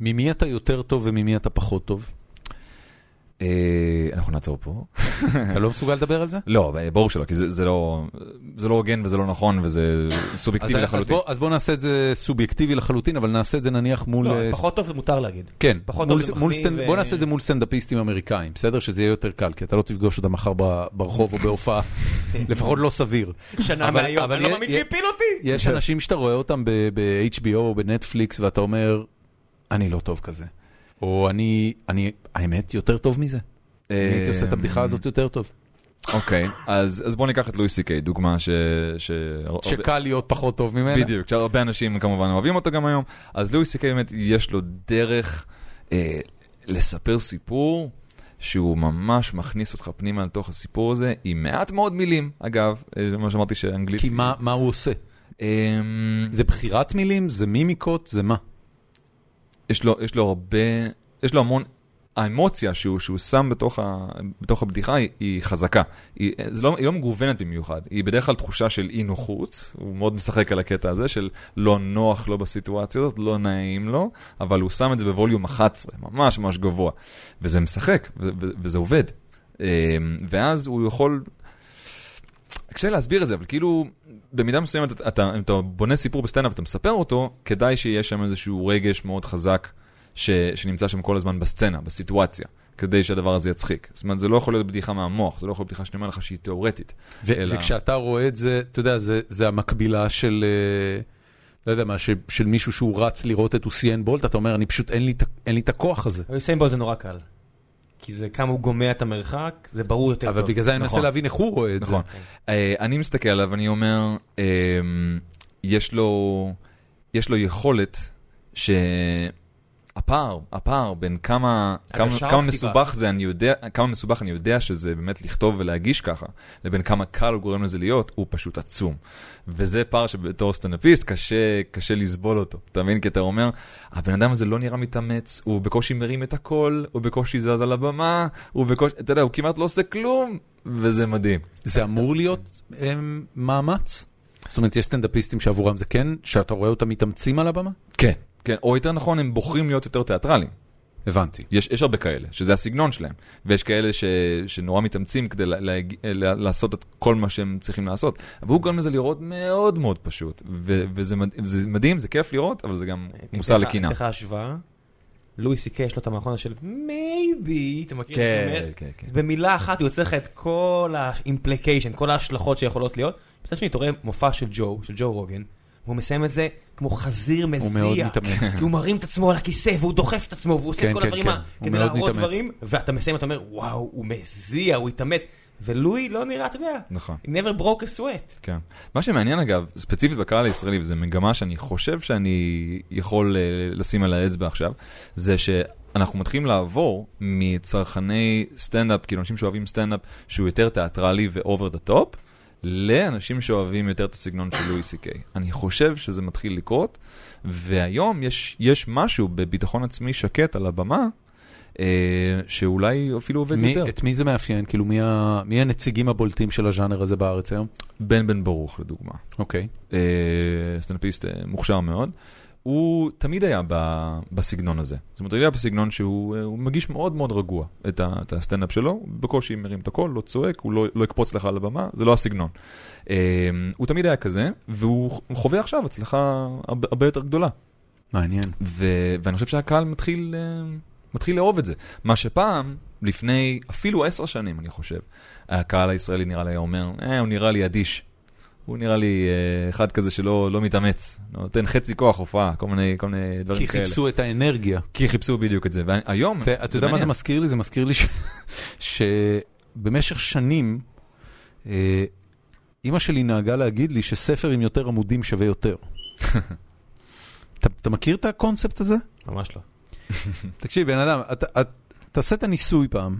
ממי אתה יותר טוב וממי אתה פחות טוב? [laughs] אה, אנחנו נעצור פה. אתה לא מסוגל לדבר על זה? לא, ברור שלא, כי זה, זה לא זה לא הוגן וזה לא נכון, וזה סובייקטיבי [coughs] אז- אז לחלוטין. בוא- אז בוא נעשה את זה סובייקטיבי לחלוטין, אבל נעשה את זה נניח מול... לא, אה, פחות טוב זה מותר להגיד. כן, פחות מול, טוב זה מול מחמיא סטנד... ו- ו... בוא נעשה את זה מול סטנדאפיסטים אמריקאים, בסדר? שזה יהיה יותר קל, כי אתה לא תפגוש אותם מחר ב- ברחוב או [laughs] בהופעה, לפחות לא סביר. שנה אבל- מהיום, אבל אני לא יהיה- מאמין יהיה- שהפיל אותי! [laughs] יש אנשים שאתה רואה אותם ב- ב-HBO או בנטפליקס, ואתה אומר, אני לא טוב כזה. או אני, אני, האמת, יותר טוב מזה. אני הייתי עושה את הבדיחה הזאת יותר טוב. אוקיי, אז, אז בואו ניקח את לואי סי קיי, דוגמה ש... ש... שקל להיות פחות טוב ממנה. בדיוק, שהרבה אנשים כמובן אוהבים אותו גם היום. אז לואי סי קיי באמת יש לו דרך אה, לספר סיפור שהוא ממש מכניס אותך פנימה לתוך הסיפור הזה, עם מעט מאוד מילים, אגב, אה, מה שאמרתי שאנגלית... כי מה, מה הוא עושה? אה, זה בחירת מילים? זה מימיקות? זה מה? יש, לו, יש לו הרבה, יש לו המון האמוציה שהוא, שהוא שם בתוך, ה, בתוך הבדיחה היא, היא חזקה. היא, זה לא, היא לא מגוונת במיוחד, היא בדרך כלל תחושה של אי נוחות, הוא מאוד משחק על הקטע הזה של לא נוח לו בסיטואציה הזאת, לא נעים לו, אבל הוא שם את זה בווליום 11, ממש ממש גבוה. וזה משחק, ו- ו- וזה עובד. אמ, ואז הוא יכול... קשה להסביר את זה, אבל כאילו, במידה מסוימת, אתה, אתה, אם אתה בונה סיפור בסטנדאפ ואתה מספר אותו, כדאי שיהיה שם איזשהו רגש מאוד חזק ש, שנמצא שם כל הזמן בסצנה, בסיטואציה, כדי שהדבר הזה יצחיק. זאת אומרת, זה לא יכול להיות בדיחה מהמוח, זה לא יכול להיות בדיחה שאני אומר לך שהיא תיאורטית. ו- אלא- וכשאתה רואה את זה, אתה יודע, זה, זה המקבילה של, אה, לא יודע מה, ש, של מישהו שהוא רץ לראות את אוסיאן בולט, אתה אומר, אני פשוט, אין לי, את ה- אין לי את הכוח הזה. אבל יוסיין בולט זה נורא קל. כי זה כמה הוא גומע את המרחק, זה ברור יותר טוב. אבל בגלל זה אני מנסה נכון. להבין איך הוא רואה את נכון. זה. אה, אני מסתכל עליו ואני אומר, אה, יש לו, יש לו יכולת ש... הפער, הפער בין כמה, כמה, הגשה כמה או כתיבה? מסובך זה אני יודע, כמה מסובך אני יודע שזה באמת לכתוב ולהגיש ככה, לבין כמה קל הוא גורם לזה להיות, הוא פשוט עצום. וזה פער שבתור סטנדאפיסט קשה, קשה לסבול אותו, אתה מבין? כי אתה אומר, הבן אדם הזה לא נראה מתאמץ, הוא בקושי מרים את הקול, הוא בקושי זז על הבמה, הוא בקושי, אתה יודע, הוא כמעט לא עושה כלום, וזה מדהים. זה אמור להיות אה, מאמץ? זאת אומרת, יש סטנדאפיסטים שעבורם זה כן, שאתה רואה אותם מתאמצים על הבמה? כן. כן, או יותר נכון, הם בוחרים להיות יותר תיאטרלים. הבנתי. יש, יש הרבה כאלה, שזה הסגנון שלהם. ויש כאלה ש, שנורא מתאמצים כדי לה, לה, לה, לעשות את כל מה שהם צריכים לעשות. אבל הוא גורם לזה לראות מאוד מאוד פשוט. ו, וזה מד, זה מדהים, זה כיף לראות, אבל זה גם מושא לקינה. אני אתן לך השוואה. לואי סי קיי יש לו את המערכון הזה של מייבי, אתה מכיר? כן, שהוא אומר? כן, כן. אז במילה אחת הוא יוצא לך את כל ה-implication, כל ההשלכות שיכולות להיות. מצד שני, אתה רואה מופע של ג'ו, של ג'ו רוגן, והוא מסיים את זה כמו חזיר מזיע. מאוד מתאמץ. כי הוא מרים את עצמו על הכיסא, והוא דוחף את עצמו, והוא עושה כן, את כל כן, הדברים כן. ה- הוא כדי מאוד להראות מתאמץ. דברים, ואתה מסיים, אתה אומר, וואו, הוא מזיע, הוא התאמץ. ולואי לא נראה, אתה יודע, נכון. never broke a sweat. כן. מה שמעניין אגב, ספציפית בקהל הישראלי, וזו מגמה שאני חושב שאני יכול אה, לשים על האצבע עכשיו, זה שאנחנו מתחילים לעבור מצרכני סטנדאפ, כאילו אנשים שאוהבים סטנדאפ שהוא יותר תיאטרלי ואובר דה טופ, לאנשים שאוהבים יותר את הסגנון של לואי סי קיי. אני חושב שזה מתחיל לקרות, והיום יש, יש משהו בביטחון עצמי שקט על הבמה, אה, שאולי אפילו עובד מי, יותר. את מי זה מאפיין? כאילו, מי, ה, מי הנציגים הבולטים של הז'אנר הזה בארץ היום? בן בן ברוך לדוגמה. אוקיי. אה, סטנדאפיסט אה, מוכשר מאוד, הוא תמיד היה ב, בסגנון הזה. זאת אומרת, הוא היה בסגנון שהוא אה, הוא מגיש מאוד מאוד רגוע את, ה, את הסטנדאפ שלו, הוא בקושי מרים את הקול, לא צועק, הוא לא, לא יקפוץ לך על הבמה, זה לא הסגנון. אה, הוא תמיד היה כזה, והוא חווה עכשיו הצלחה הרבה, הרבה יותר גדולה. מעניין. ו, ואני חושב שהקהל מתחיל, אה, מתחיל לאהוב את זה. מה שפעם, לפני אפילו עשר שנים, אני חושב, הקהל הישראלי נראה לי היה אומר, אה, הוא נראה לי אדיש. הוא נראה לי אה, אחד כזה שלא לא מתאמץ, נותן חצי כוח הופעה, כל מיני, כל מיני דברים כי כאלה. חיפשו את האנרגיה. כי חיפשו בדיוק את זה, והיום... זה, אתה יודע מה זה מעניין. מזכיר לי? זה מזכיר לי ש- [laughs] שבמשך שנים, אה, אימא שלי נהגה להגיד לי שספר עם יותר עמודים שווה יותר. אתה, אתה מכיר את הקונספט הזה? ממש לא. תקשיב, בן אדם, אתה- את- תעשה את הניסוי פעם,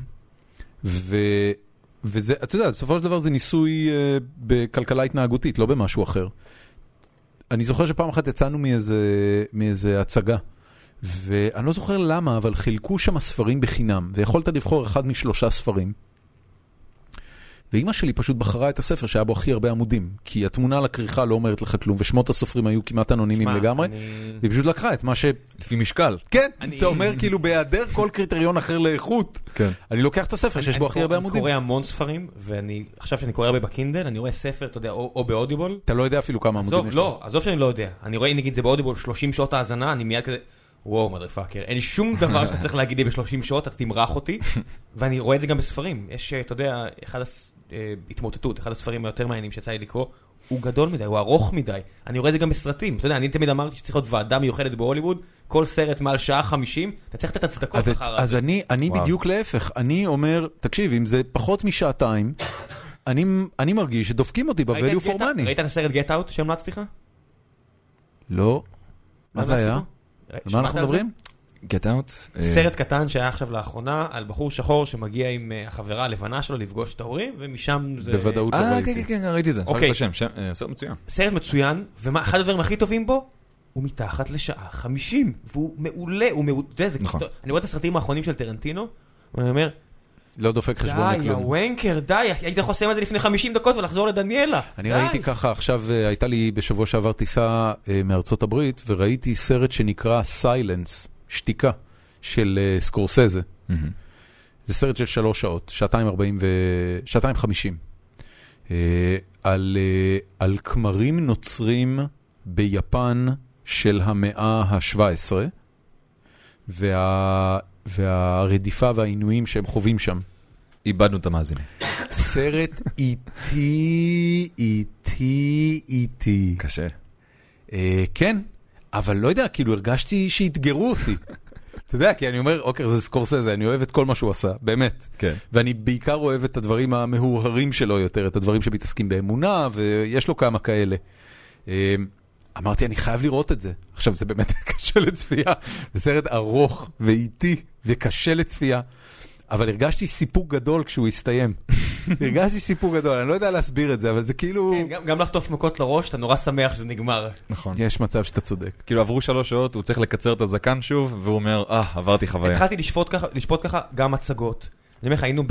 ו... וזה, אתה יודע, בסופו של דבר זה ניסוי אה, בכלכלה התנהגותית, לא במשהו אחר. אני זוכר שפעם אחת יצאנו מאיזה, מאיזה הצגה, ואני לא זוכר למה, אבל חילקו שם ספרים בחינם, ויכולת לבחור אחד משלושה ספרים. ואימא שלי פשוט בחרה את הספר שהיה בו הכי הרבה עמודים, כי התמונה על הכריכה לא אומרת לך כלום, ושמות הסופרים היו כמעט אנונימיים מה, לגמרי, אני- היא פשוט לקחה את מה ש... לפי משקל. כן, אני- אתה אומר כאילו בהיעדר כל קריטריון אחר לאיכות. כן. אני לוקח את הספר שיש בו אני הכי קורא- הרבה אני עמודים. קורא המון ספרים, ואני, עכשיו שאני קורא הרבה בקינדל, אני רואה ספר, אתה יודע, או או באודיבול. אתה לא יודע אפילו כמה עמודים עזוב, יש לא, עזוב שאני לא יודע. אני רואה, נגיד, זה באודיבול 30 שעות האזנה, אני מיד כזה, וואו, מדר פאקר, אין שום דבר שאתה צריך להגיד לי ב-30 שעות, אתה תמרח [laughs] אותי. ואני רואה את זה גם בספרים. יש, אה, אתה יודע, אחד הס... אה, התמוטטות, אחד הספרים היותר מעניינים שיצא לי לקרוא, הוא גדול מדי, הוא ארוך מדי. אני רואה את זה גם בסרטים. אתה יודע, אני תמיד אמרתי שצריך להיות ועדה מיוחדת בהוליווד, כל סרט מעל שעה 50, אתה צריך לתת הצדקות אז, את- אחר אז אני, אני וואו. בדיוק להפך, אני אומר, תקשיב, אם זה פחות משעתיים, אני, אני מרגיש שדופקים אותי ראית את ב-value for Get Out? money. ראית את הסרט גט אאוט שהמלצתי לך? לא. מה זה המלצתי היה? פה? על מה שמעת אנחנו על זה? מדברים? Get out. אה, סרט קטן שהיה עכשיו לאחרונה על בחור שחור שמגיע עם אה, החברה הלבנה שלו לפגוש את ההורים, ומשם זה... בוודאות לא אה, כן, כן, ראיתי. אה, כן, ראיתי את זה. אוקיי. אוקיי. סרט מצוין. סרט מצוין, ומה- אחד הדברים הכי טובים בו, הוא מתחת לשעה 50, והוא מעולה, הוא מעולה, אתה יודע, זה נכון. כאילו, אני רואה את הסרטים האחרונים של טרנטינו, ואני אומר, לא דופק חשבון די, יא לכלום. וונקר, די, היית יכול לסיים את זה לפני 50 דקות ולחזור לדניאלה. אני די. ראיתי ככה עכשיו, אה, הייתה לי בשבוע שעבר טיסה אה, מארצות הברית, וראיתי סרט שנקרא Silence, שתיקה, של אה, סקורסזה. מהמם. זה סרט של שלוש שעות, שעתיים ארבעים ו... שעתיים חמישים. אה, על, אה, על כמרים נוצרים ביפן של המאה ה-17, וה... והרדיפה והעינויים שהם חווים שם. איבדנו את המאזינים. סרט איטי, איטי, איטי. קשה. אה, כן, אבל לא יודע, כאילו הרגשתי שאתגרו אותי. אתה יודע, כי אני אומר, אוקיי, זה סקורסזה, אני אוהב את כל מה שהוא עשה, באמת. כן. ואני בעיקר אוהב את הדברים המהורהרים שלו יותר, את הדברים שמתעסקים באמונה, ויש לו כמה כאלה. אה, אמרתי, אני חייב לראות את זה. עכשיו, זה באמת [laughs] קשה לצפייה, זה סרט ארוך ואיטי וקשה לצפייה, אבל הרגשתי סיפוק גדול כשהוא הסתיים. הרגשתי סיפוק גדול, אני לא יודע להסביר את זה, אבל זה כאילו... כן, גם- גם לחטוף מכות לראש, אתה נורא שמח שזה נגמר. נכון. יש מצב שאתה צודק. כאילו עברו שלוש שעות, הוא צריך לקצר את הזקן שוב, והוא אומר, אה, עברתי כן. חוויה. התחלתי לשפוט ככה, לשפוט ככה גם הצגות. אני אומר לך, היינו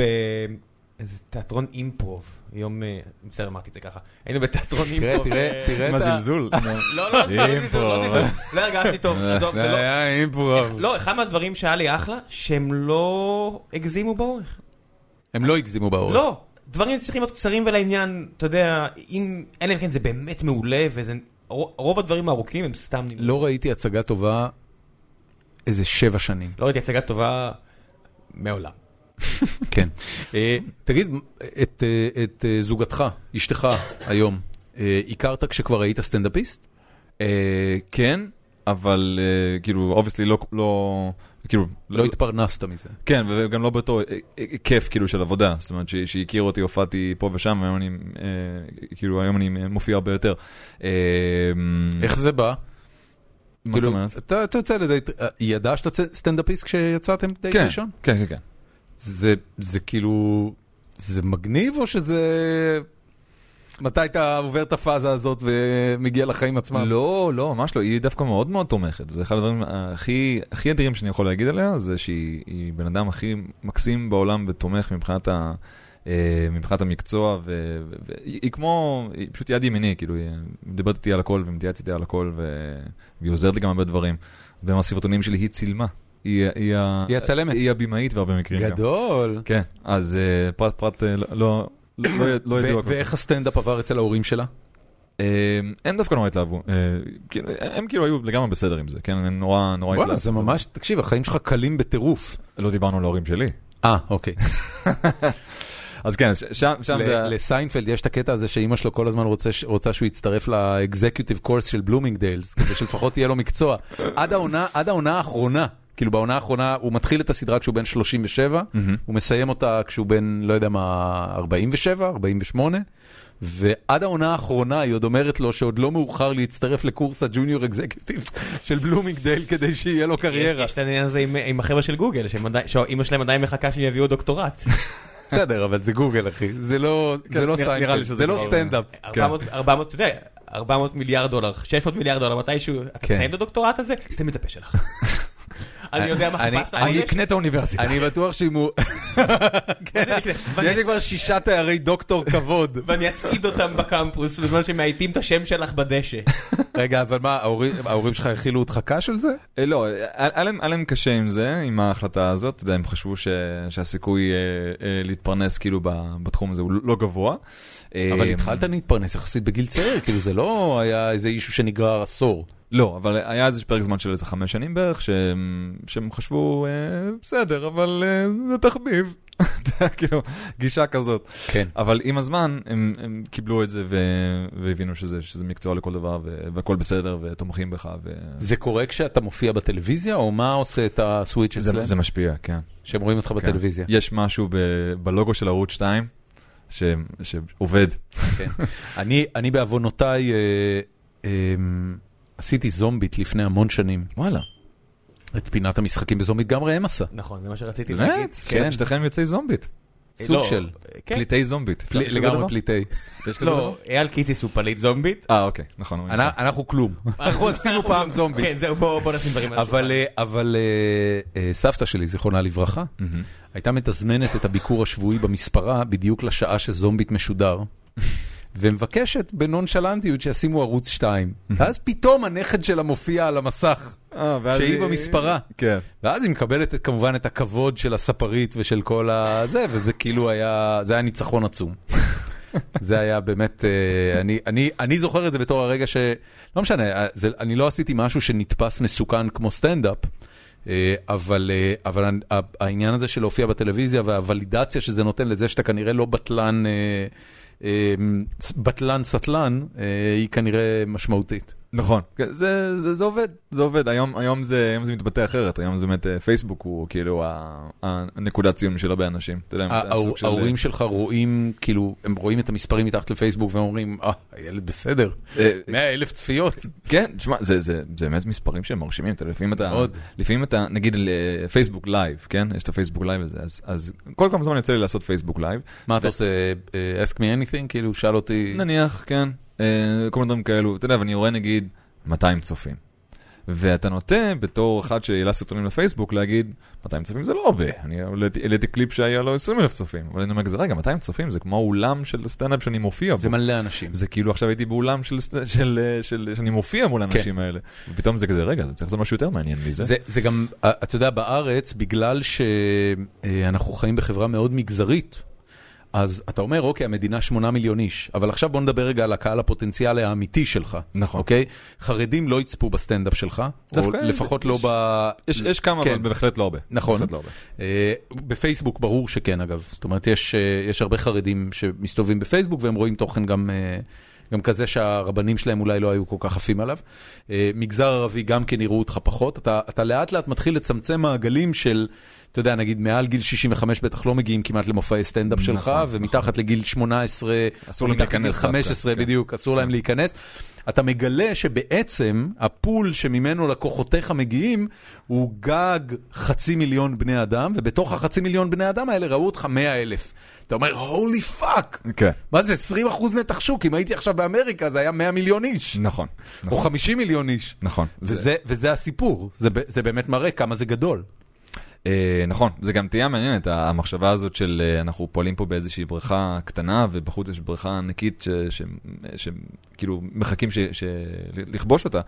באיזה תיאטרון אימפרוב, יום, אה, מצטער אמרתי את זה ככה, היינו בתיאטרון תראה, אימפרוב. תראה, אה, תראה עם את ה... הזלזול. לא, לא, זה לא זלזול, לא אימפרוב. זלזול. לא הרגשתי טוב, אה, עזוב, זה לא... היה אימפרוב. לא, אחד מהדברים שהיה לי אחלה, שהם לא הגזימו באורך. הם לא הגזימו באורך. לא, דברים צריכים להיות קצרים ולעניין, אתה יודע, אם, אלא אם כן זה באמת מעולה, וזה... רוב הדברים הארוכים הם סתם... נמ- לא ראיתי הצגה טובה איזה שבע שנים. [laughs] לא ראיתי הצגה טובה מעולם. כן. אה, תגיד, את, אה, את אה, זוגתך, אשתך היום, אה, הכרת כשכבר היית סטנדאפיסט? אה, כן, אבל אה, כאילו, אובייסלי לא, לא, כאילו, לא התפרנסת מזה. כן, וגם לא באותו אה, אה, היקף כאילו של עבודה, זאת אומרת ש- שהכיר אותי, הופעתי פה ושם, היום אני, אה, כאילו, היום אני מופיע הרבה יותר. אה, איך זה בא? מה זאת כאילו, אומרת? אתה אתה יוצא לדייט, אה, היא ידעה שאתה צ- סטנדאפיסט כשיצאתם דייט כן, ראשון? כן, כן, כן. זה זה כאילו, זה מגניב או שזה... מתי אתה עובר את הפאזה הזאת ומגיע לחיים עצמם? לא, לא, ממש לא, היא דווקא מאוד מאוד תומכת. זה אחד הדברים הכי, הכי אדירים שאני יכול להגיד עליה, זה שהיא היא בן אדם הכי מקסים בעולם ותומך מבחינת, ה, אה, מבחינת המקצוע, ו- ו- והיא היא כמו, היא פשוט יד ימיני, כאילו, היא מדברת איתי על הכל ומתייעצת איתי על הכל, ו- והיא עוזרת לי גם הרבה דברים. הרבה מהסרטונים שלי היא צילמה. היא, היא, ה- היא הצלמת. היא הבמאית בהרבה מקרים גם. גדול. כן, אז אה, פרט פרט אה, לא, לא, לא, לא ידוע. ו- ואיך הסטנדאפ עבר אצל ההורים שלה? אה, הם דווקא נורא התלהבו, אה, כאילו, הם כאילו היו לגמרי בסדר עם זה, כן, הם נורא נורא וואלה, זה ממש, תקשיב, החיים שלך קלים בטירוף. לא דיברנו על ההורים שלי. אה, אוקיי. אז כן, אז ש- שם שם ל- זה... ה- לסיינפלד יש את הקטע הזה שאימא שלו כל הזמן רוצה ש- רוצה שהוא יצטרף לאקזקיוטיב קורס של בלומינגדיילס, [laughs] כדי שלפחות יהיה לו מקצוע. עד העונה- עד העונה האחרונה, כאילו בעונה האחרונה, הוא מתחיל את הסדרה כשהוא בן 37, הוא מסיים אותה כשהוא בן, לא יודע מה, 47, 48, ועד העונה האחרונה היא עוד אומרת לו שעוד לא מאוחר להצטרף לקורס הג'וניור אקזקיוטיבס של בלומינגדייל כדי שיהיה לו קריירה. יש את העניין הזה עם- עם החבר'ה של גוגל, שהם עדיין- שאימא שלהם עדיין מחכה שהם יביאו [laughs] [laughs] דוקטורט. כן. בסדר, אבל זה גוגל, אחי. זה לא זה לא נראה- נראה לי סיינפלד, שזה זה לא כבר- סטנדאפ. 400, 400, אתה יודע, 400 מיליארד דולר, 600 מיליארד דולר, מתישהו, אתה כן. תסיים את הדוקטורט הזה, סתם את הפה [laughs] שלך. אני יודע מה אני- חיפשת אני חודש, אקנה את האוניברסיטה. אני בטוח שאם הוא... [laughs] מה [laughs] זה נקנה? ואני- יש לי כבר שישה תארי דוקטור [laughs] כבוד. ואני אצעיד אותם בקמפוס בזמן שמאייתים את השם שלך בדשא. רגע, אבל מה, ההורים ההורים שלך הכילו אותך קש על זה? אה, לא, אה, היה להם- היה להם קשה עם זה, עם ההחלטה הזאת, אתה יודע, הם חשבו ש- שהסיכוי אה, אה, להתפרנס כאילו ב- בתחום הזה הוא לא גבוה. אה, אבל התחלת להתפרנס יחסית בגיל צעיר, כאילו זה לא היה איזה אישו שנגרר עשור. לא, אבל היה איזה פרק זמן של איזה חמש שנים בערך, שהם, שהם חשבו, אה, בסדר, אבל אה, זה תחביב. [laughs] אתה יודע, כאילו, גישה כזאת. כן. אבל עם הזמן הם, הם קיבלו את זה ו... והבינו שזה, שזה מקצוע לכל דבר ו... והכל בסדר ותומכים בך. ו... זה קורה כשאתה מופיע בטלוויזיה, או מה עושה את הסוויץ' זה, אצלם? זה משפיע, כן. שהם רואים אותך בטלוויזיה. כן. יש משהו ב... בלוגו של ערוץ 2 ש... שעובד. אני אני בעוונותיי אה, אה, עשיתי זומבית לפני המון שנים. וואלה. את פינת המשחקים בזומבית גם ראם עשה. אה, נכון, זה מה שרציתי להגיד. באמת? כן, שתיכם יוצאי זומבית. סוג לא, של. כן. פליטי זומבית. אפשר פל- כזה לגמרי דבר? פליטי. יש כזה דבר? לא, אייל קיציס הוא פליט זומבית. אה, אוקיי, נכון. אומרים אנ- אנחנו כלום. אנחנו עשינו פעם זומבי. אה, כן, זהו, בוא בוא נשים דברים על אבל, השולחן. אה, אבל אה, אה, סבתא שלי, זיכרונה לברכה, הייתה מתזמנת את הביקור השבועי במספרה בדיוק לשעה שזומבית משודר, ומבקשת בנונשלנטיות שישימו ערוץ 2. ואז פתאום הנכד שלה מופיע על המסך, ככה. אה, ואז שהיא היא- במספרה. כן. ואז היא מקבלת את- כמובן את הכבוד של הספרית ושל כל הזה, וזה כאילו היה, זה היה ניצחון עצום. [laughs] זה היה באמת, אה, אני, אני, אני זוכר את זה בתור הרגע ש... לא משנה, אה, זה, אני לא עשיתי משהו שנתפס מסוכן כמו סטנדאפ, אה, אבל, אה, אבל הנ- ה- העניין הזה של להופיע בטלוויזיה והוולידציה שזה נותן לזה שאתה כנראה לא בטלן, אה, אה, ס- בטלן סטלן, אה, היא כנראה משמעותית. נכון, כן, זה, זה, זה עובד, זה עובד, היום, היום, זה, היום זה מתבטא אחרת, היום זה באמת אה, פייסבוק הוא כאילו ה- הנקודת ציון של הרבה אנשים, אתה יודע, ה- הסוג של- אה, ההורים שלך רואים, כאילו, הם רואים את המספרים מתחת לפייסבוק והם אומרים, אה, הילד בסדר, אה, 100 אלף צפיות. כן, תשמע, זה, זה, זה באמת מספרים שהם מרשימים, אתה, לפעמים אתה, מאוד. לפעמים אתה, נגיד ל- פייסבוק לייב, כן, יש את הפייסבוק לייב הזה, אז, אז כל כמה זמן יוצא לי לעשות פייסבוק לייב, מה אתה עושה, אה, ask me anything? כאילו, שאל אותי, נניח, כן, אה, כל מיני דברים כאלו, אתה יודע, ואני רואה נגיד 200 צופים. ואתה נוטה, בתור אחד שהעלה סרטונים לפייסבוק, להגיד, 200 צופים זה לא הרבה. אני העליתי- העליתי קליפ שהיה לו 20 אלף צופים. אבל אני אומר כזה, רגע, 200 צופים זה כמו האולם של סטנדאפ שאני מופיע בו. זה מלא אנשים. זה כאילו עכשיו הייתי באולם של, סט- של, אה, של, שאני מופיע מול האנשים האלה. ופתאום זה כזה, רגע, זה צריך לעשות משהו יותר מעניין מזה. כן. זה, זה גם, אה, אתה יודע, בארץ, בגלל שאנחנו חיים בחברה מאוד מגזרית, אז אתה אומר, אוקיי, המדינה 8 מיליון איש, אבל עכשיו בוא נדבר רגע על הקהל הפוטנציאל האמיתי שלך. נכון. אוקיי? חרדים לא יצפו בסטנדאפ שלך, או דווקא לפחות יש- לא ב... יש, יש כמה, כן. אבל בהחלט לא הרבה. נכון. בהחלט לא הרבה. אה, בפייסבוק ברור שכן, אגב. זאת אומרת, יש, אה, יש הרבה חרדים שמסתובבים בפייסבוק והם רואים תוכן גם, אה, גם כזה שהרבנים שלהם אולי לא היו כל כך עפים עליו. אה, מגזר ערבי גם כן יראו אותך פחות. אתה, אתה לאט לאט מתחיל לצמצם מעגלים של, אתה יודע, נגיד מעל גיל 65 בטח לא מגיעים כמעט למופעי סטנדאפ נכון, שלך, נכון. ומתחת לגיל 18, אסור או להם מתחת לגיל להיכנס דווקא, 15 כן. בדיוק, אסור להם להיכנס. אתה מגלה שבעצם הפול שממנו לקוחותיך מגיעים הוא גג חצי מיליון בני אדם, ובתוך החצי מיליון בני אדם האלה ראו אותך מאה אלף. אתה אומר, הולי פאק, כן, מה זה 20 אחוז נתח שוק, אם הייתי עכשיו באמריקה זה היה 100 מיליון איש, נכון. או נכון. 50 מיליון איש. נכון. זה- וזה, וזה הסיפור, זה, ב- זה באמת מראה כמה זה גדול. אה, נכון, זה גם תהיה מעניינת, ה- המחשבה הזאת של אה, אנחנו פועלים פה באיזושהי בריכה קטנה, ובחוץ יש בריכה ענקית שכאילו כאילו, מחכים ש, ש, לכבוש אותה.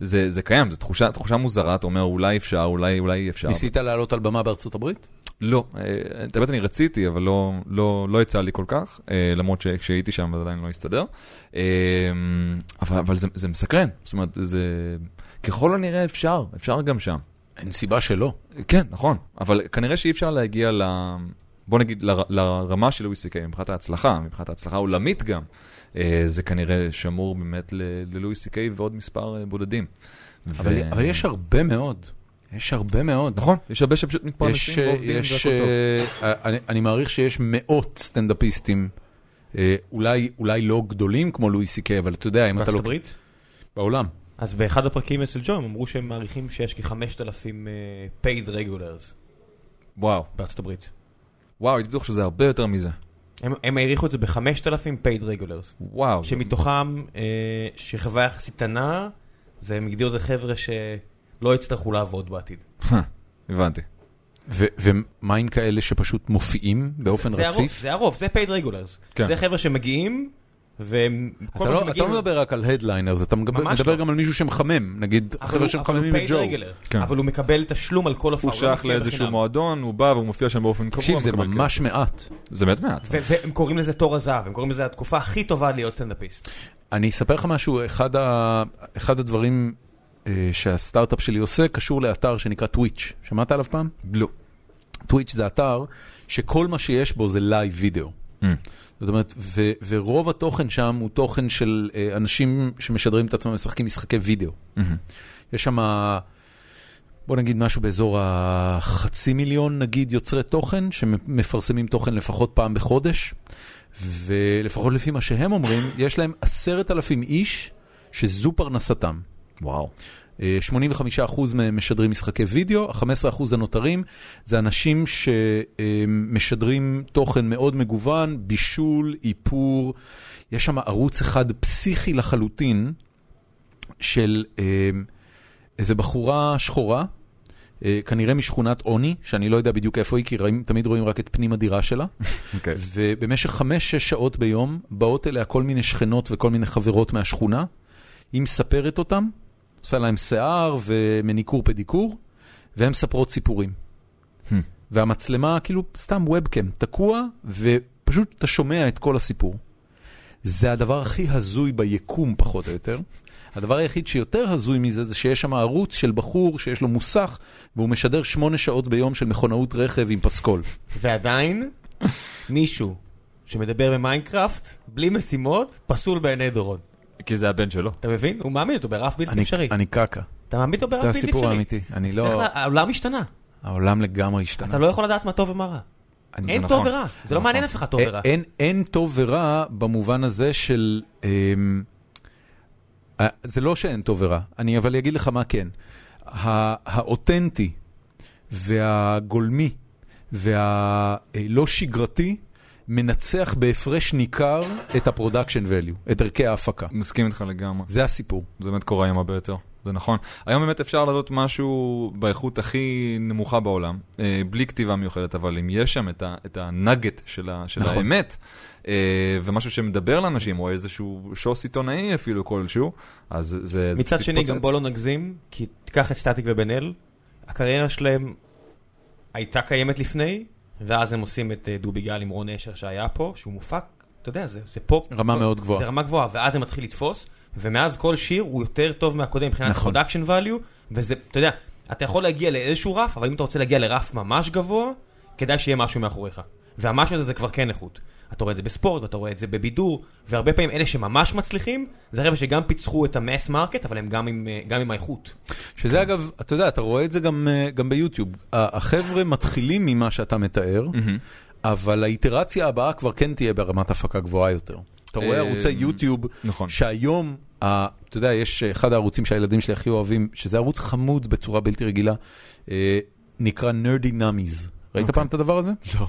זה, זה קיים, זו תחושה, תחושה מוזרה, אתה אומר אולי אפשר, אולי, אולי אי אפשר. ניסית לעלות על במה בארצות הברית? לא, אה, את האמת אני רציתי, אבל לא, לא, לא יצא לי כל כך, אה, למרות שכשהייתי שם זה עדיין לא הסתדר. אה, אבל, אבל זה, זה מסקרן, זאת אומרת, זה... ככל הנראה אפשר, אפשר גם שם. אין סיבה שלא. כן, נכון, אבל כנראה שאי אפשר להגיע ל... בוא נגיד ל... לרמה של לואי סי קיי מבחינת ההצלחה, מבחינת ההצלחה העולמית גם, אה, זה כנראה שמור באמת ל- ללואי סי קיי ועוד מספר אה, בודדים. אבל, אבל יש הרבה מאוד. יש הרבה מאוד. נכון, יש הרבה שפשוט מתפרנסים יש, ועובדים יש, והכל טוב. אה, אני, אני מעריך שיש מאות סטנדאפיסטים, אה, אולי, אולי לא גדולים כמו לואי סי קיי, אבל אתה יודע, אם אתה בארצות לא... הברית? בעולם. אז באחד הפרקים אצל ג'ו הם אמרו שהם מעריכים שיש כ-5,000 paid regulars וואו, בארצות הברית. וואו, הייתי בטוח שזה הרבה יותר מזה. הם- הם העריכו את זה ב-5,000 paid regulars. וואו. זה- שמתוכם, אה, שכבה יחסית קטנה, זה, הם הגדירו את זה חבר'ה שלא יצטרכו לעבוד בעתיד. הבנתי. ו, ומה עם כאלה שפשוט מופיעים באופן זה הרוב, רציף? זה הרוב, זה paid regulars. כן. זה חבר'ה שמגיעים, והם... כל אתה פעם לא, אתה שמגיעים- לא מדבר רק על הדליינרס, אתה מגב- ממש מדבר לא. גם על מישהו שמחמם, נגיד אבל חבר'ה הוא- שמחממים אבל את הוא paid ג'ו. regular, כן. אבל הוא מקבל תשלום על כל הופעה. הוא הוא לא שייך מופיע לאיזשהו בחינם. מועדון, הוא בא והוא מופיע שם באופן קבוע. תקשיב, הוא זה מקבל ממש מעט. כסף. זה באמת מעט. ו- והם קוראים לזה תור הזהב, הם קוראים לזה התקופה הכי טובה להיות סטנדאפיסט. אני אספר לך משהו, אחד, ה, אחד הדברים אה, שהסטארט-אפ שלי עושה קשור לאתר שנקרא טוויץ'. שמעת עליו פעם? לא. טוויץ' זה אתר שכל מה שיש בו זה לייב וידאו. Mm. זאת אומרת, ו, ורוב התוכן שם הוא תוכן של אה, אנשים שמשדרים את עצמם משחקים משחקי וידאו. מהמם. יש שם, בוא נגיד משהו באזור החצי מיליון נגיד יוצרי תוכן, שמפרסמים תוכן לפחות פעם בחודש, ולפחות לפי מה שהם אומרים, יש להם עשרת אלפים איש שזו פרנסתם. וואו. אה, 85% מהם משדרים משחקי וידאו, ה-15% הנותרים זה אנשים שמשדרים תוכן מאוד מגוון, בישול, איפור, יש שם ערוץ אחד פסיכי לחלוטין של אה, איזה בחורה שחורה. אה, כנראה משכונת עוני, שאני לא יודע בדיוק איפה היא, כי רואים, תמיד רואים רק את פנים הדירה שלה. אוקיי. ובמשך חמש-שש שעות ביום באות אליה כל מיני שכנות וכל מיני חברות מהשכונה. היא מספרת אותם, עושה להם שיער ומניקור פדיקור, והן מספרות סיפורים. Hmm. והמצלמה, כאילו, סתם ובקאם, תקוע, ופשוט אתה שומע את כל הסיפור. זה הדבר הכי הזוי ביקום, פחות או יותר. הדבר היחיד שיותר הזוי מזה, זה שיש שם ערוץ של בחור שיש לו מוסך, והוא משדר שמונה שעות ביום של מכונאות רכב עם פסקול. ועדיין, מישהו שמדבר במיינקראפט, בלי משימות, פסול בעיני דורון. כי זה הבן שלו. אתה מבין? הוא מעמיד אותו ברף בלתי אני, אפשרי. אני קקה. אתה מעמיד אותו ברף זה בלתי אפשרי. הסיפור האמיתי. אני לא, צריך לא... לה- העולם השתנה. העולם לגמרי השתנה. אתה לא יכול לדעת מה טוב ומה רע. אני- אין זה טוב נכון. אה, ורע. זה לא מעניין אף אחד טוב א- ורע. אין- אין טוב ורע במובן הזה של... אמ, אה, זה לא שאין טוב ורע, אני אבל אגיד לך מה כן. הא- האותנטי והגולמי והלא שגרתי מנצח בהפרש ניכר את הפרודקשן value, את ערכי ההפקה. מסכים איתך לגמרי. זה הסיפור. זה באמת קורה היום הרבה יותר, זה נכון. היום באמת אפשר לעשות משהו באיכות הכי נמוכה בעולם, אה, בלי כתיבה מיוחדת, אבל אם יש שם את, ה, את הנגט של, ה, של נכון. האמת, אה, ומשהו שמדבר לאנשים, או איזשהו שוס עיתונאי אפילו כלשהו, אז זה- זה... זה מצד פשוט שני, גם יתפוצץ. בוא לא נגזים, כי תיקח את סטטיק ובן אל, הקריירה שלהם הייתה קיימת לפני, ואז הם עושים את אה, דובי גל עם רון אשר שהיה פה, שהוא מופק, אתה יודע, זה זה פופ. רמה לא- מאוד גבוהה. זה רמה גבוהה, ואז זה מתחיל לתפוס, ומאז כל שיר הוא יותר טוב מהקודם מבחינת נכון. פרודקשן value, וזה, אתה יודע, אתה יכול להגיע לאיזשהו רף, אבל אם אתה רוצה להגיע לרף ממש גבוה, כדאי שיהיה משהו מאחוריך. והמשהו הזה זה כבר כן איכות. אתה רואה את זה בספורט, ואתה רואה את זה בבידור, והרבה פעמים אלה שממש מצליחים, זה חבר'ה שגם פיצחו את המס מרקט, אבל הם גם עם, אה, גם עם האיכות. שזה כן. אגב, אתה יודע, אתה רואה את זה גם, אה, גם ביוטיוב. ה- החבר'ה מתחילים ממה שאתה מתאר, אבל האיטרציה הבאה כבר כן תהיה ברמת הפקה גבוהה יותר. אתה רואה אה, ערוצי יוטיוב, נכון. שהיום, ה- אתה יודע, יש אה, אחד הערוצים שהילדים שלי הכי אוהבים, שזה ערוץ חמוד בצורה בלתי רגילה, אה, נקרא נרדי נאמיז. ראית פעם את הדבר הזה? לא.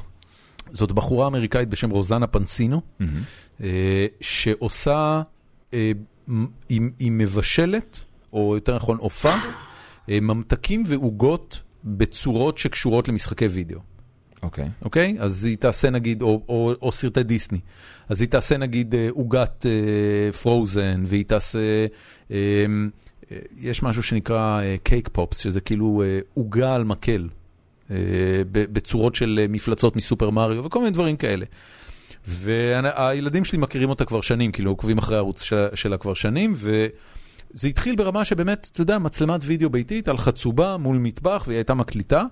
זאת בחורה אמריקאית בשם רוזנה פנסינו, אה, שעושה, אה, מ- היא, היא מבשלת, או יותר נכון עופה, אה, ממתקים ועוגות בצורות שקשורות למשחקי וידאו. אוקיי. אוקיי? אז היא תעשה נגיד, או, או, או סרטי דיסני, אז היא תעשה נגיד אה, עוגת אה, פרוזן, והיא תעשה, אה, אה, יש משהו שנקרא קייק פופס, שזה כאילו אה, עוגה על מקל, אה, ב- בצורות של אה, מפלצות מסופר מריו וכל מיני דברים כאלה. והילדים שלי מכירים אותה כבר שנים, כאילו עוקבים אחרי הערוץ שלה, שלה כבר שנים, ו... זה התחיל ברמה שבאמת, אתה יודע, מצלמת וידאו ביתית על חצובה מול מטבח והיא הייתה מקליטה.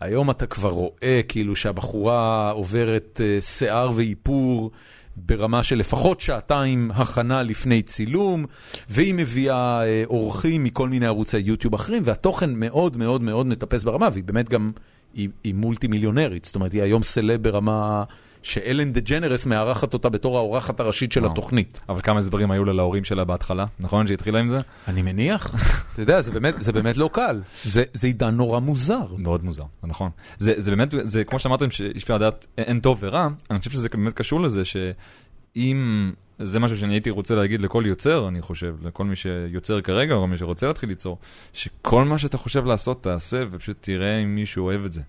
היום אתה כבר רואה כאילו שהבחורה עוברת אה, שיער ואיפור ברמה של לפחות שעתיים הכנה לפני צילום, והיא מביאה אה, אורחים מכל מיני ערוצי יוטיוב אחרים, והתוכן מאוד מאוד מאוד מטפס ברמה, והיא באמת גם, היא, היא מולטי מיליונרית, זאת אומרת, היא היום סלב ברמה שאלן דה ג'נרס מארחת אותה בתור האורחת הראשית של וואו. התוכנית. אבל כמה הסברים היו לה להורים שלה בהתחלה, נכון? שהתחילה עם זה? אני מניח. אתה יודע, זה באמת, זה באמת לא קל. זה, זה עידן נורא מוזר. מאוד מוזר, זה נכון. זה, זה באמת, זה כמו שאמרתם, שאי אפשר לדעת א- אין טוב ורע, אני חושב שזה באמת קשור לזה שאם, זה משהו שאני הייתי רוצה להגיד לכל יוצר, אני חושב, לכל מי שיוצר כרגע, או מי שרוצה להתחיל ליצור, שכל מה שאתה חושב לעשות, תעשה, ופשוט תראה אם מישהו אוהב את זה.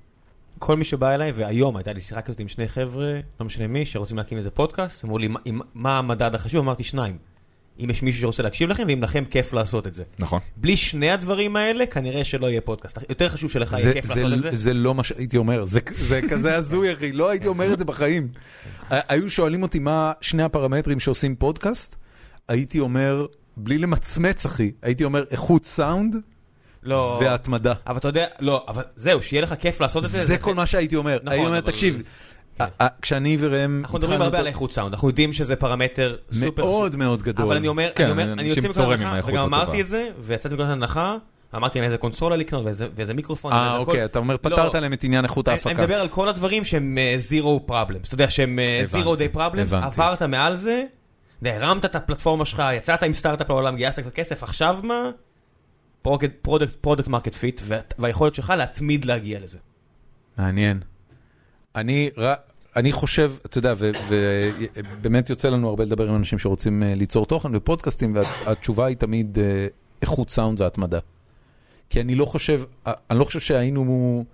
כל מי שבא אליי, והיום הייתה לי שיחה כזאת עם שני חבר'ה, לא משנה מי, שרוצים להקים איזה פודקאסט, אמרו לי, "מה- אם- מה המדד החשוב? אמרתי, שניים. אם יש מישהו שרוצה להקשיב לכם, ואם לכם כיף לעשות את זה. נכון. בלי שני הדברים האלה, כנראה שלא יהיה פודקאסט. יותר חשוב שלך זה, יהיה כיף זה, לעשות את זה. זה, זה לא מה שהייתי אומר, זה, זה כזה הזוי אחי, לא הייתי אומר את זה בחיים. ה- היו שואלים אותי מה שני הפרמטרים שעושים פודקאסט, הייתי אומר, בלי למצמץ אחי, הייתי אומר איכות סאונד לא, והתמדה. אבל אתה יודע, לא, אבל זהו, שיהיה לך כיף לעשות את זה. זה כל מה שהייתי אומר. נכון, הייתי אומר, אבל- כן. תקשיב, ה- ה- כשאני וראם... אנחנו מדברים התחלנו הרבה את- על איכות סאונד, אנחנו יודעים שזה פרמטר סופר מאוד מאוד גדול. אבל אני אומר, כן, אני אומר, אנשים אני יוצא מכל צורם עם הנחה, האיכות וגם הטובה. אמרתי את זה, ויצאתי מכל הנחה, אמרתי להם איזה קונסולה לקנות, ואיזה- ואיזה מיקרופון, אה, ואיזה הכל. אוקיי, אתה אומר, לא, פתרת להם את עניין איכות אני- ההפקה. אני מדבר על כל הדברים שהם אה, zero problems, אתה יודע שהם אה, הבנתי, zero day problems, הבנתי. עברת מעל זה, אתה יודע, הרמת את הפלטפורמה שלך, יצאת עם סטארט-אפ לעולם, גייסת קצת כסף, עכשיו מה? פרודקט מרקט פיט, והיכולת שלך להתמיד להגיע לזה. מעניין. אני, ר- אני חושב, אתה יודע, ובאמת יוצא לנו הרבה לדבר עם אנשים שרוצים אה, ליצור תוכן ופודקאסטים, והתשובה היא תמיד אה, איכות סאונד והתמדה. כי אני לא חושב, אה, אני לא חושב שהיינו,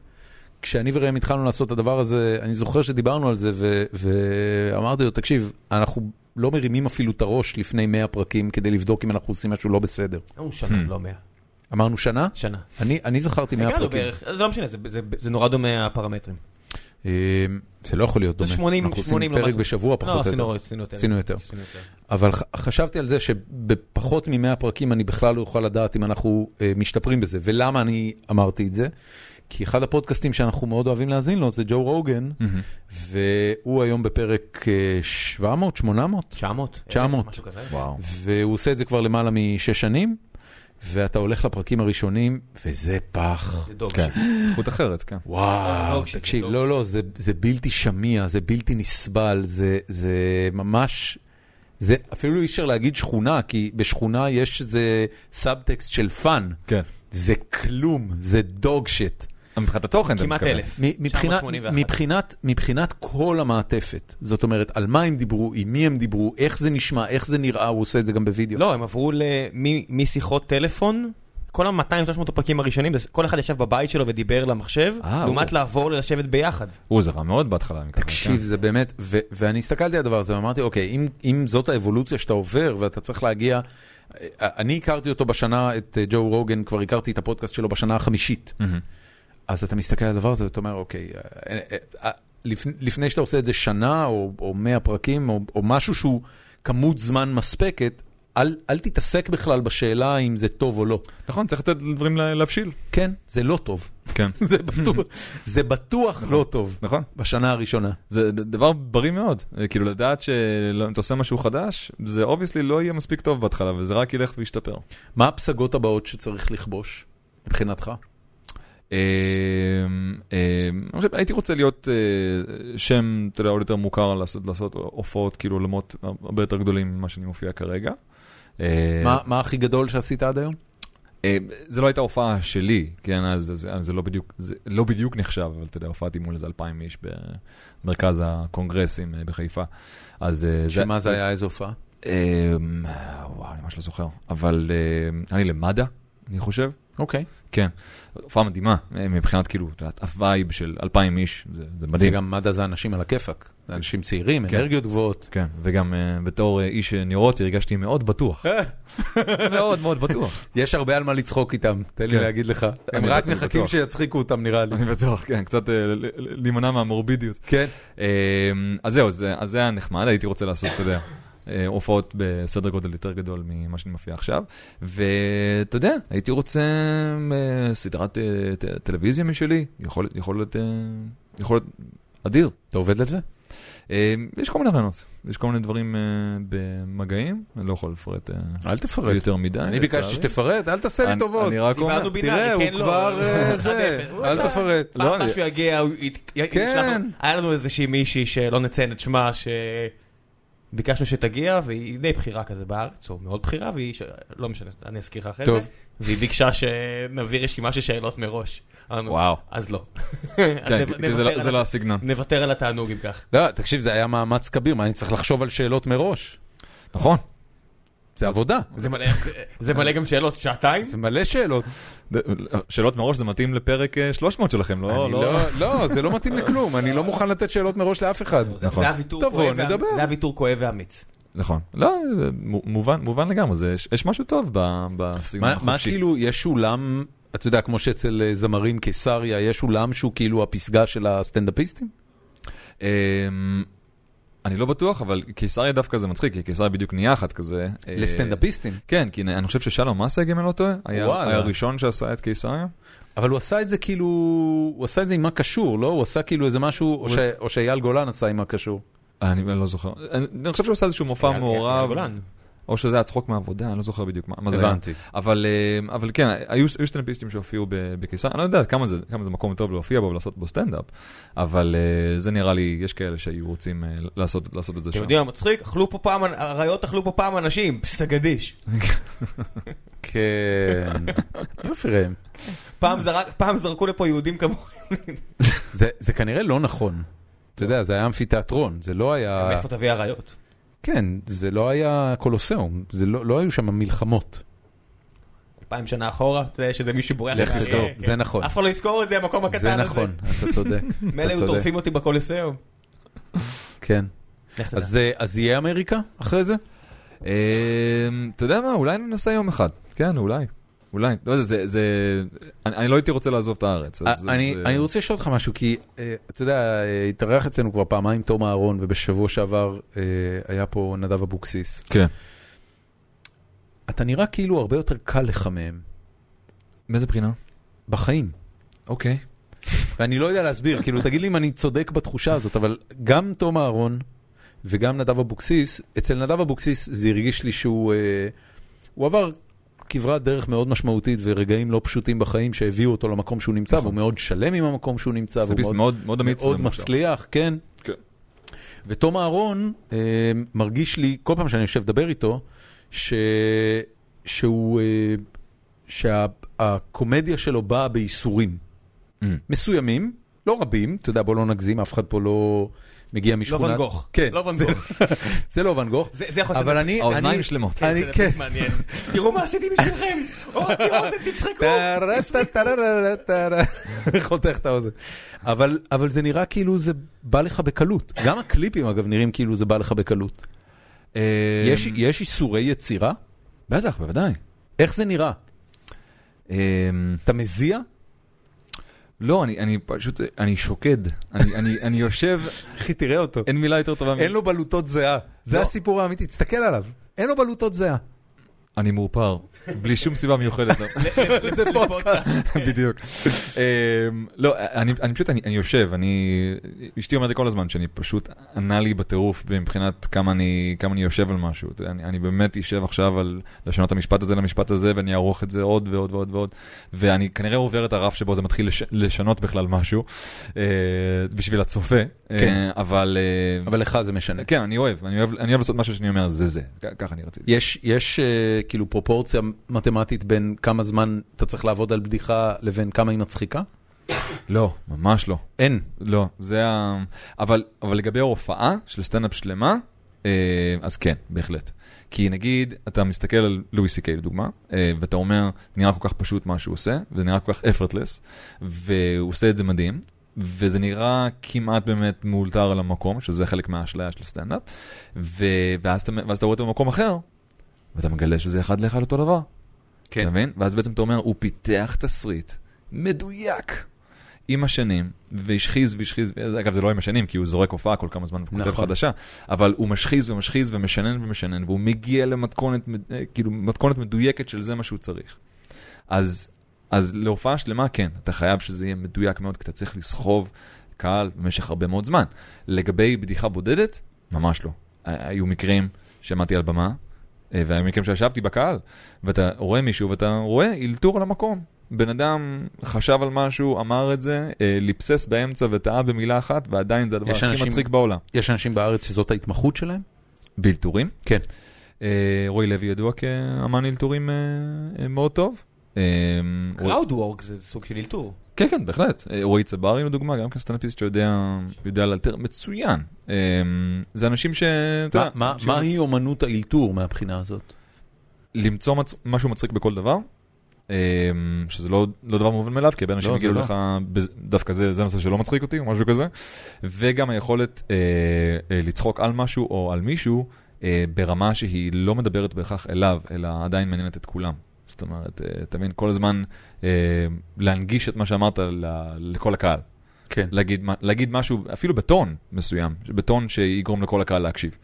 כשאני וראם התחלנו לעשות את הדבר הזה, אני זוכר שדיברנו על זה, ו, ואמרתי לו, תקשיב, אנחנו לא מרימים אפילו את הראש לפני 100 פרקים כדי לבדוק אם אנחנו עושים משהו לא בסדר. אמרו שנה, לא מאה. אמרנו שנה? שנה. אני, אני זכרתי 100 הגענו פרקים. בערך, זה לא משנה, זה- זה- זה נורא דומה הפרמטרים. אה, זה לא יכול להיות זה דומה. 80, אנחנו עושים 80 לא פרק משהו. בשבוע פחות לא, או יותר. עשינו- עשינו יותר. עשינו יותר. עשינו יותר. אבל ח- חשבתי על זה שבפחות מ-100 פרקים אני בכלל לא אוכל לדעת אם אנחנו אה, משתפרים בזה. ולמה אני אמרתי את זה? כי אחד הפודקאסטים שאנחנו מאוד אוהבים להאזין לו זה ג'ו רוגן, והוא היום בפרק אה, 700, 800, 900. 900. משהו כזה. וואו. והוא עושה את זה כבר למעלה משש שנים, ואתה הולך לפרקים הראשונים, וזה פח. זה דוג. כן. זכות אחרת, כן. וואו, לא, שזה תקשיב, לא- לא, לא, זה, זה בלתי שמיע, זה בלתי נסבל, זה, זה ממש, זה אפילו אי אפשר להגיד שכונה, כי בשכונה יש איזה סאבטקסט של פאן. כן. זה כלום, זה דוג שיט. מבחינת התוכן, אתה כמעט כן. מתכוון. אלף. מ- מבחינת, 981. מבחינת, מבחינת כל המעטפת, זאת אומרת, על מה הם דיברו, עם מי הם דיברו, איך זה נשמע, איך זה נראה, הוא עושה את זה גם בווידאו. לא, הם עברו ל- מ- משיחות טלפון, כל ה-200-300 הפרקים הראשונים, זה- כל אחד ישב בבית שלו ודיבר למחשב, אה, לעומת לעבור ללשבת ביחד. הוא, זה רע מאוד בהתחלה. אני מתכוון, כן. תקשיב, זה באמת, ו- ואני הסתכלתי על הדבר הזה ואמרתי, אוקיי, אם, אם זאת האבולוציה שאתה עובר ואתה צריך להגיע, אה, אני הכרתי אותו בשנה, את אה, ג'ו רוגן, כבר הכרתי את הפודקאסט שלו בשנה החמישית. מהמם. אז אתה מסתכל על הדבר הזה ואתה אומר, אוקיי, אה, אה, אה, לפני, לפני שאתה עושה את זה שנה או, או 100 פרקים או, או משהו שהוא כמות זמן מספקת, אל, אל תתעסק בכלל בשאלה אם זה טוב או לא. נכון, צריך לתת לדברים לה- להבשיל. כן, זה לא טוב. [laughs] כן. זה בטוח, זה בטוח לא טוב נכון. בשנה הראשונה. זה ד- דבר בריא מאוד, אה, כאילו לדעת שאם אתה עושה משהו חדש, זה אובייסלי לא יהיה מספיק טוב בהתחלה, וזה רק ילך וישתפר. מה הפסגות הבאות שצריך לכבוש מבחינתך? אמ, אמ, אני חושב, הייתי רוצה להיות אה, שם, אתה יודע, עוד יותר מוכר, לעשות, לעשות הופעות, כאילו עולמות הרבה יותר גדולים ממה שאני מופיע כרגע. אה, מה, מה הכי גדול שעשית עד היום? אה, זה לא הייתה הופעה שלי, כן, אז, אז, אז זה, לא בדיוק, זה לא בדיוק נחשב, אבל אתה יודע, הופעתי מול איזה אלפיים איש במרכז הקונגרסים אה, בחיפה. אז אה, שמה זה היה, איזו הופעה? אה, וואו, אני ממש לא זוכר, אבל אה, היה לי למד"א, אני חושב. אוקיי. כן, הופעה מדהימה, אה, מבחינת כאילו, את יודעת, הווייב של אלפיים איש, זה, זה זה מדהים. גם מד"א זה אנשים על הכיפאק. זה אנשים צעירים, כן. אנרגיות גבוהות. כן, וגם אה, בתור אה, איש אה, נוירוטי הרגשתי מאוד בטוח. [laughs] מאוד מאוד בטוח. אה, יש הרבה על מה לצחוק איתם, תן לי כן. להגיד לך. הם אני רק בטוח. מחכים שיצחיקו אותם [laughs] נראה [laughs] לי. אני בטוח, כן, קצת אה, ל- ל- להימנע מהמורבידיות. כן. אה, אז זהו, זה- אז זה היה נחמד, הייתי רוצה לעשות, אתה יודע, אה, הופעות בסדר גודל יותר גדול ממה שאני מופיע עכשיו. ואתה יודע, הייתי רוצה אה, סדרת אה, ט- טלוויזיה משלי, יכול יכול להיות, אה, יכול להיות אדיר. אתה עובד על זה? אה, יש כל מיני רעיונות, יש כל מיני דברים אה, במגעים, אני לא יכול לפרט אה, אל תפרט. יותר מדי. אני אה, לצערי. ביקשתי שתפרט, אל תעשה לי אני- טובות. אני רק אומר, דיברנו בינארי, תראה, הוא כן, לא. כבר אה, [laughs] אחד זה, אפס. אל תפרט. לא, פעם אני- משהו יגיע, הוא ית- י- כן. ישלח לנו- היה לנו איזושהי מישהי שלא נציין את שמה, שביקשנו שתגיע, והיא די בכירה כזה בארץ, או מאוד בכירה, והיא, ש- לא משנה, אני אזכיר לך אחרי זה, טוב. והיא ביקשה שנביא רשימה של שאלות מראש. אמרנו, וואו. אז לא. אז כן, כי נב- זה נוותר לא- זה על לא ה- הסגנון. נוותר על התענוג אם כך. לא, תקשיב, זה היה מאמץ כביר, מה, אני צריך לחשוב על שאלות מראש? נכון. זה עבודה. זה מלא- זה אה, מלא גם שאלות, שעתיים? זה מלא שאלות. שאלות מראש זה מתאים לפרק אה, 300 שלכם, לא? אני לא, לא, זה לא מתאים לכלום, אני לא מוכן לתת שאלות מראש לאף אחד. זה נכון. זה היה ויתור טוב, כואב בואו ואמ- נדבר. זה היה ויתור כואב ואמיץ. נכון. לא, זה מו- מובן, מובן לגמרי, זה, יש- יש משהו טוב ב- בסגנון מה, החופשי. מה כאילו, יש אולם, אתה יודע, כמו שאצל אה, זמרים קיסריה, יש אולם שהוא כאילו הפסגה של הסטנדאפיסטים? אמ, אני לא בטוח, אבל קיסריה דווקא זה מצחיק, כי קיסריה בדיוק נהיה אחת כזה. אה, לסטנדאפיסטים. כן, כי אני חושב ששלום מסג, אם אני לא טועה, היה וואלה. היה הראשון שעשה את קיסריה. אבל הוא עשה את זה כאילו, הוא עשה את זה עם מה קשור, לא? הוא עשה כאילו איזה משהו, או, ש, או שאייל גולן עשה עם מה קשור. אני לא זוכר. אני אני חושב שהוא עשה איזשהו מופע יאללה, אוקיי, מעורב, יאללה, גולן. או שזה היה צחוק מהעבודה, אני לא זוכר בדיוק מה מה זה היה. לא- הבנתי. אבל, אמ, אבל כן, היו, היו סטנדאפיסטים שהופיעו ב- בקיסריה, אני לא יודע כמה זה, כמה זה מקום טוב להופיע בו ולעשות בו סטנדאפ, אבל אה, זה נראה לי, יש כאלה שהיו רוצים אה, לעשות, לעשות את זה אתם שם. יודעים מה מצחיק? אכלו פה פעם, אנ- אריות אכלו פה פעם אנשים, פסגדיש. [laughs] כן. יופי ראם. פעם אה. זרק- פעם זרקו לפה יהודים כמוכם. זה זה כנראה לא נכון. אתה יודע, זה היה אמפיתיאטרון, זה לא היה... מאיפה תביא הראיות? כן, זה לא היה קולוסיאום, זה לא לא היו שם מלחמות. אלפיים שנה אחורה, אתה יודע שזה מישהו בורח. לך מהאריה, תזכור, [laughs] כן. זה נכון. אף אחד לא יזכור את זה, המקום הקטן הזה. זה נכון, אתה צודק. אתה מילא היו צודק. טורפים אותי בקולוסיאום. כן. לך תדע. אז אה, אז יהיה אמריקה אחרי זה? אמ, אתה יודע מה, אולי ננסה יום אחד. כן, אולי. אולי. לא יודע, זה... זה- אני- אני לא הייתי רוצה לעזוב את הארץ. אז- אז, אני, אה, אני רוצה לשאול אותך משהו, כי אה, אתה יודע, אה, התארח אצלנו כבר פעמיים תום אהרון, ובשבוע שעבר אה, היה פה נדב אבוקסיס. כן. אתה נראה כאילו הרבה יותר קל לך מהם, מאיזה בחינה? בחיים. אוקיי. ואני לא יודע להסביר, כאילו, תגיד לי אם אני צודק בתחושה הזאת, אבל גם תום אהרון וגם נדב אבוקסיס, אצל נדב אבוקסיס זה הרגיש לי שהוא אה, הוא עבר כברת דרך מאוד משמעותית ורגעים לא פשוטים בחיים שהביאו אותו למקום שהוא נמצא, נכון. והוא מאוד שלם עם המקום שהוא נמצא, והוא סטאפיסט מאוד מאוד מאוד אמיץ. מאוד ומוכשר. מצליח, כן. כן. ותום אהרון אה, מרגיש לי, כל פעם שאני יושב לדבר איתו, ש... שהוא... אה, שהקומדיה שלו באה בייסורים Mm. מסוימים, לא רבים, אתה יודע, בוא לא נגזים, אף אחד פה לא מגיע משכונת... ואן גוך. כן. לא ואן זה- גוך. זה לא ואן גוך. זה זה יכול אבל להיות... אני... האוזניים אני- שלמות. אני, זה כן. באמת מעניין. תראו מה עשיתי [laughs] בשבילכם. או, תראו, זה- תצחקו. טה-רה-טה-טה-רה-טה-רה. חותך את האוזן. אבל, אבל זה נראה כאילו זה בא לך בקלות. גם הקליפים אגב נראים כאילו זה בא לך בקלות. אה, יש, יש איסורי יצירה? בטח, בוודאי. איך זה נראה? אמ, אתה מזיע? לא, אני- אני פשוט, אני שוקד. אני- אני- אני יושב, אחי, תראה אותו. אין מילה יותר [laughs] טובה. מ- אין לו בלוטות זיעה. זה לא. הסיפור האמיתי, תסתכל עליו. אין לו בלוטות זיעה. אני מאופר, בלי שום סיבה מיוחדת. [laughs] לא. זה פודקאסט. בדיוק. אמ, לא, אני אני פשוט, אני אני יושב, אני... אשתי אומרת לי כל הזמן שאני פשוט ענה לי בטירוף מבחינת כמה אני כמה אני יושב על משהו. אתה יודע, אני אני באמת אשב עכשיו על לשנות את המשפט הזה למשפט הזה, ואני אערוך את זה עוד ועוד ועוד ועוד. ואני כנראה עובר את הרף שבו זה מתחיל לש- לשנות בכלל משהו, אה, בשביל הצופה. אה, כן. אבל... אה, אבל לך זה משנה. כן, אני אוהב, אני אוהב אני אוהב לעשות משהו שאני אומר, זה זה, כ- ככה אני רציתי. יש, יש אה, כאילו פרופורציה מתמטית בין כמה זמן אתה צריך לעבוד על בדיחה לבין כמה היא מצחיקה? לא, ממש לא. אין. לא, זה ה... אבל, אבל לגבי הופעה של סטנדאפ שלמה, אה, אז כן, בהחלט. כי נגיד, אתה מסתכל על לואי סי קיי לדוגמה, אה, ואתה אומר, זה נראה כל כך פשוט מה שהוא עושה, וזה נראה כל כך effortless, והוא עושה את זה מדהים, וזה נראה כמעט באמת מאולתר על המקום, שזה חלק מהאשליה של סטנדאפ, ו... ואז, אתה... ואז אתה רואה אותו במקום אחר, ואתה מגלה שזה אחד לאחד אותו דבר. כן. אתה מבין? ואז בעצם אתה אומר, הוא פיתח תסריט מדויק. עם השנים, והשחיז והשחיז, אגב זה לא עם השנים, כי הוא זורק הופעה כל כמה זמן וכותב נכון. נכון. חדשה, אבל הוא משחיז ומשחיז ומשנן ומשנן, והוא מגיע למתכונת, מד- אה, כאילו, מתכונת מדויקת של זה מה שהוא צריך. אז, אז להופעה שלמה, כן, אתה חייב שזה יהיה מדויק מאוד, כי אתה צריך לסחוב קהל במשך הרבה מאוד זמן. לגבי בדיחה בודדת, ממש לא. ה- היו מקרים שעמדתי על במה, אה, והיו מקרים שישבתי בקהל, ואתה רואה מישהו ואתה רואה אלתור על המקום. בן אדם חשב על משהו, אמר את זה, אה, ליפסס באמצע וטעה במילה אחת, ועדיין זה הדבר יש הכי אנשים- מצחיק בעולם. יש אנשים בארץ שזאת ההתמחות שלהם? באלתורים? כן. אה, רועי לוי ידוע כאמן אלתורים אה, אה, מאוד טוב. אה, רועי- קראוד וורק זה סוג של אלתור. כן, כן, בהחלט. אה, רועי צברי לדוגמה, גם כן סטנדאפיסט שיודע יודע לאלתר מצוין. אה, זה אנשים ש... אתה מה- יודע, מה- אנשים מהי אומנות האלתור מהבחינה הזאת? למצוא מצ... משהו מצחיק בכל דבר, אמ, שזה לא, לא דבר מובן מאליו, כי הרבה אנשים לא, זה יגידו לא. לך, "בז- דווקא זה, זה נושא שלא מצחיק אותי, או משהו כזה, וגם היכולת אה, אה, לצחוק על משהו או על מישהו אה, ברמה שהיא לא מדברת בהכרח אליו, אלא עדיין מעניינת את כולם. זאת אומרת, אה, אתה מבין, כל הזמן אה, להנגיש את מה שאמרת ל- לכל הקהל. כן. להגיד, מה- להגיד משהו, אפילו בטון מסוים, בטון שיגרום לכל הקהל להקשיב.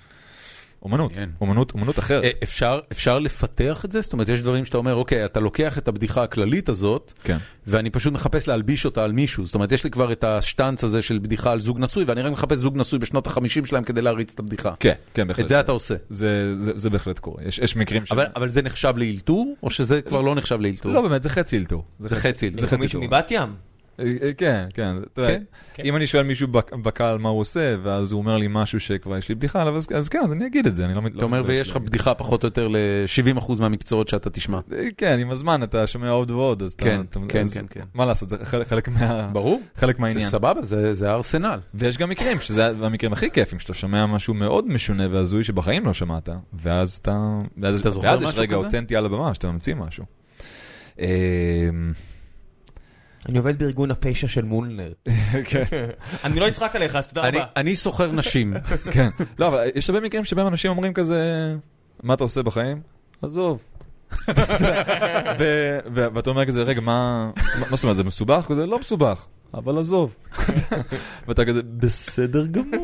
אומנות, מעניין. אומנות, אומנות אחרת. אה, אפשר, אפשר לפתח את זה? זאת אומרת, יש דברים שאתה אומר, אוקיי, אתה לוקח את הבדיחה הכללית הזאת, כן. ואני פשוט מחפש להלביש אותה על מישהו. זאת אומרת, יש לי כבר את השטנץ הזה של בדיחה על זוג נשוי, ואני רק מחפש זוג נשוי בשנות ה-50 שלהם כדי להריץ את הבדיחה. כן, כן, בהחלט. את זה אתה עושה. זה, זה, זה בהחלט קורה, יש, יש מקרים ש... אבל, אבל זה נחשב לאלתור, או שזה כבר לא נחשב לאלתור? לא באמת, זה חצי אלתור. זה חצי אלתור. זה חצי מישהו אלתור. מבת ים. אה, כן, כן, אתה יודע, כן? כן. אם אני שואל מישהו בק- בקהל מה הוא עושה, ואז הוא אומר לי משהו שכבר יש לי בדיחה עליו, אז- אז כן, אז אני אגיד את זה, אני לא מת- אתה אומר, לא מתבייש ויש לך להגיד. בדיחה פחות או יותר ל-70% מהמקצועות שאתה תשמע. אה, כן, עם הזמן אתה שומע עוד ועוד, אז אתה... כן, אתה- כן, אז כן, כן. מה לעשות, זה חלק- חלק מה... ברור. חלק זה מהעניין. סבבה, זה זה הארסנל. ויש גם מקרים, שזה המקרים הכי כיפים, שאתה שומע משהו מאוד משונה והזוי שבחיים לא שמעת, ואז אתה... ואז, אתה זוכר ואז יש משהו רגע כזה? כן. אותנטי על הבמה, שאתה ממציא [laughs] משהו. אמ, אני עובד בארגון הפשע של מולנר. כן, אני לא אצחק עליך, אז תודה אני- רבה. אני סוחר [laughs] נשים. כן. לא, אבל יש הרבה מקרים שבהם אנשים אומרים כזה, מה אתה עושה בחיים? עזוב. [laughs] ו- ו- ואתה אומר כזה, רגע, מה מה- מה זאת אומרת, זה מסובך? כזה, לא מסובך, אבל עזוב. [laughs] ואתה כזה, בסדר גמור.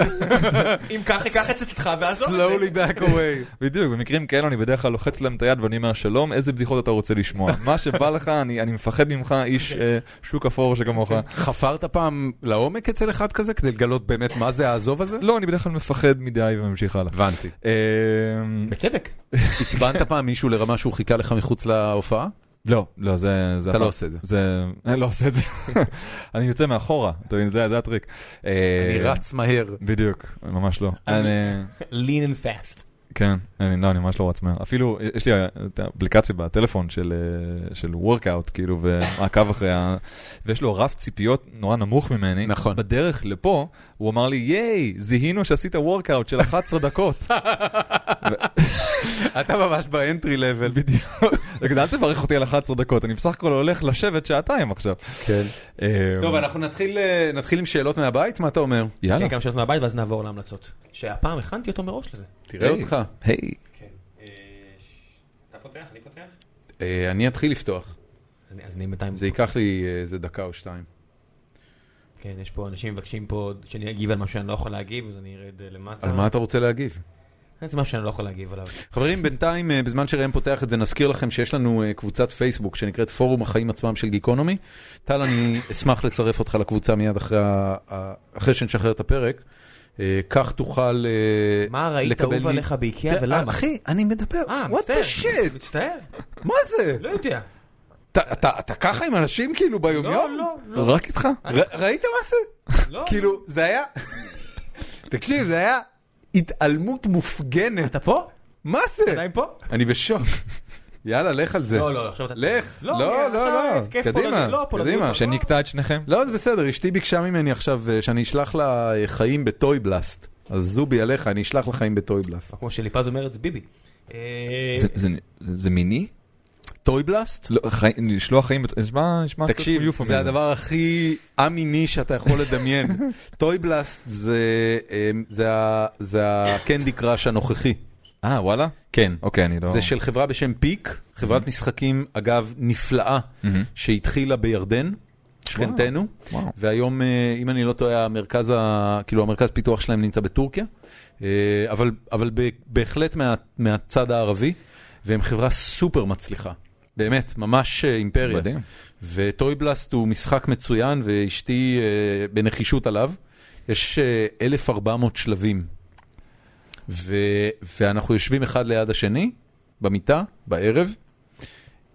אם כך, אקח את צאתך ועזוב את זה. back away. [laughs] בדיוק, במקרים כאלו אני בדרך כלל לוחץ להם את היד ואני אומר שלום, איזה בדיחות אתה רוצה לשמוע? מה שבא לך, אני אני מפחד ממך, איש אוקיי. אה, שוק אפור שכמוך. חפרת פעם לעומק אצל אחד כזה כדי לגלות באמת מה זה העזוב הזה? לא, אני בדרך כלל מפחד מדי וממשיך הלאה. הבנתי. אה, בצדק. עצבנת פעם מישהו לרמה שהוא חיכה לך מחוץ להופעה? לא, לא, זה... זה אתה לא הפעם. עושה את זה. זה... אני לא [laughs] עושה את זה. אני יוצא מאחורה, אתה מבין? זה זה הטריק. אה, אני רץ מהר. בדיוק, ממש לא. אני... lean and fast. כן, אני לא, אני ממש לא רץ מהר. אפילו, יש לי אה, את האפליקציה בטלפון של, אה, של וורקאוט, כאילו, ומעקב אחרי ה... ויש לו רף ציפיות נורא נמוך ממני. נכון. בדרך לפה, הוא אמר לי, ייי, זיהינו שעשית וורקאוט של 11 [laughs] דקות. אתה ממש באנטרי לבל. בדיוק. וכזה, אל תברך אותי על 11 דקות, אני בסך הכל הולך לשבת שעתיים עכשיו. כן. אה, טוב, אנחנו נתחיל, אה, נתחיל עם שאלות מהבית? מה אתה אומר? יאללה, כן, כמה שעות מהבית ואז נעבור להמלצות. שהפעם הכנתי אותו מראש לזה. תראה היי. אותך. היי. כן. אתה פותח? אני פותח? אה, אני אתחיל לפתוח. אז אני בינתיים... זה ייקח לי אה, איזה דקה או שתיים. כן, יש פה אנשים מבקשים פה עוד שאני אגיב על מה שאני לא יכול להגיב, אז אני ארד אה, למטה. על מה אתה רוצה להגיב? זה משהו שאני לא יכול להגיב עליו. חברים, בינתיים, אה, בזמן שראם פותח את זה, נזכיר לכם שיש לנו אה, קבוצת פייסבוק שנקראת פורום החיים עצמם של גיקונומי. טל, אני אשמח לצרף אותך לקבוצה מיד אחרי, ה- ה- אחרי שנשחרר את הפרק. אה, כך תוכל אה, מה ראית לקבל אהוב לי- כן, עליך באיקאה ולמה? אחי, אני מדבר. אה, What מצטער. the shit? מצטער? מה זה? לא יודע. אתה- אתה אתה ככה עם אנשים כאילו לא, ביומיום? לא, לא. רק איתך? ר- ראית מה זה? לא. כאילו, זה היה... [laughs] תקשיב, זה היה התעלמות מופגנת. אתה פה? מה זה? עדיין פה? אני בשוק. יאללה, לך על זה. לא, לא, עכשיו אתה... לך, לא, אה, לא, עכשיו לא, התקף קדימה, פולני, לא, פולני, קדימה. לא. שאני אקטע את שניכם? לא, זה בסדר, אשתי ביקשה ממני עכשיו אה, שאני אשלח לה אה, חיים בטוי בלאסט. אז זובי עליך, אני אשלח לה חיים בטוי בלאסט. כמו שליפז אומרת, זה ביבי. אה, זה- זה- זה מיני? טוי בלאסט? לא, חי- לשלוח חיים, בת- נשמע, נשמע קצת כמו תקשיב, זה יופמיזם. הדבר הכי א-מיני שאתה יכול לדמיין. טוי בלאסט זה, אה, זה ה- זה הקנדי קראש הנוכחי. אה, וואלה? כן. אוקיי, אני לא... זה של חברה בשם פיק, חברת משחקים, אגב, נפלאה, מהמם. שהתחילה בירדן, שכנתנו, וואו. והיום, אה, אם אני לא טועה, המרכז, ה... כאילו, המרכז פיתוח שלהם נמצא בטורקיה, אה, אבל, אבל ב- בהחלט מה... מהצד הערבי, והם חברה סופר מצליחה. באמת, ממש אה, אימפריה. מדהים. וטוי בלאסט הוא משחק מצוין, ואשתי אה, בנחישות עליו. יש אה, 1,400 שלבים. ו... ואנחנו יושבים אחד ליד השני, במיטה, בערב.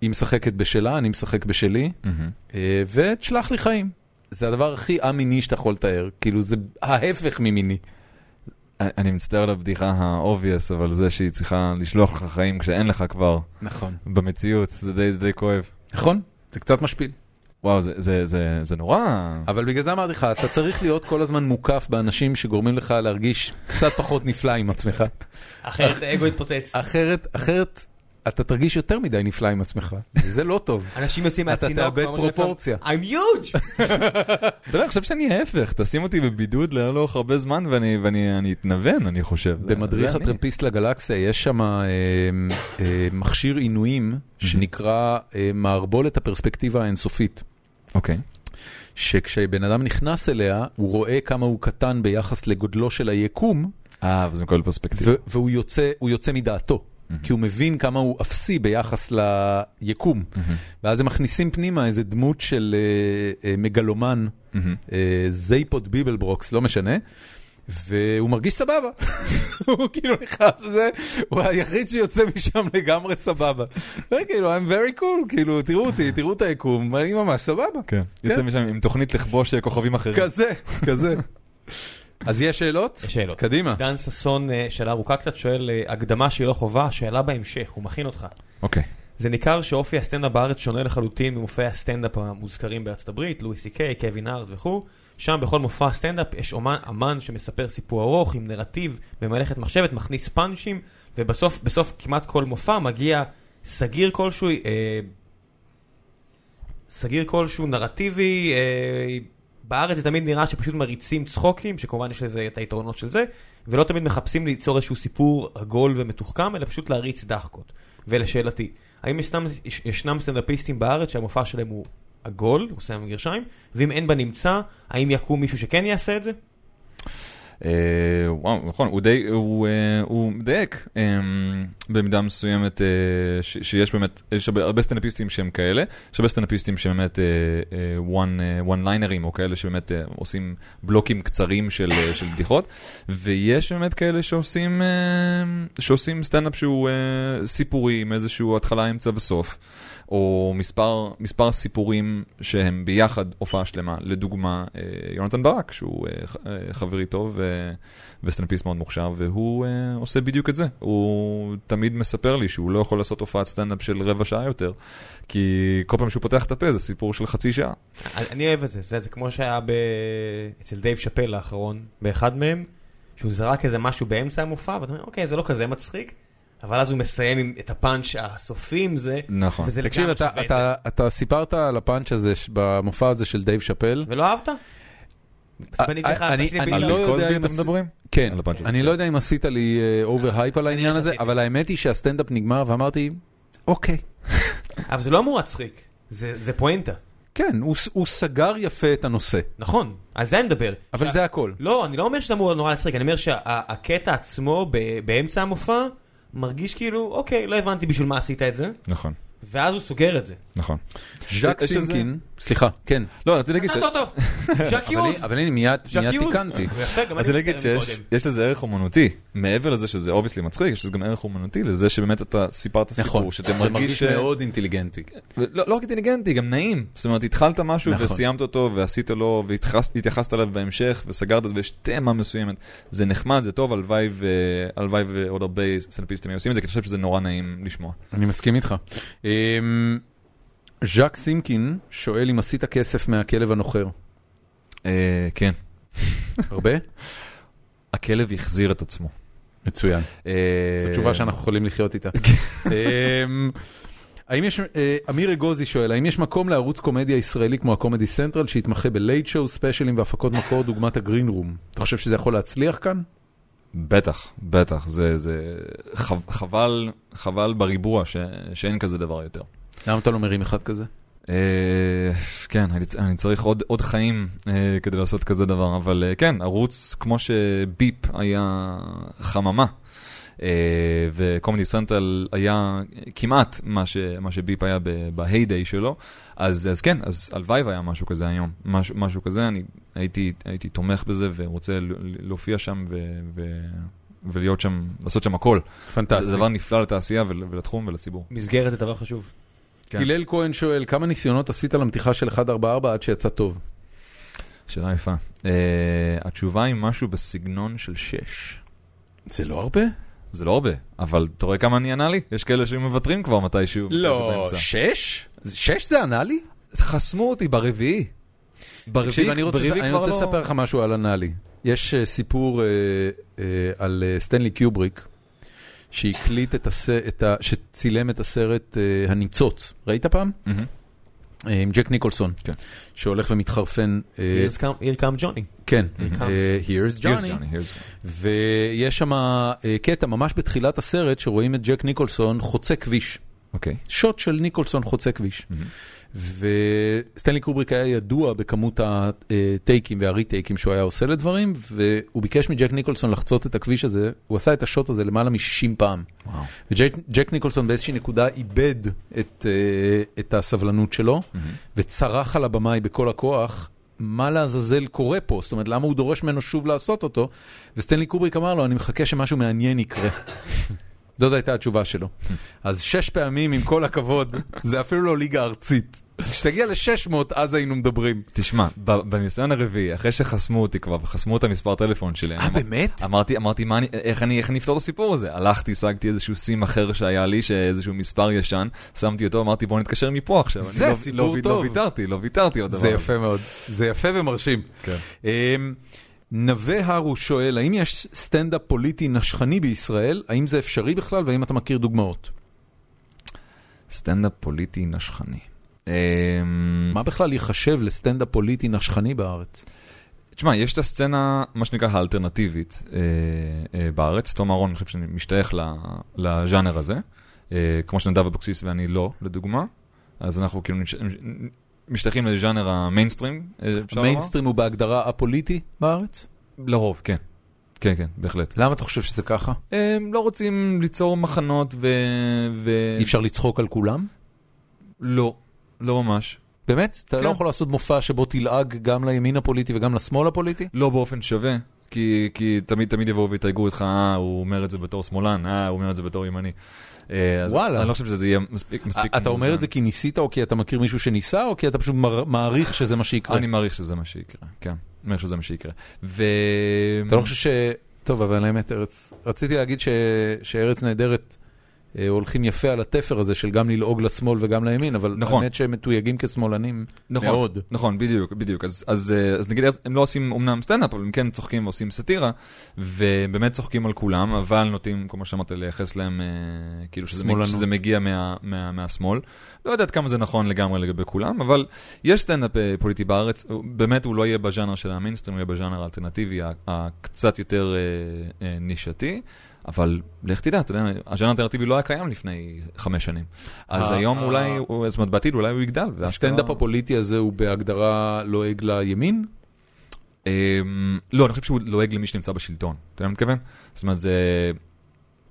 היא משחקת בשלה, אני משחק בשלי, מהמם. אה, ותשלח לי חיים. זה הדבר הכי א-מיני שאתה יכול לתאר, כאילו זה ההפך ממיני. אני- אה, אני מצטער על הבדיחה ה-obvious, אבל זה שהיא צריכה לשלוח לך חיים כשאין לך כבר נכון. במציאות, זה די- זה די כואב. נכון, זה קצת משפיל. וואו, זה- זה- זה- זה נורא... אבל בגלל זה אמרתי לך, אתה צריך להיות כל הזמן מוקף באנשים שגורמים לך להרגיש קצת פחות נפלא עם עצמך. [laughs] אחרת האגו יתפוצץ. אחרת, אחרת, אתה תרגיש יותר מדי נפלא עם עצמך. זה לא [laughs] טוב. אנשים יוצאים אתה מהצינוק. תאבד ואומרים לעצמם, פרופורציה. I'm huge! [laughs] אתה יודע, אני חושב שאני ההפך, תשים אותי בבידוד לאורך הרבה זמן ואני- ואני אני אתנוון, אני חושב. זה- במדריך זה אני. הטרמפיסט לגלקסיה יש שם אה, אה, מכשיר עינויים שנקרא אה, מערבולת הפרספקטיבה האינסופית. אוקיי. שכשבן אדם נכנס אליה, הוא רואה כמה הוא קטן ביחס לגודלו של היקום, אה, אבל זה מכל פרספקטיבה. ו- והוא יוצא, הוא יוצא מדעתו. כי הוא מבין כמה הוא אפסי ביחס ליקום. ואז הם מכניסים פנימה איזה דמות של אה, אה, מגלומן, מהמם. אה, זייפוד ביבלברוקס, לא משנה, והוא מרגיש סבבה. [laughs] הוא כאילו נכנס לזה, הוא היחיד שיוצא משם לגמרי סבבה. וכאילו, I'm very cool, כאילו, תראו אותי, תראו את היקום, אני ממש סבבה. כן. יוצא משם עם תוכנית לכבוש אה, כוכבים אחרים. כזה, כזה. אז יש שאלות? יש שאלות. קדימה. דן ששון, אה, שאלה ארוכה קצת, שואל אה, הקדמה שהיא לא חובה, שאלה בהמשך, הוא מכין אותך. אוקיי. זה ניכר שאופי הסטנדאפ בארץ שונה לחלוטין ממופעי הסטנדאפ המוזכרים בארצות הברית, לואי סי קיי, קווין הארט וכו'. שם בכל מופע סטנדאפ יש אומן, אמן שמספר סיפור ארוך עם נרטיב במלאכת מחשבת, מכניס פאנצ'ים, ובסוף בסוף כמעט כל מופע מגיע סגיר כלשהו, אה, סגיר כלשהו, נרטיבי. אה, בארץ זה תמיד נראה שפשוט מריצים צחוקים, שכמובן יש לזה את היתרונות של זה, ולא תמיד מחפשים ליצור איזשהו סיפור עגול ומתוחכם, אלא פשוט להריץ דחקות. ולשאלתי, האם ישנם, יש, ישנם סטנדאפיסטים בארץ שהמופע שלהם הוא עגול, הוא שם גרשיים, ואם אין בנמצא, האם יקום מישהו שכן יעשה את זה? אה, וואו, נכון, הוא די, הוא, אה, הוא מדייק אה, במידה מסוימת, אה, ש, שיש באמת, יש הרבה, הרבה סטנדאפיסטים שהם כאלה, יש הרבה סטנדאפיסטים שבאמת אה, אה, one, אה, one liners או כאלה שבאמת אה, עושים בלוקים קצרים של, אה, של בדיחות, ויש באמת כאלה שעושים, אה, שעושים סטנדאפ שהוא אה, סיפורי עם איזשהו התחלה, אמצע וסוף. או מספר, מספר סיפורים שהם ביחד הופעה שלמה. לדוגמה, אה, יונתן ברק, שהוא אה, ח- אה, חברי טוב אה, וסטנדאפיסט מאוד מוכשר, והוא אה, עושה בדיוק את זה. הוא תמיד מספר לי שהוא לא יכול לעשות הופעת סטנדאפ של רבע שעה יותר, כי כל פעם שהוא פותח את הפה זה סיפור של חצי שעה. אני, אני אוהב את זה, זה, זה כמו שהיה ב... אצל דייב שאפל האחרון, באחד מהם, שהוא זרק איזה משהו באמצע המופע, ואתה אומר, אוקיי, זה לא כזה מצחיק, אבל אז הוא מסיים עם את הפאנץ' הסופי עם זה, נכון. וזה תקשיב, לגמרי אתה- שווה את זה. אתה- אתה סיפרת על הפאנץ' הזה ש- במופע הזה של דייב שאפל. ולא אהבת? אז פניתי לך, אה, אני- עשיתי אני בילוי. לא על יודע קוסבי אם אתם עשי- מדברים? כן, על הפאנץ' הזה, אני לא יודע אם עשית לי אובר הייפ על העניין הזה, שעשיתי. אבל האמת היא שהסטנדאפ נגמר ואמרתי, אוקיי. אבל זה לא אמור להצחיק, זה זה פואנטה, כן, הוא ס- הוא סגר יפה את הנושא, נכון, על זה אני מדבר. אבל שה- זה הכל. לא, אני לא אומר שזה אמור נורא להצחיק, אני אומר שהקטע עצמו ב- באמצע המופע מרגיש כאילו, אוקיי, לא הבנתי בשביל מה עשית את זה, נכון, ואז הוא סוגר את זה. נכון. ז'אק יש איזה- סימקין, סליחה, כן. לא, רציתי להגיד ש... נתת אותו, ז'אק [laughs] אבל יוז, אני- אבל אני מיד ז'אק מיד יוז. תיקנתי. יפה, גם אז אני אני אגיד מצטער שיש מקודם. יש לזה ערך אומנותי, מעבר לזה שזה אובייסלי מצחיק, יש לזה גם ערך אומנותי לזה שבאמת אתה סיפרת סיפור, נכון, שאתה זה מרגיש... אה, מרגיש ש- מאוד אינטליגנטי. לא, לא רק אינטליגנטי, גם נעים. זאת אומרת, התחלת משהו נכון. נכון. וסיימת אותו ועשית לו והתייחסת אליו בהמשך וסגרת ויש תמה מסוימת. זה נחמד, זה טוב, הלוואי ו- הלוואי ועוד הרבה סטנדאפיסטים היו עושים את זה, כי אני חושב שזה נורא נעים לשמוע. אני מסכים איתך. אמ, ז'אק סימקין שואל אם עשית כסף מהכלב [laughs] הנוחר. אה, כן, הרבה? הכלב החזיר את עצמו. מצוין. אה, זו תשובה שאנחנו יכולים לחיות איתה. אמ, האם יש, אה, אמיר אגוזי שואל, האם יש מקום לערוץ קומדיה ישראלי כמו הקומדי סנטרל שיתמחה בלייט שואו, ספיישלים והפקות מקור דוגמת הגרין רום? אתה חושב שזה יכול להצליח כאן? בטח, בטח. זה, זה חב- חבל, חבל בריבוע ש- שאין כזה דבר יותר. למה אתה לא מרים אחד כזה? אה, כן, אני, צ- אני צריך עוד, עוד חיים אה, כדי לעשות כזה דבר, אבל אה, כן, ערוץ כמו שביפ היה חממה, אה, וקומדי סנטרל היה כמעט מה, ש, מה שביפ היה ב- בהיי-דיי שלו, אז, אז כן, אז הלוואי והיה משהו כזה היום, משהו, משהו כזה, אני הייתי, הייתי תומך בזה ורוצה ל- ל- להופיע שם ו, ו, ולהיות שם, לעשות שם הכל. זה פנטסטי. דבר נפלא לתעשייה ול, ולתחום ולציבור. מסגרת זה דבר חשוב. כן. הלל כהן שואל, כמה ניסיונות עשית למתיחה של 144 עד שיצא טוב? שאלה יפה. Uh, התשובה היא משהו בסגנון של שש. זה לא הרבה? זה לא הרבה, אבל אתה רואה כמה אני ענה לי? יש כאלה שמוותרים כבר מתישהו. לא, מתישהו באמצע. שש? שש זה אנאלי? חסמו אותי ברביעי. תקשיב, ברביעי אני רוצה ברביעי אני כבר רוצה לא- לספר לך משהו על אנאלי. יש אה, סיפור אה, אה, על אה, סטנלי קיובריק, שהקליט את הס... את ה... שצילם את הסרט אה, הניצוץ. ראית פעם? מהמם. אה, עם ג'ק ניקולסון. כן. שהולך ומתחרפן. אה, Here come- Here come Johnny. כן. Mhm. אה, Here's Here's Johnny. Johnny, here's Johnny. ויש שם קטע ממש בתחילת הסרט, שרואים את ג'ק ניקולסון חוצה כביש. אוקיי. שוט של ניקולסון חוצה כביש. וסטנלי קובריק היה ידוע בכמות הטייקים והריטייקים שהוא היה עושה לדברים, והוא ביקש מג'ק ניקולסון לחצות את הכביש הזה, הוא עשה את השוט הזה למעלה מ-60 פעם. וואו. וג'ק ג'ק ניקולסון באיזושהי נקודה איבד את, אה, את הסבלנות שלו, וצרח על הבמאי בכל הכוח, מה לעזאזל קורה פה? זאת אומרת, למה הוא דורש ממנו שוב לעשות אותו? וסטנלי קובריק אמר לו, אני מחכה שמשהו מעניין יקרה. זאת הייתה התשובה שלו. אז שש פעמים, עם כל הכבוד, זה אפילו לא ליגה ארצית. כשתגיע ל-600, אז היינו מדברים. תשמע, ב- בניסיון הרביעי, אחרי שחסמו אותי כבר, וחסמו את המספר טלפון שלי. אה, אני אמר- באמת? אמרתי, אמרתי, מה אני, איך אני, איך אני אפתור את הסיפור הזה? הלכתי, השגתי איזשהו סים אחר שהיה לי, שאיזשהו מספר ישן, שמתי אותו, אמרתי, בוא נתקשר מפה עכשיו. אני זה לא- סיפור לא- טוב. לא ויתרתי, לא ויתרתי על הדבר זה הזה. יפה מאוד. זה יפה ומרשים. כן. אמ, נווה הרו שואל, האם יש סטנדאפ פוליטי נשכני בישראל? האם זה אפשרי בכלל? והאם אתה מכיר דוגמאות? סטנדאפ פוליטי נשכני. אמ, מה בכלל ייחשב לסטנדאפ פוליטי נשכני בארץ? תשמע, יש את הסצנה, מה שנקרא האלטרנטיבית אה, אה, בארץ. תום אהרון, אני חושב שאני משתייך ל- לז'אנר הזה. אה, כמו שנדב אבוקסיס ואני לא, לדוגמה. אז אנחנו כאילו נש- משתייכים לז'אנר המיינסטרים, אה, אפשר לומר? המיינסטרים הוא בהגדרה הפוליטי בארץ? לרוב, כן. כן, כן, בהחלט. למה אתה חושב שזה ככה? הם לא רוצים ליצור מחנות ו... ו... אי אפשר לצחוק על כולם? לא, לא ממש. באמת? אתה כן. לא יכול לעשות מופע שבו תלעג גם לימין הפוליטי וגם לשמאל הפוליטי? לא באופן שווה, כי, כי תמיד תמיד יבואו ויתייגו אותך, אה, הוא אומר את זה בתור שמאלן, אה, הוא אומר את זה בתור ימני. אה, אז וואלה. אני לא חושב שזה יהיה מספיק מספיק. אתה אומר מאוזן. את זה כי ניסית או כי אתה מכיר מישהו שניסה או כי אתה פשוט מר- מעריך שזה מה שיקרה? אני מעריך שזה מה שיקרה, כן. אני מעריך שזה מה שיקרה. ו... אתה לא חושב ש... טוב, אבל האמת, ארץ... רציתי להגיד ש... שארץ נהדרת אה, הולכים יפה על התפר הזה של גם ללעוג לשמאל וגם לימין, אבל נכון. האמת שהם מתויגים כשמאלנים נכון, מאוד. נכון, בדיוק, בדיוק. אז, אז, אה, אז נגיד, הם לא עושים אמנם סטנדאפ, אבל הם כן צוחקים ועושים סאטירה, ובאמת צוחקים על כולם, אבל נוטים, כמו שאמרת, לייחס להם, אה, כאילו שזה, מג, שמאלנות. שזה מגיע מה, מה, מהשמאל. לא יודעת כמה זה נכון לגמרי לגבי כולם, אבל יש סטנדאפ אה, פוליטי בארץ, הוא- באמת הוא לא יהיה בז'אנר של המיינסטרים, הוא יהיה בז'אנר האלטרנטיבי, ה- הקצת יותר אה, אה, נישתי. אבל לך תדע, אתה יודע, הז'אנר האלטרנטיבי לא היה קיים לפני חמש שנים. אז ה- היום ה- אולי, הוא- זאת אומרת, בעתיד אולי הוא יגדל. וההשפעה- הסטנדאפ הפוליטי הזה הוא בהגדרה לועג לימין? אמ, לא, אני חושב שהוא לועג למי שנמצא בשלטון. אתה יודע מה אני מתכוון? זאת אומרת, זה...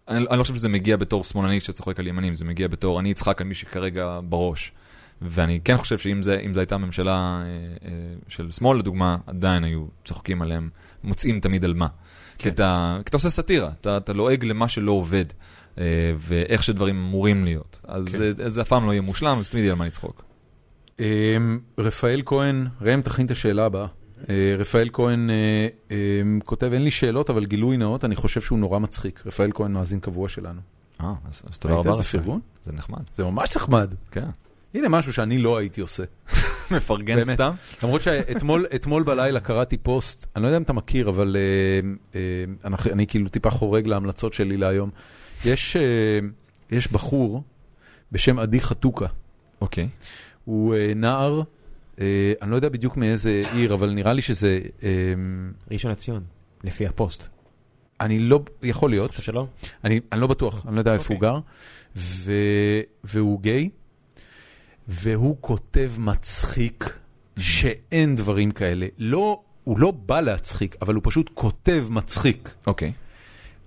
אני, אני לא חושב שזה מגיע בתור שמאלני שצוחק על ימנים, זה מגיע בתור אני אצחק על מי שכרגע בראש. ואני כן חושב שאם זה, אם זה הייתה ממשלה אה, אה, של שמאל, לדוגמה, עדיין היו צוחקים עליהם, מוצאים תמיד על מה. כי, אתה, כי אתה עושה סאטירה, אתה, אתה לועג למה שלא עובד, אה, ואיך שדברים אמורים להיות. אז זה, זה אף פעם לא יהיה מושלם, אז תמיד יהיה על מה לצחוק. אמ, רפאל כהן, ראם תכין את השאלה הבאה. אה, רפאל כהן אה, אמ, כותב, אין לי שאלות, אבל גילוי נאות, אני חושב שהוא נורא מצחיק. רפאל כהן מאזין קבוע שלנו. אה, אז, אז תודה ראית רבה. איזה רפאל. פרגון? זה נחמד, זה ממש נחמד. כן. הנה משהו שאני לא הייתי עושה. מפרגן באמת. סתם. למרות שאתמול אתמול בלילה קראתי פוסט, אני לא יודע אם אתה מכיר, אבל אה, אה, אני, אני כאילו טיפה חורג להמלצות שלי להיום. יש, אה, יש בחור בשם עדי חתוקה, אוקיי. הוא אה, נער, אה, אני לא יודע בדיוק מאיזה עיר, אבל נראה לי שזה, אה, ראשון לציון, לפי הפוסט. אני לא, יכול להיות, חושב שלא? אני, אני לא בטוח, אני לא יודע איפה הוא גר, ו, והוא גיי, והוא כותב מצחיק שאין דברים כאלה. לא, הוא לא בא להצחיק, אבל הוא פשוט כותב מצחיק. אוקיי.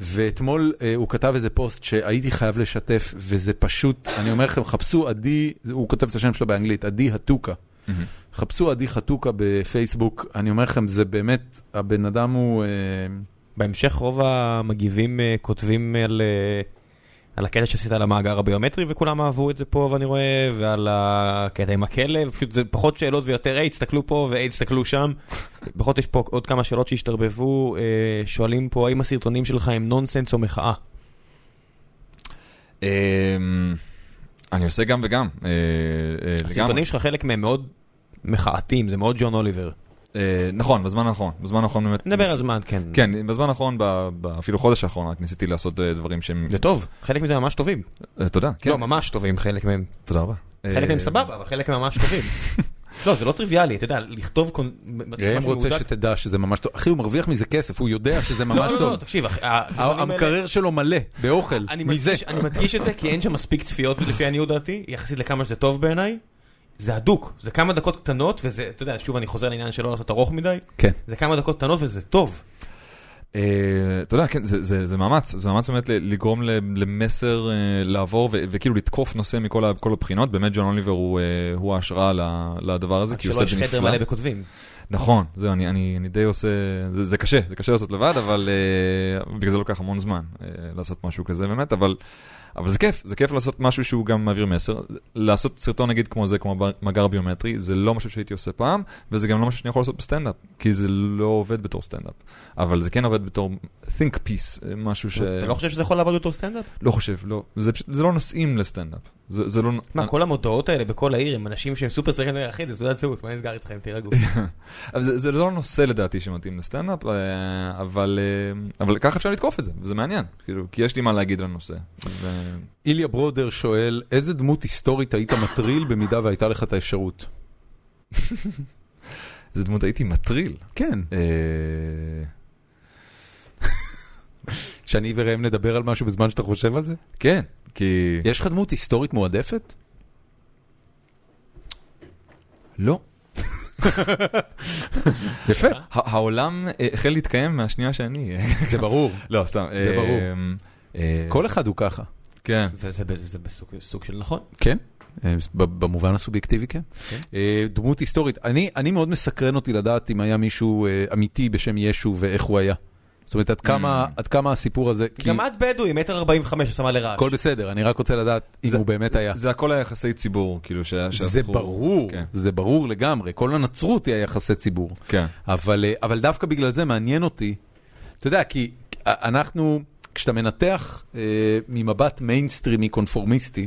ואתמול אה, הוא כתב איזה פוסט שהייתי חייב לשתף, וזה פשוט, אני אומר לכם, חפשו עדי, זה- הוא כותב את השם שלו באנגלית, עדי התוקה. חפשו עדי חתוקה בפייסבוק, אני אומר לכם, זה באמת, הבן אדם הוא... אה, בהמשך רוב המגיבים אה, כותבים על, אה, על הקטע שעשית על המאגר הביומטרי וכולם אהבו את זה פה ואני רואה ועל הקטע עם הכלב, פשוט זה פחות שאלות ויותר היי תסתכלו פה והי תסתכלו שם. [laughs] פחות יש פה עוד כמה שאלות שהשתרבבו, אה, שואלים פה האם הסרטונים שלך הם נונסנס או מחאה. אמ, אני עושה גם וגם, אה, אה, לגמרי. הסרטונים שלך חלק מהם מאוד מחאתים, זה מאוד ג'ון אוליבר. אה, נכון, בזמן האחרון. בזמן האחרון באמת... נדבר על זמן, כן. כן, בזמן האחרון, ב- ב- אפילו חודש האחרון, רק ניסיתי לעשות אה, דברים שהם... זה טוב. חלק מזה ממש טובים. אה, תודה, כן. לא, ממש טובים חלק מהם. תודה רבה. חלק מהם אה, סבבה, אבל חלק מהם ממש [laughs] טובים. לא, זה לא טריוויאלי, אתה יודע, לכתוב... קונ- משהו ראם רוצה מהודק- שתדע שזה ממש טוב. אחי, הוא מרוויח מזה כסף, הוא יודע שזה לא, ממש לא, לא, טוב. תקשיב, הח- ה- הסרטונים האלה- המקרר שלו מלא באוכל, אני מזה. מדגיש- אני מדגיש את זה כי אין שם מספיק צפיות לפי עניות דעתי, יחסית לכמה שזה טוב בעיניי. זה הדוק, זה כמה דקות קטנות, וזה, אתה יודע, שוב אני חוזר לעניין שלא לעשות ארוך מדי, כן. זה כמה דקות קטנות וזה טוב. אה, אתה יודע, כן, זה- זה זה מאמץ, זה מאמץ באמת ל- לגרום ל- למסר אה, לעבור ו- וכאילו לתקוף נושא מכל ה- כל הבחינות. באמת, ג'ון אוליבר הוא, אה, הוא ההשראה ל- לדבר הזה, כי הוא שלא עושה את יש זה חדר נפלא. מלא בכותבים. נכון, זהו, אני, אני, אני די עושה, זה, זה קשה, זה קשה לעשות לבד, אבל אה, בגלל זה לוקח המון זמן אה, לעשות משהו כזה באמת, אבל, אבל זה כיף, זה כיף לעשות משהו שהוא גם מעביר מסר. לעשות סרטון נגיד כמו זה, כמו ב- מאגר ביומטרי, זה לא משהו שהייתי עושה פעם, וזה גם לא משהו שאני יכול לעשות בסטנדאפ, כי זה לא עובד בתור סטנדאפ, אבל זה כן עובד בתור think piece, אה, משהו ש... אתה לא חושב שזה יכול לעבוד בתור סטנדאפ? לא חושב, לא, זה פשוט, זה לא נושאים לסטנדאפ, זה, זה לא... מה, כל המודעות האלה בכל העיר הם אנשים שהם סופר צריכים להיחיד, זה תעודת זהות, מה נסגר איתכם, [laughs] תירגעו. אבל זה, זה לא נושא לדעתי שמתאים לסטנדאפ, אה, אבל, אה, אבל ככה אפשר לתקוף את זה, וזה מעניין, כאילו, כי יש לי מה להגיד על הנושא. ו... איליה ברודר שואל, איזה דמות היסטורית היית מטריל במידה והייתה לך את האפשרות? זה דמות, הייתי מטריל. כן. אה, שאני וראם נדבר על משהו בזמן שאתה חושב על זה? כן, כי... יש לך דמות היסטורית מועדפת? לא. יפה. ה- העולם אה, החל להתקיים מהשנייה שאני... אה, [laughs] זה ברור. לא, סתם. אה, זה ברור. כל אחד הוא ככה. כן. וזה ב- זה בסוג סוג של נכון. כן. אה, ב- במובן הסובייקטיבי כן. כן. אה, דמות היסטורית. אני, אני מאוד מסקרן אותי לדעת אם היה מישהו אה, אמיתי בשם ישו ואיך הוא היה. זאת אומרת, עד כמה, עד כמה הסיפור הזה, כי גם את בדואי, מטר 45, שמה לרעש. הכל בסדר, אני רק רוצה לדעת אם זה- הוא באמת היה. זה הכל היחסי ציבור, כאילו, ש... זה שהבחור- ברור, כן, זה ברור לגמרי, כל הנצרות היא היחסי ציבור. כן. אבל, אה, אבל דווקא בגלל זה מעניין אותי, אתה יודע, כי אה, אנחנו, כשאתה מנתח אה, ממבט מיינסטרימי קונפורמיסטי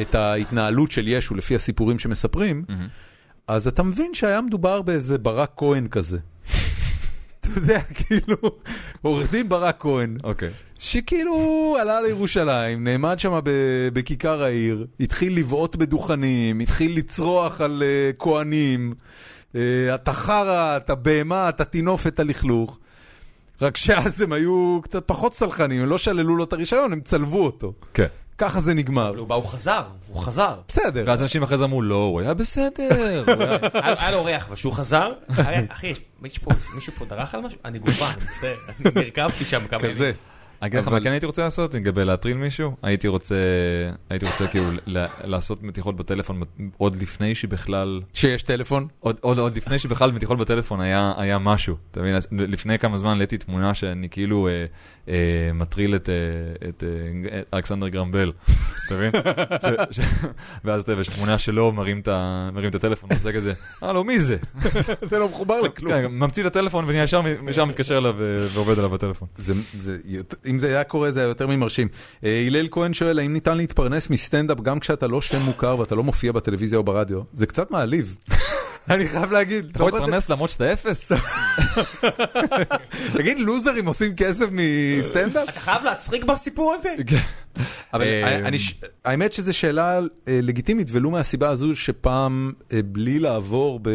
את ההתנהלות של ישו לפי הסיפורים שמספרים, מהמם. אז אתה מבין שהיה מדובר באיזה ברק כהן כזה. אתה יודע, כאילו, עורך דין ברק כהן, אוקיי. שכאילו עלה לירושלים, נעמד שם ב- בכיכר העיר, התחיל לבעוט בדוכנים, התחיל לצרוח על אה, כהנים, אה, אתה חרא, אתה בהמה, אתה טינוף, אתה לכלוך. רק שאז הם היו קצת פחות סלחנים, הם לא שללו לו את הרישיון, הם צלבו אותו. כן. ככה זה נגמר. אבל הוא בא, הוא חזר, הוא חזר. בסדר. ואז אנשים אחרי זה אמרו, לא, הוא היה בסדר. [laughs] הוא היה- היה היה לו ריח, אבל כשהוא חזר, היה- אחי, יש- מישהו פה- מישהו פה דרך על משהו? אני גובה, אני מצטער. [laughs] אני נרקבתי שם כמה כזה. ימים. אני אגיד לך מה כן הייתי רוצה לעשות, לגבי להטריל מישהו, הייתי רוצה, הייתי רוצה כאילו ל- לעשות מתיחות בטלפון עוד לפני שבכלל, שיש טלפון? עוד, עוד, עוד לפני שבכלל מתיחות בטלפון היה, היה משהו, אתה מבין? אז לפני כמה זמן העליתי תמונה שאני כאילו אה, אה, מטריל את, אה, את אה, את אלכסנדר גרמבל, אתה מבין? ש- ש- ואז אתה- יש תמונה שלו, מרים את ה- מרים את הטלפון, עושה כזה, הלו, מי זה? זה לא מחובר לכלום. כן, ממציא את הטלפון ונהיה ישר ישר מתקשר אליו אה, ועובד עליו בטלפון. זה, זה, יות- אם זה היה קורה זה היה יותר ממרשים. אה, הלל כהן שואל האם ניתן להתפרנס מסטנדאפ גם כשאתה לא שם מוכר ואתה לא מופיע בטלוויזיה או ברדיו? זה [laughs] קצת מעליב. אני חייב להגיד, אתה יכול לא להתפרנס למרות שאתה אפס? באתי- תגיד לוזרים עושים כסף [laughs] מסטנדאפ? אתה חייב להצחיק בסיפור הזה? אבל אה, אני- אני ש- האמת שזו שאלה אה, לגיטימית ולו מהסיבה הזו שפעם אה, בלי לעבור ב-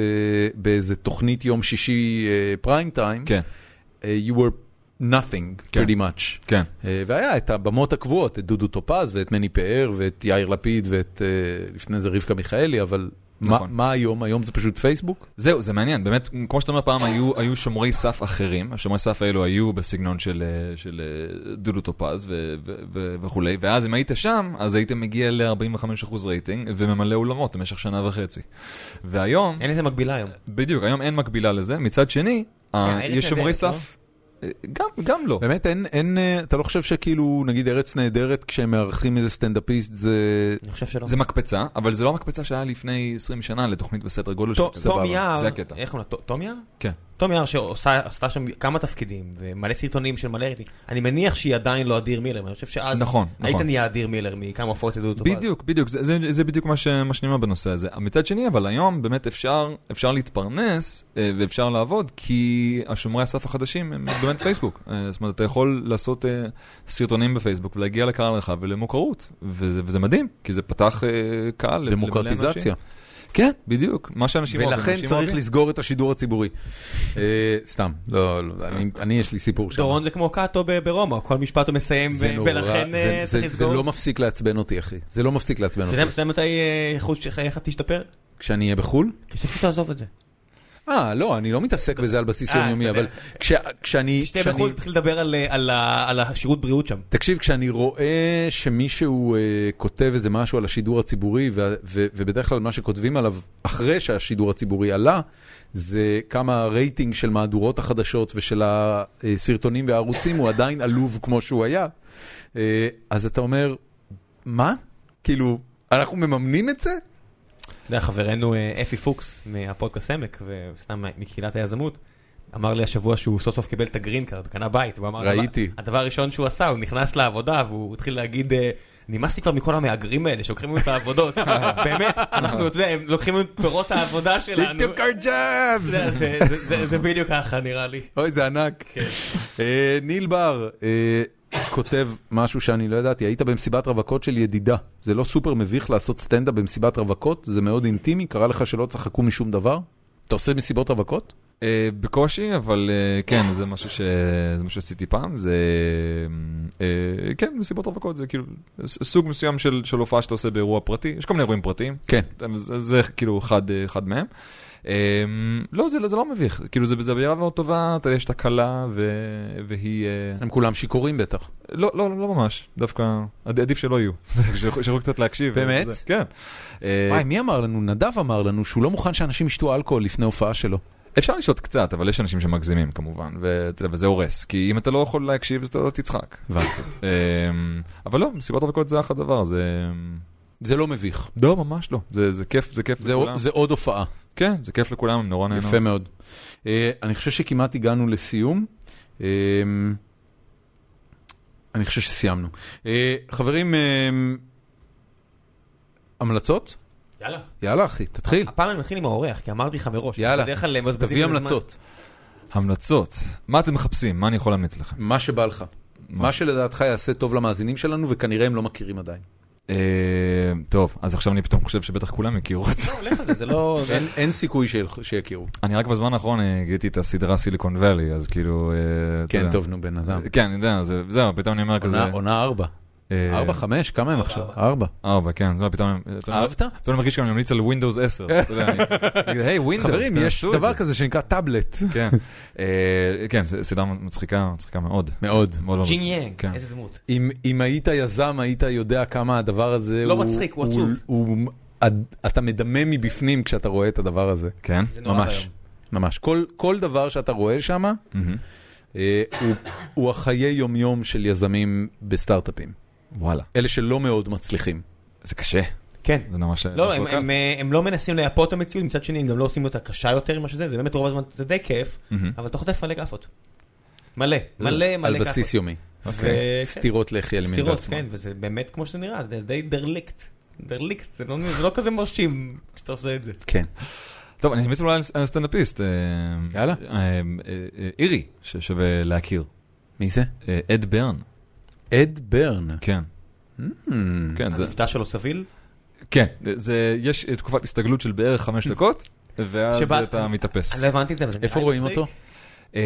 באיזה תוכנית יום שישי אה, פריים טיים, כן, אה, you were nothing כן. pretty much. כן. אה, והיה את הבמות הקבועות, את דודו טופז ואת מני פאר ואת יאיר לפיד ואת אה, לפני זה רבקה מיכאלי, אבל מה- נכון. מה היום? היום זה פשוט פייסבוק? זהו, זה מעניין, באמת, כמו שאתה אומר, פעם היו, היו שומרי סף אחרים, השומרי סף האלו היו בסגנון של, אה, של אה, דודו טופז ו, ו, ו, וכולי, ואז אם היית שם, אז היית מגיע ל-45% רייטינג וממלא אולמות במשך שנה וחצי. והיום, אין לזה מקבילה היום. בדיוק, היום אין מקבילה לזה, מצד שני, ה- ארץ יש שומרי נהדרת, סף, אה, גם, גם לא. באמת, אין- אין, אה, אתה לא חושב שכאילו, נגיד ארץ נהדרת, כשהם מארחים איזה סטנדאפיסט, זה... אני חושב שלא. זה מקפצה, אבל זה לא המקפצה שהיה לפני 20 שנה לתוכנית בסדר גודל טו- שכזה. תום יער, זה הקטע. איך קוראים לה? ת- תום יער? כן. תום יער שעשתה שם כמה תפקידים ומלא סרטונים של מלא רייטינג. אני מניח שהיא עדיין לא אדיר מילר, אני חושב שאז נכון, היית נכון. נהיה אדיר מילר מכמה הופעות ידעו אותו. בדיוק, בדיוק, זה, זה, זה בדיוק מה, ש, מה שאני אומר בנושא הזה. מצד שני, אבל היום באמת אפשר, אפשר להתפרנס אה, ואפשר לעבוד, כי השומרי הסף החדשים הם באמת פייסבוק. אה, זאת אומרת, אתה יכול לעשות אה, סרטונים בפייסבוק ולהגיע לקהל רחב ולמוכרות, וזה, וזה מדהים, כי זה פתח אה, קהל. למלא דמוקרטיזציה. אנשים. כן, בדיוק, מה שאנשים אוהבים, ולכן אנשים צריך אוהבים. לסגור את השידור הציבורי. אה, סתם, לא, לא, אני- אני יש לי סיפור שם. דורון זה כמו קאטו ב- ברומא, כל משפט הוא מסיים, זה ב- נורא, ולכן זה- אה, זה- צריך זה לסגור. לא מפסיק לעצבן אותי, אחי. זה לא מפסיק לעצבן אתה אותי. יודע- אתה יודע מתי אה, איכות שלך תשתפר? כשאני אהיה בחו"ל? כשאתה תעזוב את זה. אה, לא, אני לא מתעסק בזה על בסיס אה, יומיומי, אתה אבל יודע. כש- כשאני... שתי כשאני- בחו"ל תתחיל לדבר על, אה, על ה- על השירות בריאות שם. תקשיב, כשאני רואה שמישהו אה, כותב איזה משהו על השידור הציבורי, ו- ו- ובדרך כלל מה שכותבים עליו אחרי שהשידור הציבורי עלה, זה כמה הרייטינג של מהדורות החדשות ושל הסרטונים והערוצים הוא עדיין עלוב כמו שהוא היה, אה, אז אתה אומר, מה? כאילו, אנחנו מממנים את זה? אתה יודע, חברנו אה, אפי פוקס מהפודקאסט עמק, וסתם מקהילת היזמות, אמר לי השבוע שהוא סוף סוף קיבל את הגרין קארד, קנה בית, הוא אמר... ראיתי. "הדבר- הדבר הראשון שהוא עשה, הוא נכנס לעבודה, והוא התחיל להגיד, אה, נמאס לי כבר מכל המהגרים האלה שלוקחים לנו [laughs] את העבודות. באמת, אנחנו, אתה יודע, הם לוקחים לנו את [laughs] פירות העבודה שלנו. They took our jobs! [laughs] זה- זה- זה- זה- זה בדיוק ככה נראה לי. אוי, זה ענק. אה, ניל בר אה, כותב משהו שאני לא ידעתי, היית במסיבת רווקות של ידידה. זה לא סופר מביך לעשות סטנדאפ במסיבת רווקות, זה מאוד אינטימי, קרה לך שלא צחקו משום דבר? אתה עושה מסיבות רווקות? אה, בקושי, אבל אה, כן, זה משהו ש- זה מה שעשיתי פעם, זה... אה, כן, מסיבות רווקות, זה כאילו ס- סוג מסוים של של הופעה שאתה עושה באירוע פרטי, יש כל מיני אירועים פרטיים, כן. זה זה כאילו אחד אה, אחד מהם. אה, לא, זה לא- זה לא מביך, כאילו זה זה בעיה מאוד טובה, אתה יודע, יש את הכלה ו- והיא... אה, הם כולם שיכורים בטח. לא, לא, לא ממש, דווקא עד- עדיף שלא יהיו, [laughs] שיכולו שיכולו קצת להקשיב. באמת? זה- כן. אה, וואי, מי אמר לנו? נדב אמר לנו שהוא לא מוכן שאנשים ישתו אלכוהול לפני הופעה שלו. אפשר לשתות קצת, אבל יש אנשים שמגזימים כמובן, ואתה יודע, וזה הורס, כי אם אתה לא יכול להקשיב אז אתה לא תצחק. הבנתי. אמ, אבל לא, מסיבות רווקות זה אחלה דבר, זה... זה לא מביך. לא, ממש לא. זה זה כיף, זה כיף זה לכולם. עוד- זה עוד הופעה. כן, זה כיף לכולם, הם נורא נהנות. יפה מאוד. אה, אני חושב שכמעט הגענו לסיום. אה, אני חושב שסיימנו. אה, חברים, אה, המלצות? יאללה. יאללה אחי, תתחיל. הפעם אני מתחיל עם האורח, כי אמרתי לך מראש. יאללה. בדרך כלל הם מבזבזים תביא את הזמן. המלצות, המלצות, מה אתם מחפשים? מה אני יכול להמליץ לכם? מה שבא לך. מה שלדעתך יעשה טוב למאזינים שלנו, וכנראה הם לא מכירים עדיין. אמ, טוב, אז עכשיו אני פתאום חושב שבטח כולם הכירו את זה. [laughs] לא, לך על זה, זה לא... אין- אין סיכוי שילכ- שיכירו. אני רק בזמן האחרון אה, גיליתי את הסדרה סיליקון ואלי, אז כאילו... אה, אתה כן, יודע. טוב, נו, בן אדם. כן, אני יודע, זה- זהו, פתאום אני אומר כזה... עונה- עונה ארבע. אה, ארבע, חמש? כמה הם עכשיו? ארבע. ארבע, כן, זה לא, פתאום... אתה יודע, אהבת? פתאום אני מרגיש שאני ממליץ על Windows 10. אתה יודע, [laughs] אני- אני אגיד, היי, Windows, חברים, יש תנסו את דבר זה." כזה שנקרא טאבלט. כן, אה, כן, ס- סדרה מצחיקה, מצחיקה מאוד. מאוד. מאוד לא- ג'ין יאנג, כן. איזה דמות. אם, אם היית יזם, היית יודע כמה הדבר הזה לא מצחיק, הוא עצוב. הוא, הוא, אתה מדמם מבפנים כשאתה רואה את הדבר הזה. כן? זה נורא ממש, ואיום. ממש. כל, כל דבר שאתה רואה שם, מהמם. אה, הוא, הוא החיי יומיום של יזמים בסטארט-אפים. וואלה, אלה שלא מאוד מצליחים. זה קשה. כן. זה ממש... לא, הם, הם, אה, הם לא מנסים לייפות את המציאות, מצד שני הם גם לא עושים אותה קשה יותר ממה שזה, זה באמת רוב הזמן, זה די כיף, מהמם. אבל אתה חוטף מלא כאפות. מלא, מלא מלא לא, על כאפות. בסיס יומי. אוקיי. ו- סתירות לחי על כן, ימין סתירות, ועל שמאל. כן, וזה באמת כמו שזה נראה, זה די דרליקט. דרליקט, זה לא, זה לא כזה מרשים כשאתה עושה את זה. כן. טוב, אני אמליץ אולי על ס- על סטנדאפיסט. אה, יאללה. אה, אה, אה, אירי, ששווה להכיר. מי זה? אה, אד ברן, אד ברן. Hmm. כן. כן, זה... המבטא שלו סביל, כן, זה... יש אה, תקופת הסתגלות של בערך חמש דקות, ואז שבה- אתה מתאפס. אני לא הבנתי את זה, אבל זה נראה איפה לי רואים מצחיק. אותו? אמ,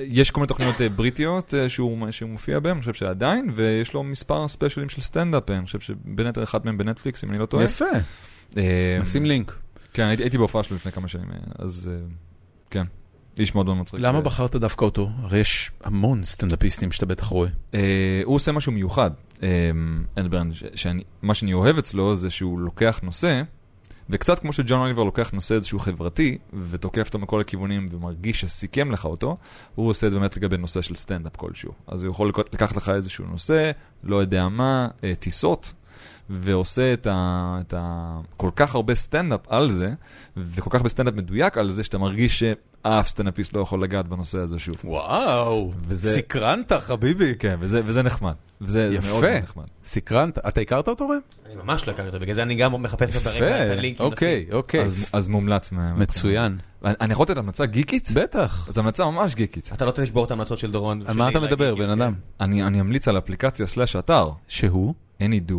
יש כל מיני תוכניות אה, בריטיות אה, שהוא, שהוא מופיע בהן, אני חושב שעדיין, ויש לו מספר ספיישלים של סטנדאפ, אה, אני חושב שבין היתר אחד מהם בנטפליקס, אם אני לא טועה. יפה, אה, אמ, אה, נשים לינק. אוקיי. כן, הייתי, הייתי בהופעה שלו לפני כמה שנים, אה, אז אה, כן, איש מאוד מאוד מצחיק. למה אה, בחרת דווקא אותו? הרי יש המון סטנדאפיסטים שאתה בטח רואה. אה, הוא עושה משהו מיוחד, אה, אלברן, שמה שאני אוהב אצלו זה שהוא לוקח נושא, וקצת כמו שג'ון אוליבר לוקח נושא איזשהו חברתי, ותוקף אותו מכל הכיוונים ומרגיש שסיכם לך אותו, הוא עושה את זה באמת לגבי נושא של סטנדאפ כלשהו. אז הוא יכול לק- לקחת לך איזשהו נושא, לא יודע מה, אה, טיסות. ועושה את ה... את ה... כל כך הרבה סטנדאפ על זה, וכל כך בסטנדאפ מדויק על זה, שאתה מרגיש שאף סטנדאפיסט לא יכול לגעת בנושא הזה שוב. וואו, וזה- סקרנת חביבי. כן, וזה, וזה נחמד. וזה יפה. מאוד מאוד נחמד. סקרנת, אתה הכרת אותו ראם? אני ממש לא הכרתי אותו, בגלל זה אני גם מחפש אותו ברגע את הלינק. אם אוקיי, נשים. אוקיי. אז, אז מומלץ. מה- מצוין. אני אני יכול לתת המלצה גיקית? בטח. זו המלצה ממש גיקית. אתה לא תשבור את ההמלצות של דורון. על מה שלי, אתה מדבר, להגיד, כן. בן אדם? אני, אני אמליץ על אפליקציה סלאש אתר, שהוא? Any do.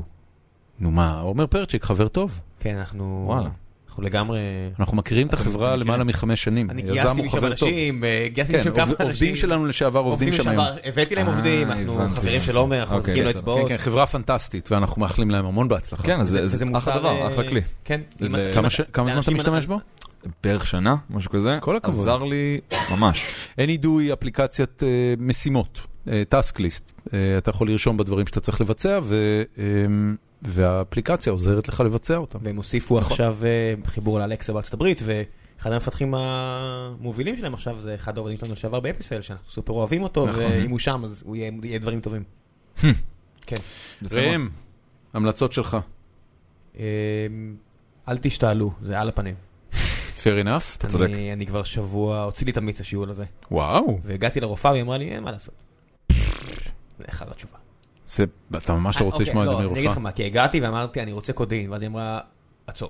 נו מה, עומר פרצ'יק, חבר טוב. כן, אנחנו... וואלה. אנחנו לגמרי... אנחנו מכירים את אתם- החברה אתם למעלה מכירים? מחמש שנים. אני יזם גייסתי הוא משם חבר טוב. אנשים, אה, גייסתי [laughs] כן, משם כמה עובד- אנשים. עובדים שלנו לשעבר עובדים שם היום. לשעבר, הבאתי להם אה, עובדים, אנחנו הבנתי. חברים של עומר, אנחנו אוקיי, מחזיקים לו בסדר. אצבעות. כן, כן, חברה פנטסטית, ואנחנו מאחלים להם המון בהצלחה. כן, אז זה, זה, וזה אחלה מוצר, דבר, אה, אחלה כלי. כן. אם ל- אם כמה ש- כמה זמן אתה לאנשים משתמש אנחנו- בו? בערך שנה, משהו כזה. כל הכבוד. עזר לי ממש. AnyDo היא אפליקציית אה, משימות, אה, task list. אה, אתה יכול לרשום בדברים שאתה צריך לבצע, ו, אה, והאפליקציה עוזרת לך לבצע אותם. והם הוסיפו נכון. עכשיו אה, חיבור לאלקסה בארצות הברית, ואחד המפתחים המובילים שלהם עכשיו זה אחד העובדים שלנו לשעבר באפיסל, שאנחנו סופר אוהבים אותו, נכון. ואם הוא שם אז הוא יהיה יהיה דברים טובים. כן. ראם, המלצות שלך. אה, אל תשתעלו, זה על הפנים. Fair enough. אתה צודק. אני- אני כבר שבוע, הוציא לי את המיץ השיעול הזה. וואו, והגעתי לרופאה והיא אמרה לי, אין מה לעשות. זה אחד התשובה. זה, אתה ממש לא רוצה אוקיי, לשמוע את זה לא, אני אגיד מרופאה. לך מה, כי הגעתי ואמרתי, אני רוצה קודין, ואז היא אמרה, [laughs] עצור.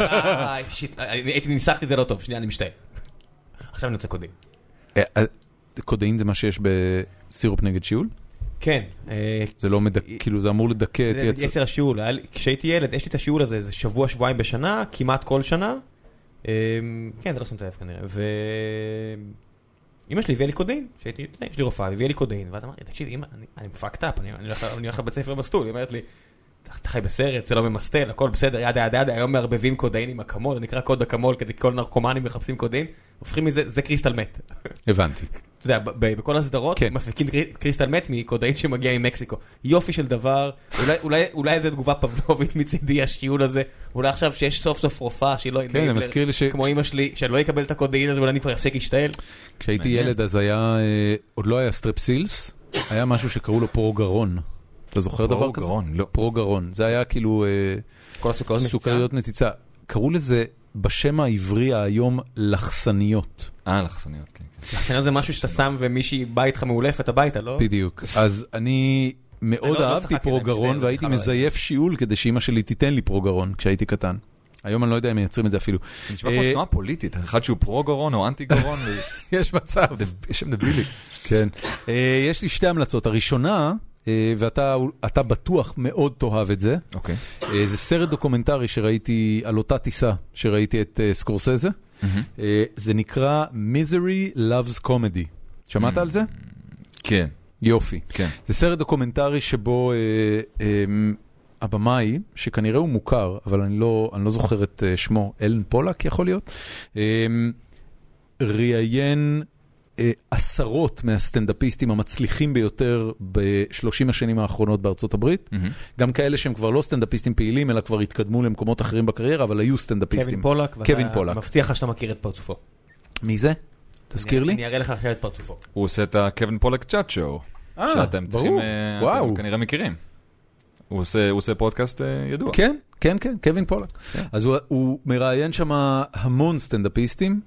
אה, שיט, אני- הייתי ניסחתי את זה לא טוב, שנייה, אני משתעל. עכשיו אני רוצה קודין. אה, אה, קודאין זה מה שיש בסירופ נגד שיעול? כן, אה, זה לא מדכא, כאילו זה אמור לדכא את זה יצר... יצר השיעול. היה לי- כשהייתי ילד, יש לי את השיעול הזה, זה שבוע, שבועיים בשנה, כמעט כל שנה. אה, כן, אתה לא שמת לב כנראה. ו... אמא שלי הביאה לי קודאין, כשהייתי, אתה יודע, יש לי רופאה, הביאה לי קודאין, ואז אמרתי, תקשיב, אמא, אני- אני מפאקד אפ, אני אני הולך- אני הולך לבית ספר מסטול, היא אומרת לי, "אתה- אתה חי בסרט, זה לא ממסטל, הכל בסדר, ידה ידה ידה, היום מערבבים קודאין עם אקמול, זה נקרא קוד אקמול, כדי כל נרקומנים מחפשים קודאין, הופכים מזה, זה קריסטל מת. הבנתי. אתה יודע, ב- ב- בכל הסדרות, כן. מפיקים קרי- קריסטל מת מקודאין שמגיע ממקסיקו. יופי של דבר, אולי- אולי- אולי זו תגובה פבלובית מצידי, השיעול הזה. אולי עכשיו שיש סוף סוף רופאה שהיא לא כן, זה אינהיבלר, מזכיר לי ש... כמו אימא שלי, שאני לא אקבל את הקודאין הזה, אולי אני כבר אפסיק להשתעל. כשהייתי מעניין. ילד אז היה, אה, עוד לא היה סטרפסילס, היה משהו שקראו לו פרוגרון. אתה זוכר דבר כזה? גרון, לא. פרוגרון. זה היה כאילו אה, כל הסוכריות סוכריות נציצה. קראו לזה בשם העברי האיום לחסניות. אה, לחסניות, כן, כן. סצנה זה משהו שאתה שם ומישהי באה איתך מאולפת הביתה, נכון. לא? בדיוק. אז אני אני מאוד לא- לא אהבתי צחקתי, אני פרוגרון מצטער, והייתי חבל. מזייף אה? שיעול כדי שאימא שלי תיתן לי פרוגרון כשהייתי קטן. היום אני לא יודע אם מייצרים את זה אפילו. זה נשמע כמו אה, תנועה פוליטית, אחד שהוא פרו גרון או אנטי [laughs] גרון, וזה [laughs] יש מצב. שם דבילי. כן. אה, יש לי שתי המלצות. הראשונה, אה, ואתה אתה בטוח מאוד תאהב את זה, אוקיי. אה, זה סרט דוקומנטרי שראיתי על אותה טיסה שראיתי את אה, סקורסזה. אה, זה נקרא Misery Loves Comedy. שמעת על זה? כן, יופי. כן. זה סרט דוקומנטרי שבו אה, אה, הבמאי, שכנראה הוא מוכר, אבל אני לא, אני לא זוכר את אה, שמו, אלן פולק יכול להיות, אה, ראיין אה, עשרות מהסטנדאפיסטים המצליחים ביותר ב-30 השנים האחרונות בארצות הברית. Mm. מהמם. גם כאלה שהם כבר לא סטנדאפיסטים פעילים, אלא כבר התקדמו למקומות אחרים בקריירה, אבל היו סטנדאפיסטים. קווין פולק, ואתה קווין פולק. מבטיח לך שאתה מכיר את פרצופו. מי זה? תזכיר אני- לי. אני אראה לך עכשיו את פרצופו. הוא עושה את הקווין פולק צ'אט שואו, אה, שאתם צריכים, ברור. אה, וואו. אתם כנראה מכירים. הוא עושה- הוא עושה פודקאסט אה, ידוע. כן, כן, כן, קווין פולק. אז הוא- הוא מראיין שם המון סטנדאפיסטים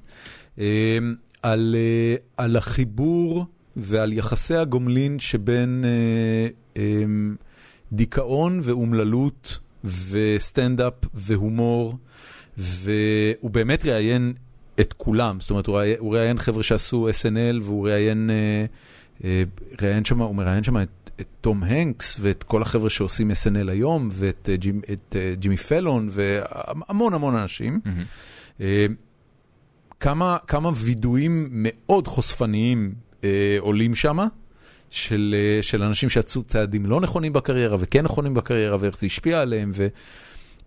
אה, על אה, על החיבור ועל יחסי הגומלין שבין אה, אה, דיכאון ואומללות וסטנדאפ והומור, והוא באמת ראיין את כולם, זאת אומרת, הוא ראיין- הוא ראיין חבר'ה שעשו SNL והוא ראיין... אה, אה, ראיין שם, הוא מראיין שם את, את תום הנקס ואת כל החבר'ה שעושים SNL היום ואת אה, ג'ימ, את, אה, ג'ימי פלון והמון המון אנשים. מהמם. אה, כמה, כמה וידויים מאוד חושפניים אה, עולים שם. של, אה, של אנשים שעשו צעדים לא נכונים בקריירה וכן נכונים בקריירה ואיך זה השפיע עליהם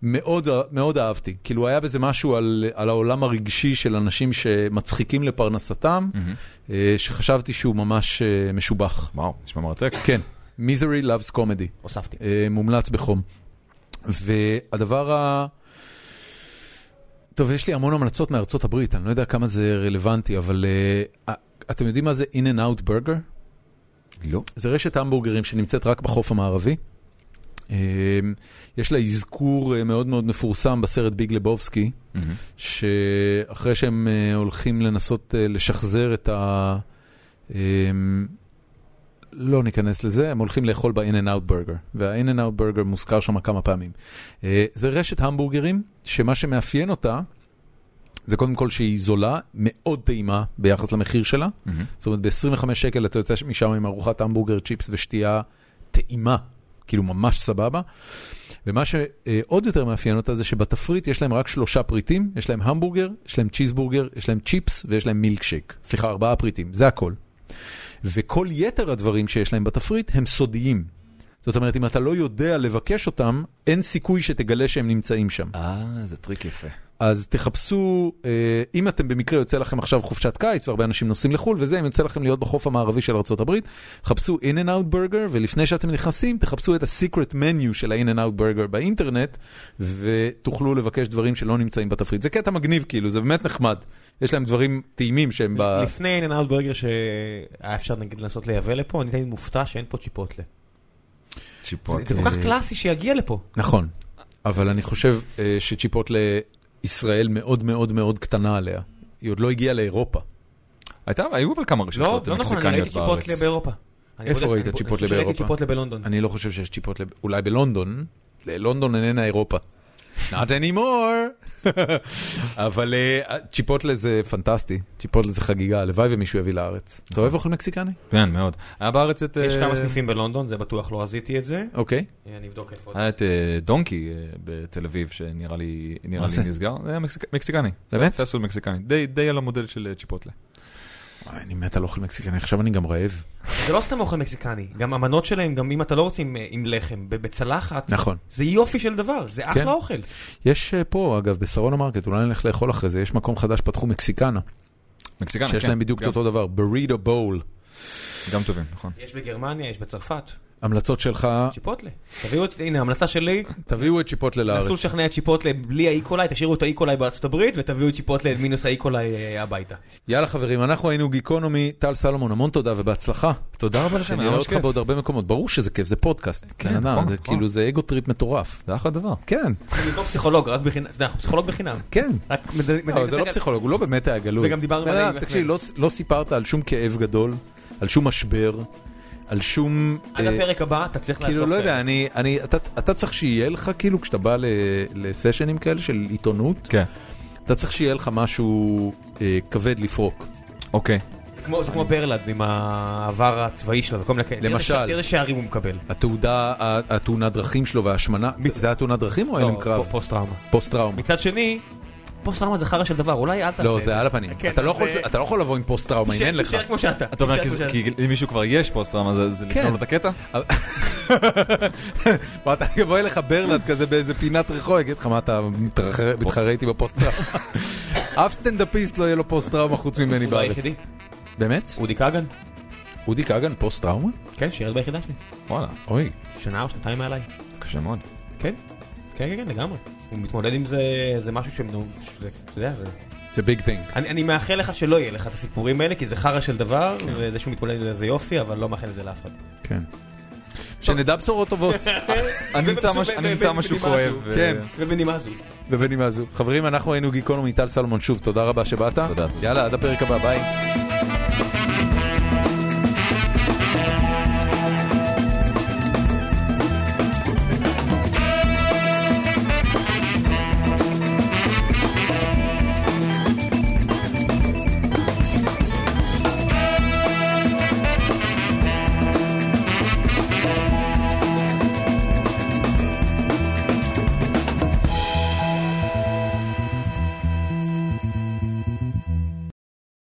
ומאוד אה- מאוד אהבתי. כאילו היה בזה משהו על, על העולם הרגשי של אנשים שמצחיקים לפרנסתם, מהמם. אה, שחשבתי שהוא ממש אה, משובח. וואו, נשמע מרתק. כן, Misery Loves Comedy, הוספתי. אה, מומלץ בחום. והדבר ה... טוב, יש לי המון המלצות מארצות הברית, אני לא יודע כמה זה רלוונטי, אבל אה, אתם יודעים מה זה In and Out Burger? לא. זה רשת המבורגרים שנמצאת רק בחוף המערבי. אה, יש לה אזכור אה, מאוד מאוד מפורסם בסרט ביג לבובסקי, מהמם. שאחרי שהם אה, הולכים לנסות אה, לשחזר את ה... אה, לא ניכנס לזה, הם הולכים לאכול ב-In-N-Out Burger, וה-In-N-Out Burger מוזכר שם כמה פעמים. אה, זה רשת המבורגרים, שמה שמאפיין אותה, זה קודם כל שהיא זולה, מאוד טעימה ביחס למחיר שלה. מהמם. זאת אומרת, ב-25 שקל אתה יוצא משם עם ארוחת המבורגר, צ'יפס ושתייה טעימה, כאילו ממש סבבה. ומה שעוד יותר מאפיין אותה זה שבתפריט יש להם רק שלושה פריטים, יש להם המבורגר, יש להם צ'יזבורגר, יש להם צ'יפס ויש להם מילקשייק. סליחה, ארבעה פריטים, זה הכל. וכל יתר הדברים שיש להם בתפריט הם סודיים. זאת אומרת, אם אתה לא יודע לבקש אותם, אין סיכוי שתגלה שהם נמצאים שם. אה, זה טריק יפה. אז תחפשו, אה, אם אתם במקרה יוצא לכם עכשיו חופשת קיץ והרבה אנשים נוסעים לחו"ל וזה, אם יוצא לכם להיות בחוף המערבי של ארה"ב, חפשו In and Out Burger, ולפני שאתם נכנסים, תחפשו את ה-Secret Menu של ה-In and Out Burger באינטרנט, ותוכלו לבקש דברים שלא נמצאים בתפריט. זה קטע מגניב כאילו, זה באמת נחמד. יש להם דברים טעימים שהם ב... לפני אין אאוט ברגר שהיה אפשר נגיד לנסות לייבא לפה, אני תמיד מופתע שאין פה צ'יפוטלה. צ'יפוט. זה כל אה. כך קלאסי שיגיע לפה. נכון, אבל אני חושב אה, שצ'יפוטלה ישראל מאוד מאוד מאוד קטנה עליה. היא עוד לא הגיעה לאירופה. הייתה, היו אבל כמה לא, רשתות לא נכון, אני ראיתי מקסיקניות בארץ. צ'יפוטלה באירופה. אני איפה בודק, ראית אני בודק, צ'יפוטלה אני חושב שראיתי באירופה? צ'יפוטלה בלונדון. אני לא חושב שיש צ'יפוטלה, אולי בלונדון, לונדון איננה אירופה. Not anymore! [laughs] אבל אה, צ'יפוטלה זה פנטסטי, צ'יפוטלה זה חגיגה, הלוואי ומישהו יביא לארץ. אתה אוהב אוכל מקסיקני? כן, מאוד. היה בארץ את... יש אה, כמה סניפים בלונדון, זה בטוח לא עזיתי את זה. אוקיי. אה, אני אבדוק איפה. היה את אה, דונקי אה, בתל אביב, שנראה לי נראה מה לי זה? נסגר. זה היה מקסיק- מקסיקני. באמת? פסט פוד מקסיקני. די- די על המודל של אה, צ'יפוטלה. וואי, אני מת על אוכל מקסיקני, עכשיו אני גם רעב. זה לא סתם אוכל מקסיקני, גם המנות שלהם, גם אם אתה לא רוצה עם- עם לחם, ב- בצלחת, נכון. זה יופי של דבר, זה כן. אחלה אוכל. יש אה, פה, אגב, בשרון המרקט, אולי נלך לאכול אחרי זה, יש מקום חדש, פתחו מקסיקנה, מקסיקני, שיש כן. להם בדיוק את גם- אותו דבר, ברידו בול. גם טובים, נכון. יש בגרמניה, יש בצרפת, אה. המלצות שלך, צ'יפוטלה. תביאו את, הנה ההמלצה שלי, תביאו את צ'יפוטלה לארץ. נסו לשכנע את צ'יפוטלה בלי האי-קולאי, תשאירו את האי-קולאי בארצות הברית ותביאו את צ'יפוטלה מינוס האי-קולאי אה, הביתה. יאללה חברים, אנחנו היינו גיקונומי, טל סלומון, המון תודה ובהצלחה. תודה רבה לכם, היה שנראה ממש אותך כיף. בעוד הרבה מקומות. ברור שזה כיף, זה פודקאסט. כן, בן אדם, נכון, זה נכון. כאילו זה אגו טריפ מטורף. זה אחלה דבר. כן, אני לא פסיכולוג, רק בחינם, אתה יודע, אנחנו פסיכולוג בחינם. כן. רק מד- לא, מד- זה לא פסיכולוג, הוא לא באמת היה גלוי. וגם דיברנו בן על אדם, האם תקשיב, לא- לא סיפרת על שום כאב גדול, על שום משבר, על שום... עד אה, הפרק הבא אתה צריך לעשות. כאילו, לא יודע, אני, אני, אתה, אתה צריך שיהיה לך, כאילו, כשאתה בא ל, לסשנים כאלה של עיתונות, כן. אתה צריך שיהיה לך משהו אה, כבד לפרוק. אוקיי. זה כמו- זה כמו ברלד עם העבר הצבאי שלו וכל מיני כאלה. תראה למשל. כן, ש- תראה שערים הוא מקבל. התעודה, ה- התאונת דרכים שלו וההשמנה, מצ- זה היה תאונת דרכים או הלם לא, קרב? פ- פוסט-טראומה. פוסט [laughs] טראומה. מצד שני, פוסט-טראומה זה חרא של דבר, אולי אל תעשה לא, את זה על הפנים. כן, אתה לא אז, יכול- אה, אתה לא יכול לבוא עם פוסט טראומה אם תישאר- אין לך. תישאר כמו שאתה. אתה אומר, תישאר כי כמו זה- שאתה. כי אם מישהו כבר יש פוסט-טראומה, זה- זה כן. לקנות לו את הקטע? מה, אתה יבוא אליך ברלנד כזה באיזה פינת רחוב, יגיד לך מה אתה מתרחר- מתחרה איתי בפוסט טראומה. [laughs] אף סטנדאפיסט לא יהיה לו פוסט טראומה חוץ ממני הוא בארץ. לא, היחידי. באמת? אודי כגן? אודי כגן פוסט טראומה? כן, שירת ביחידה שלי. וואלה, אוי. שנה או שנתיים מעליי. קשה מאוד. כן, כן, כן, כן, לגמרי. הוא מתמודד עם זה, זה משהו שהם נו, שזה- אתה יודע, זה... זה ביג תינג. אני, אני מאחל לך שלא יהיה לך את הסיפורים האלה, כי זה חרא של דבר, וזה שהוא מתמודד עם זה זה יופי, אבל לא מאחל את זה לאף אחד. כן. שנדע בשורות [laughs] טובות. אני אמצא ובסוף- משהו- ב- אני ב- אמצא ב- משהו בנימה כואב. זו. ו- כן. ובנימה זו. ובנימה זו. חברים, אנחנו היינו גיקונומי טל סלומון שוב, תודה רבה שבאת. תודה. יאללה, עד הפרק הבא, ביי.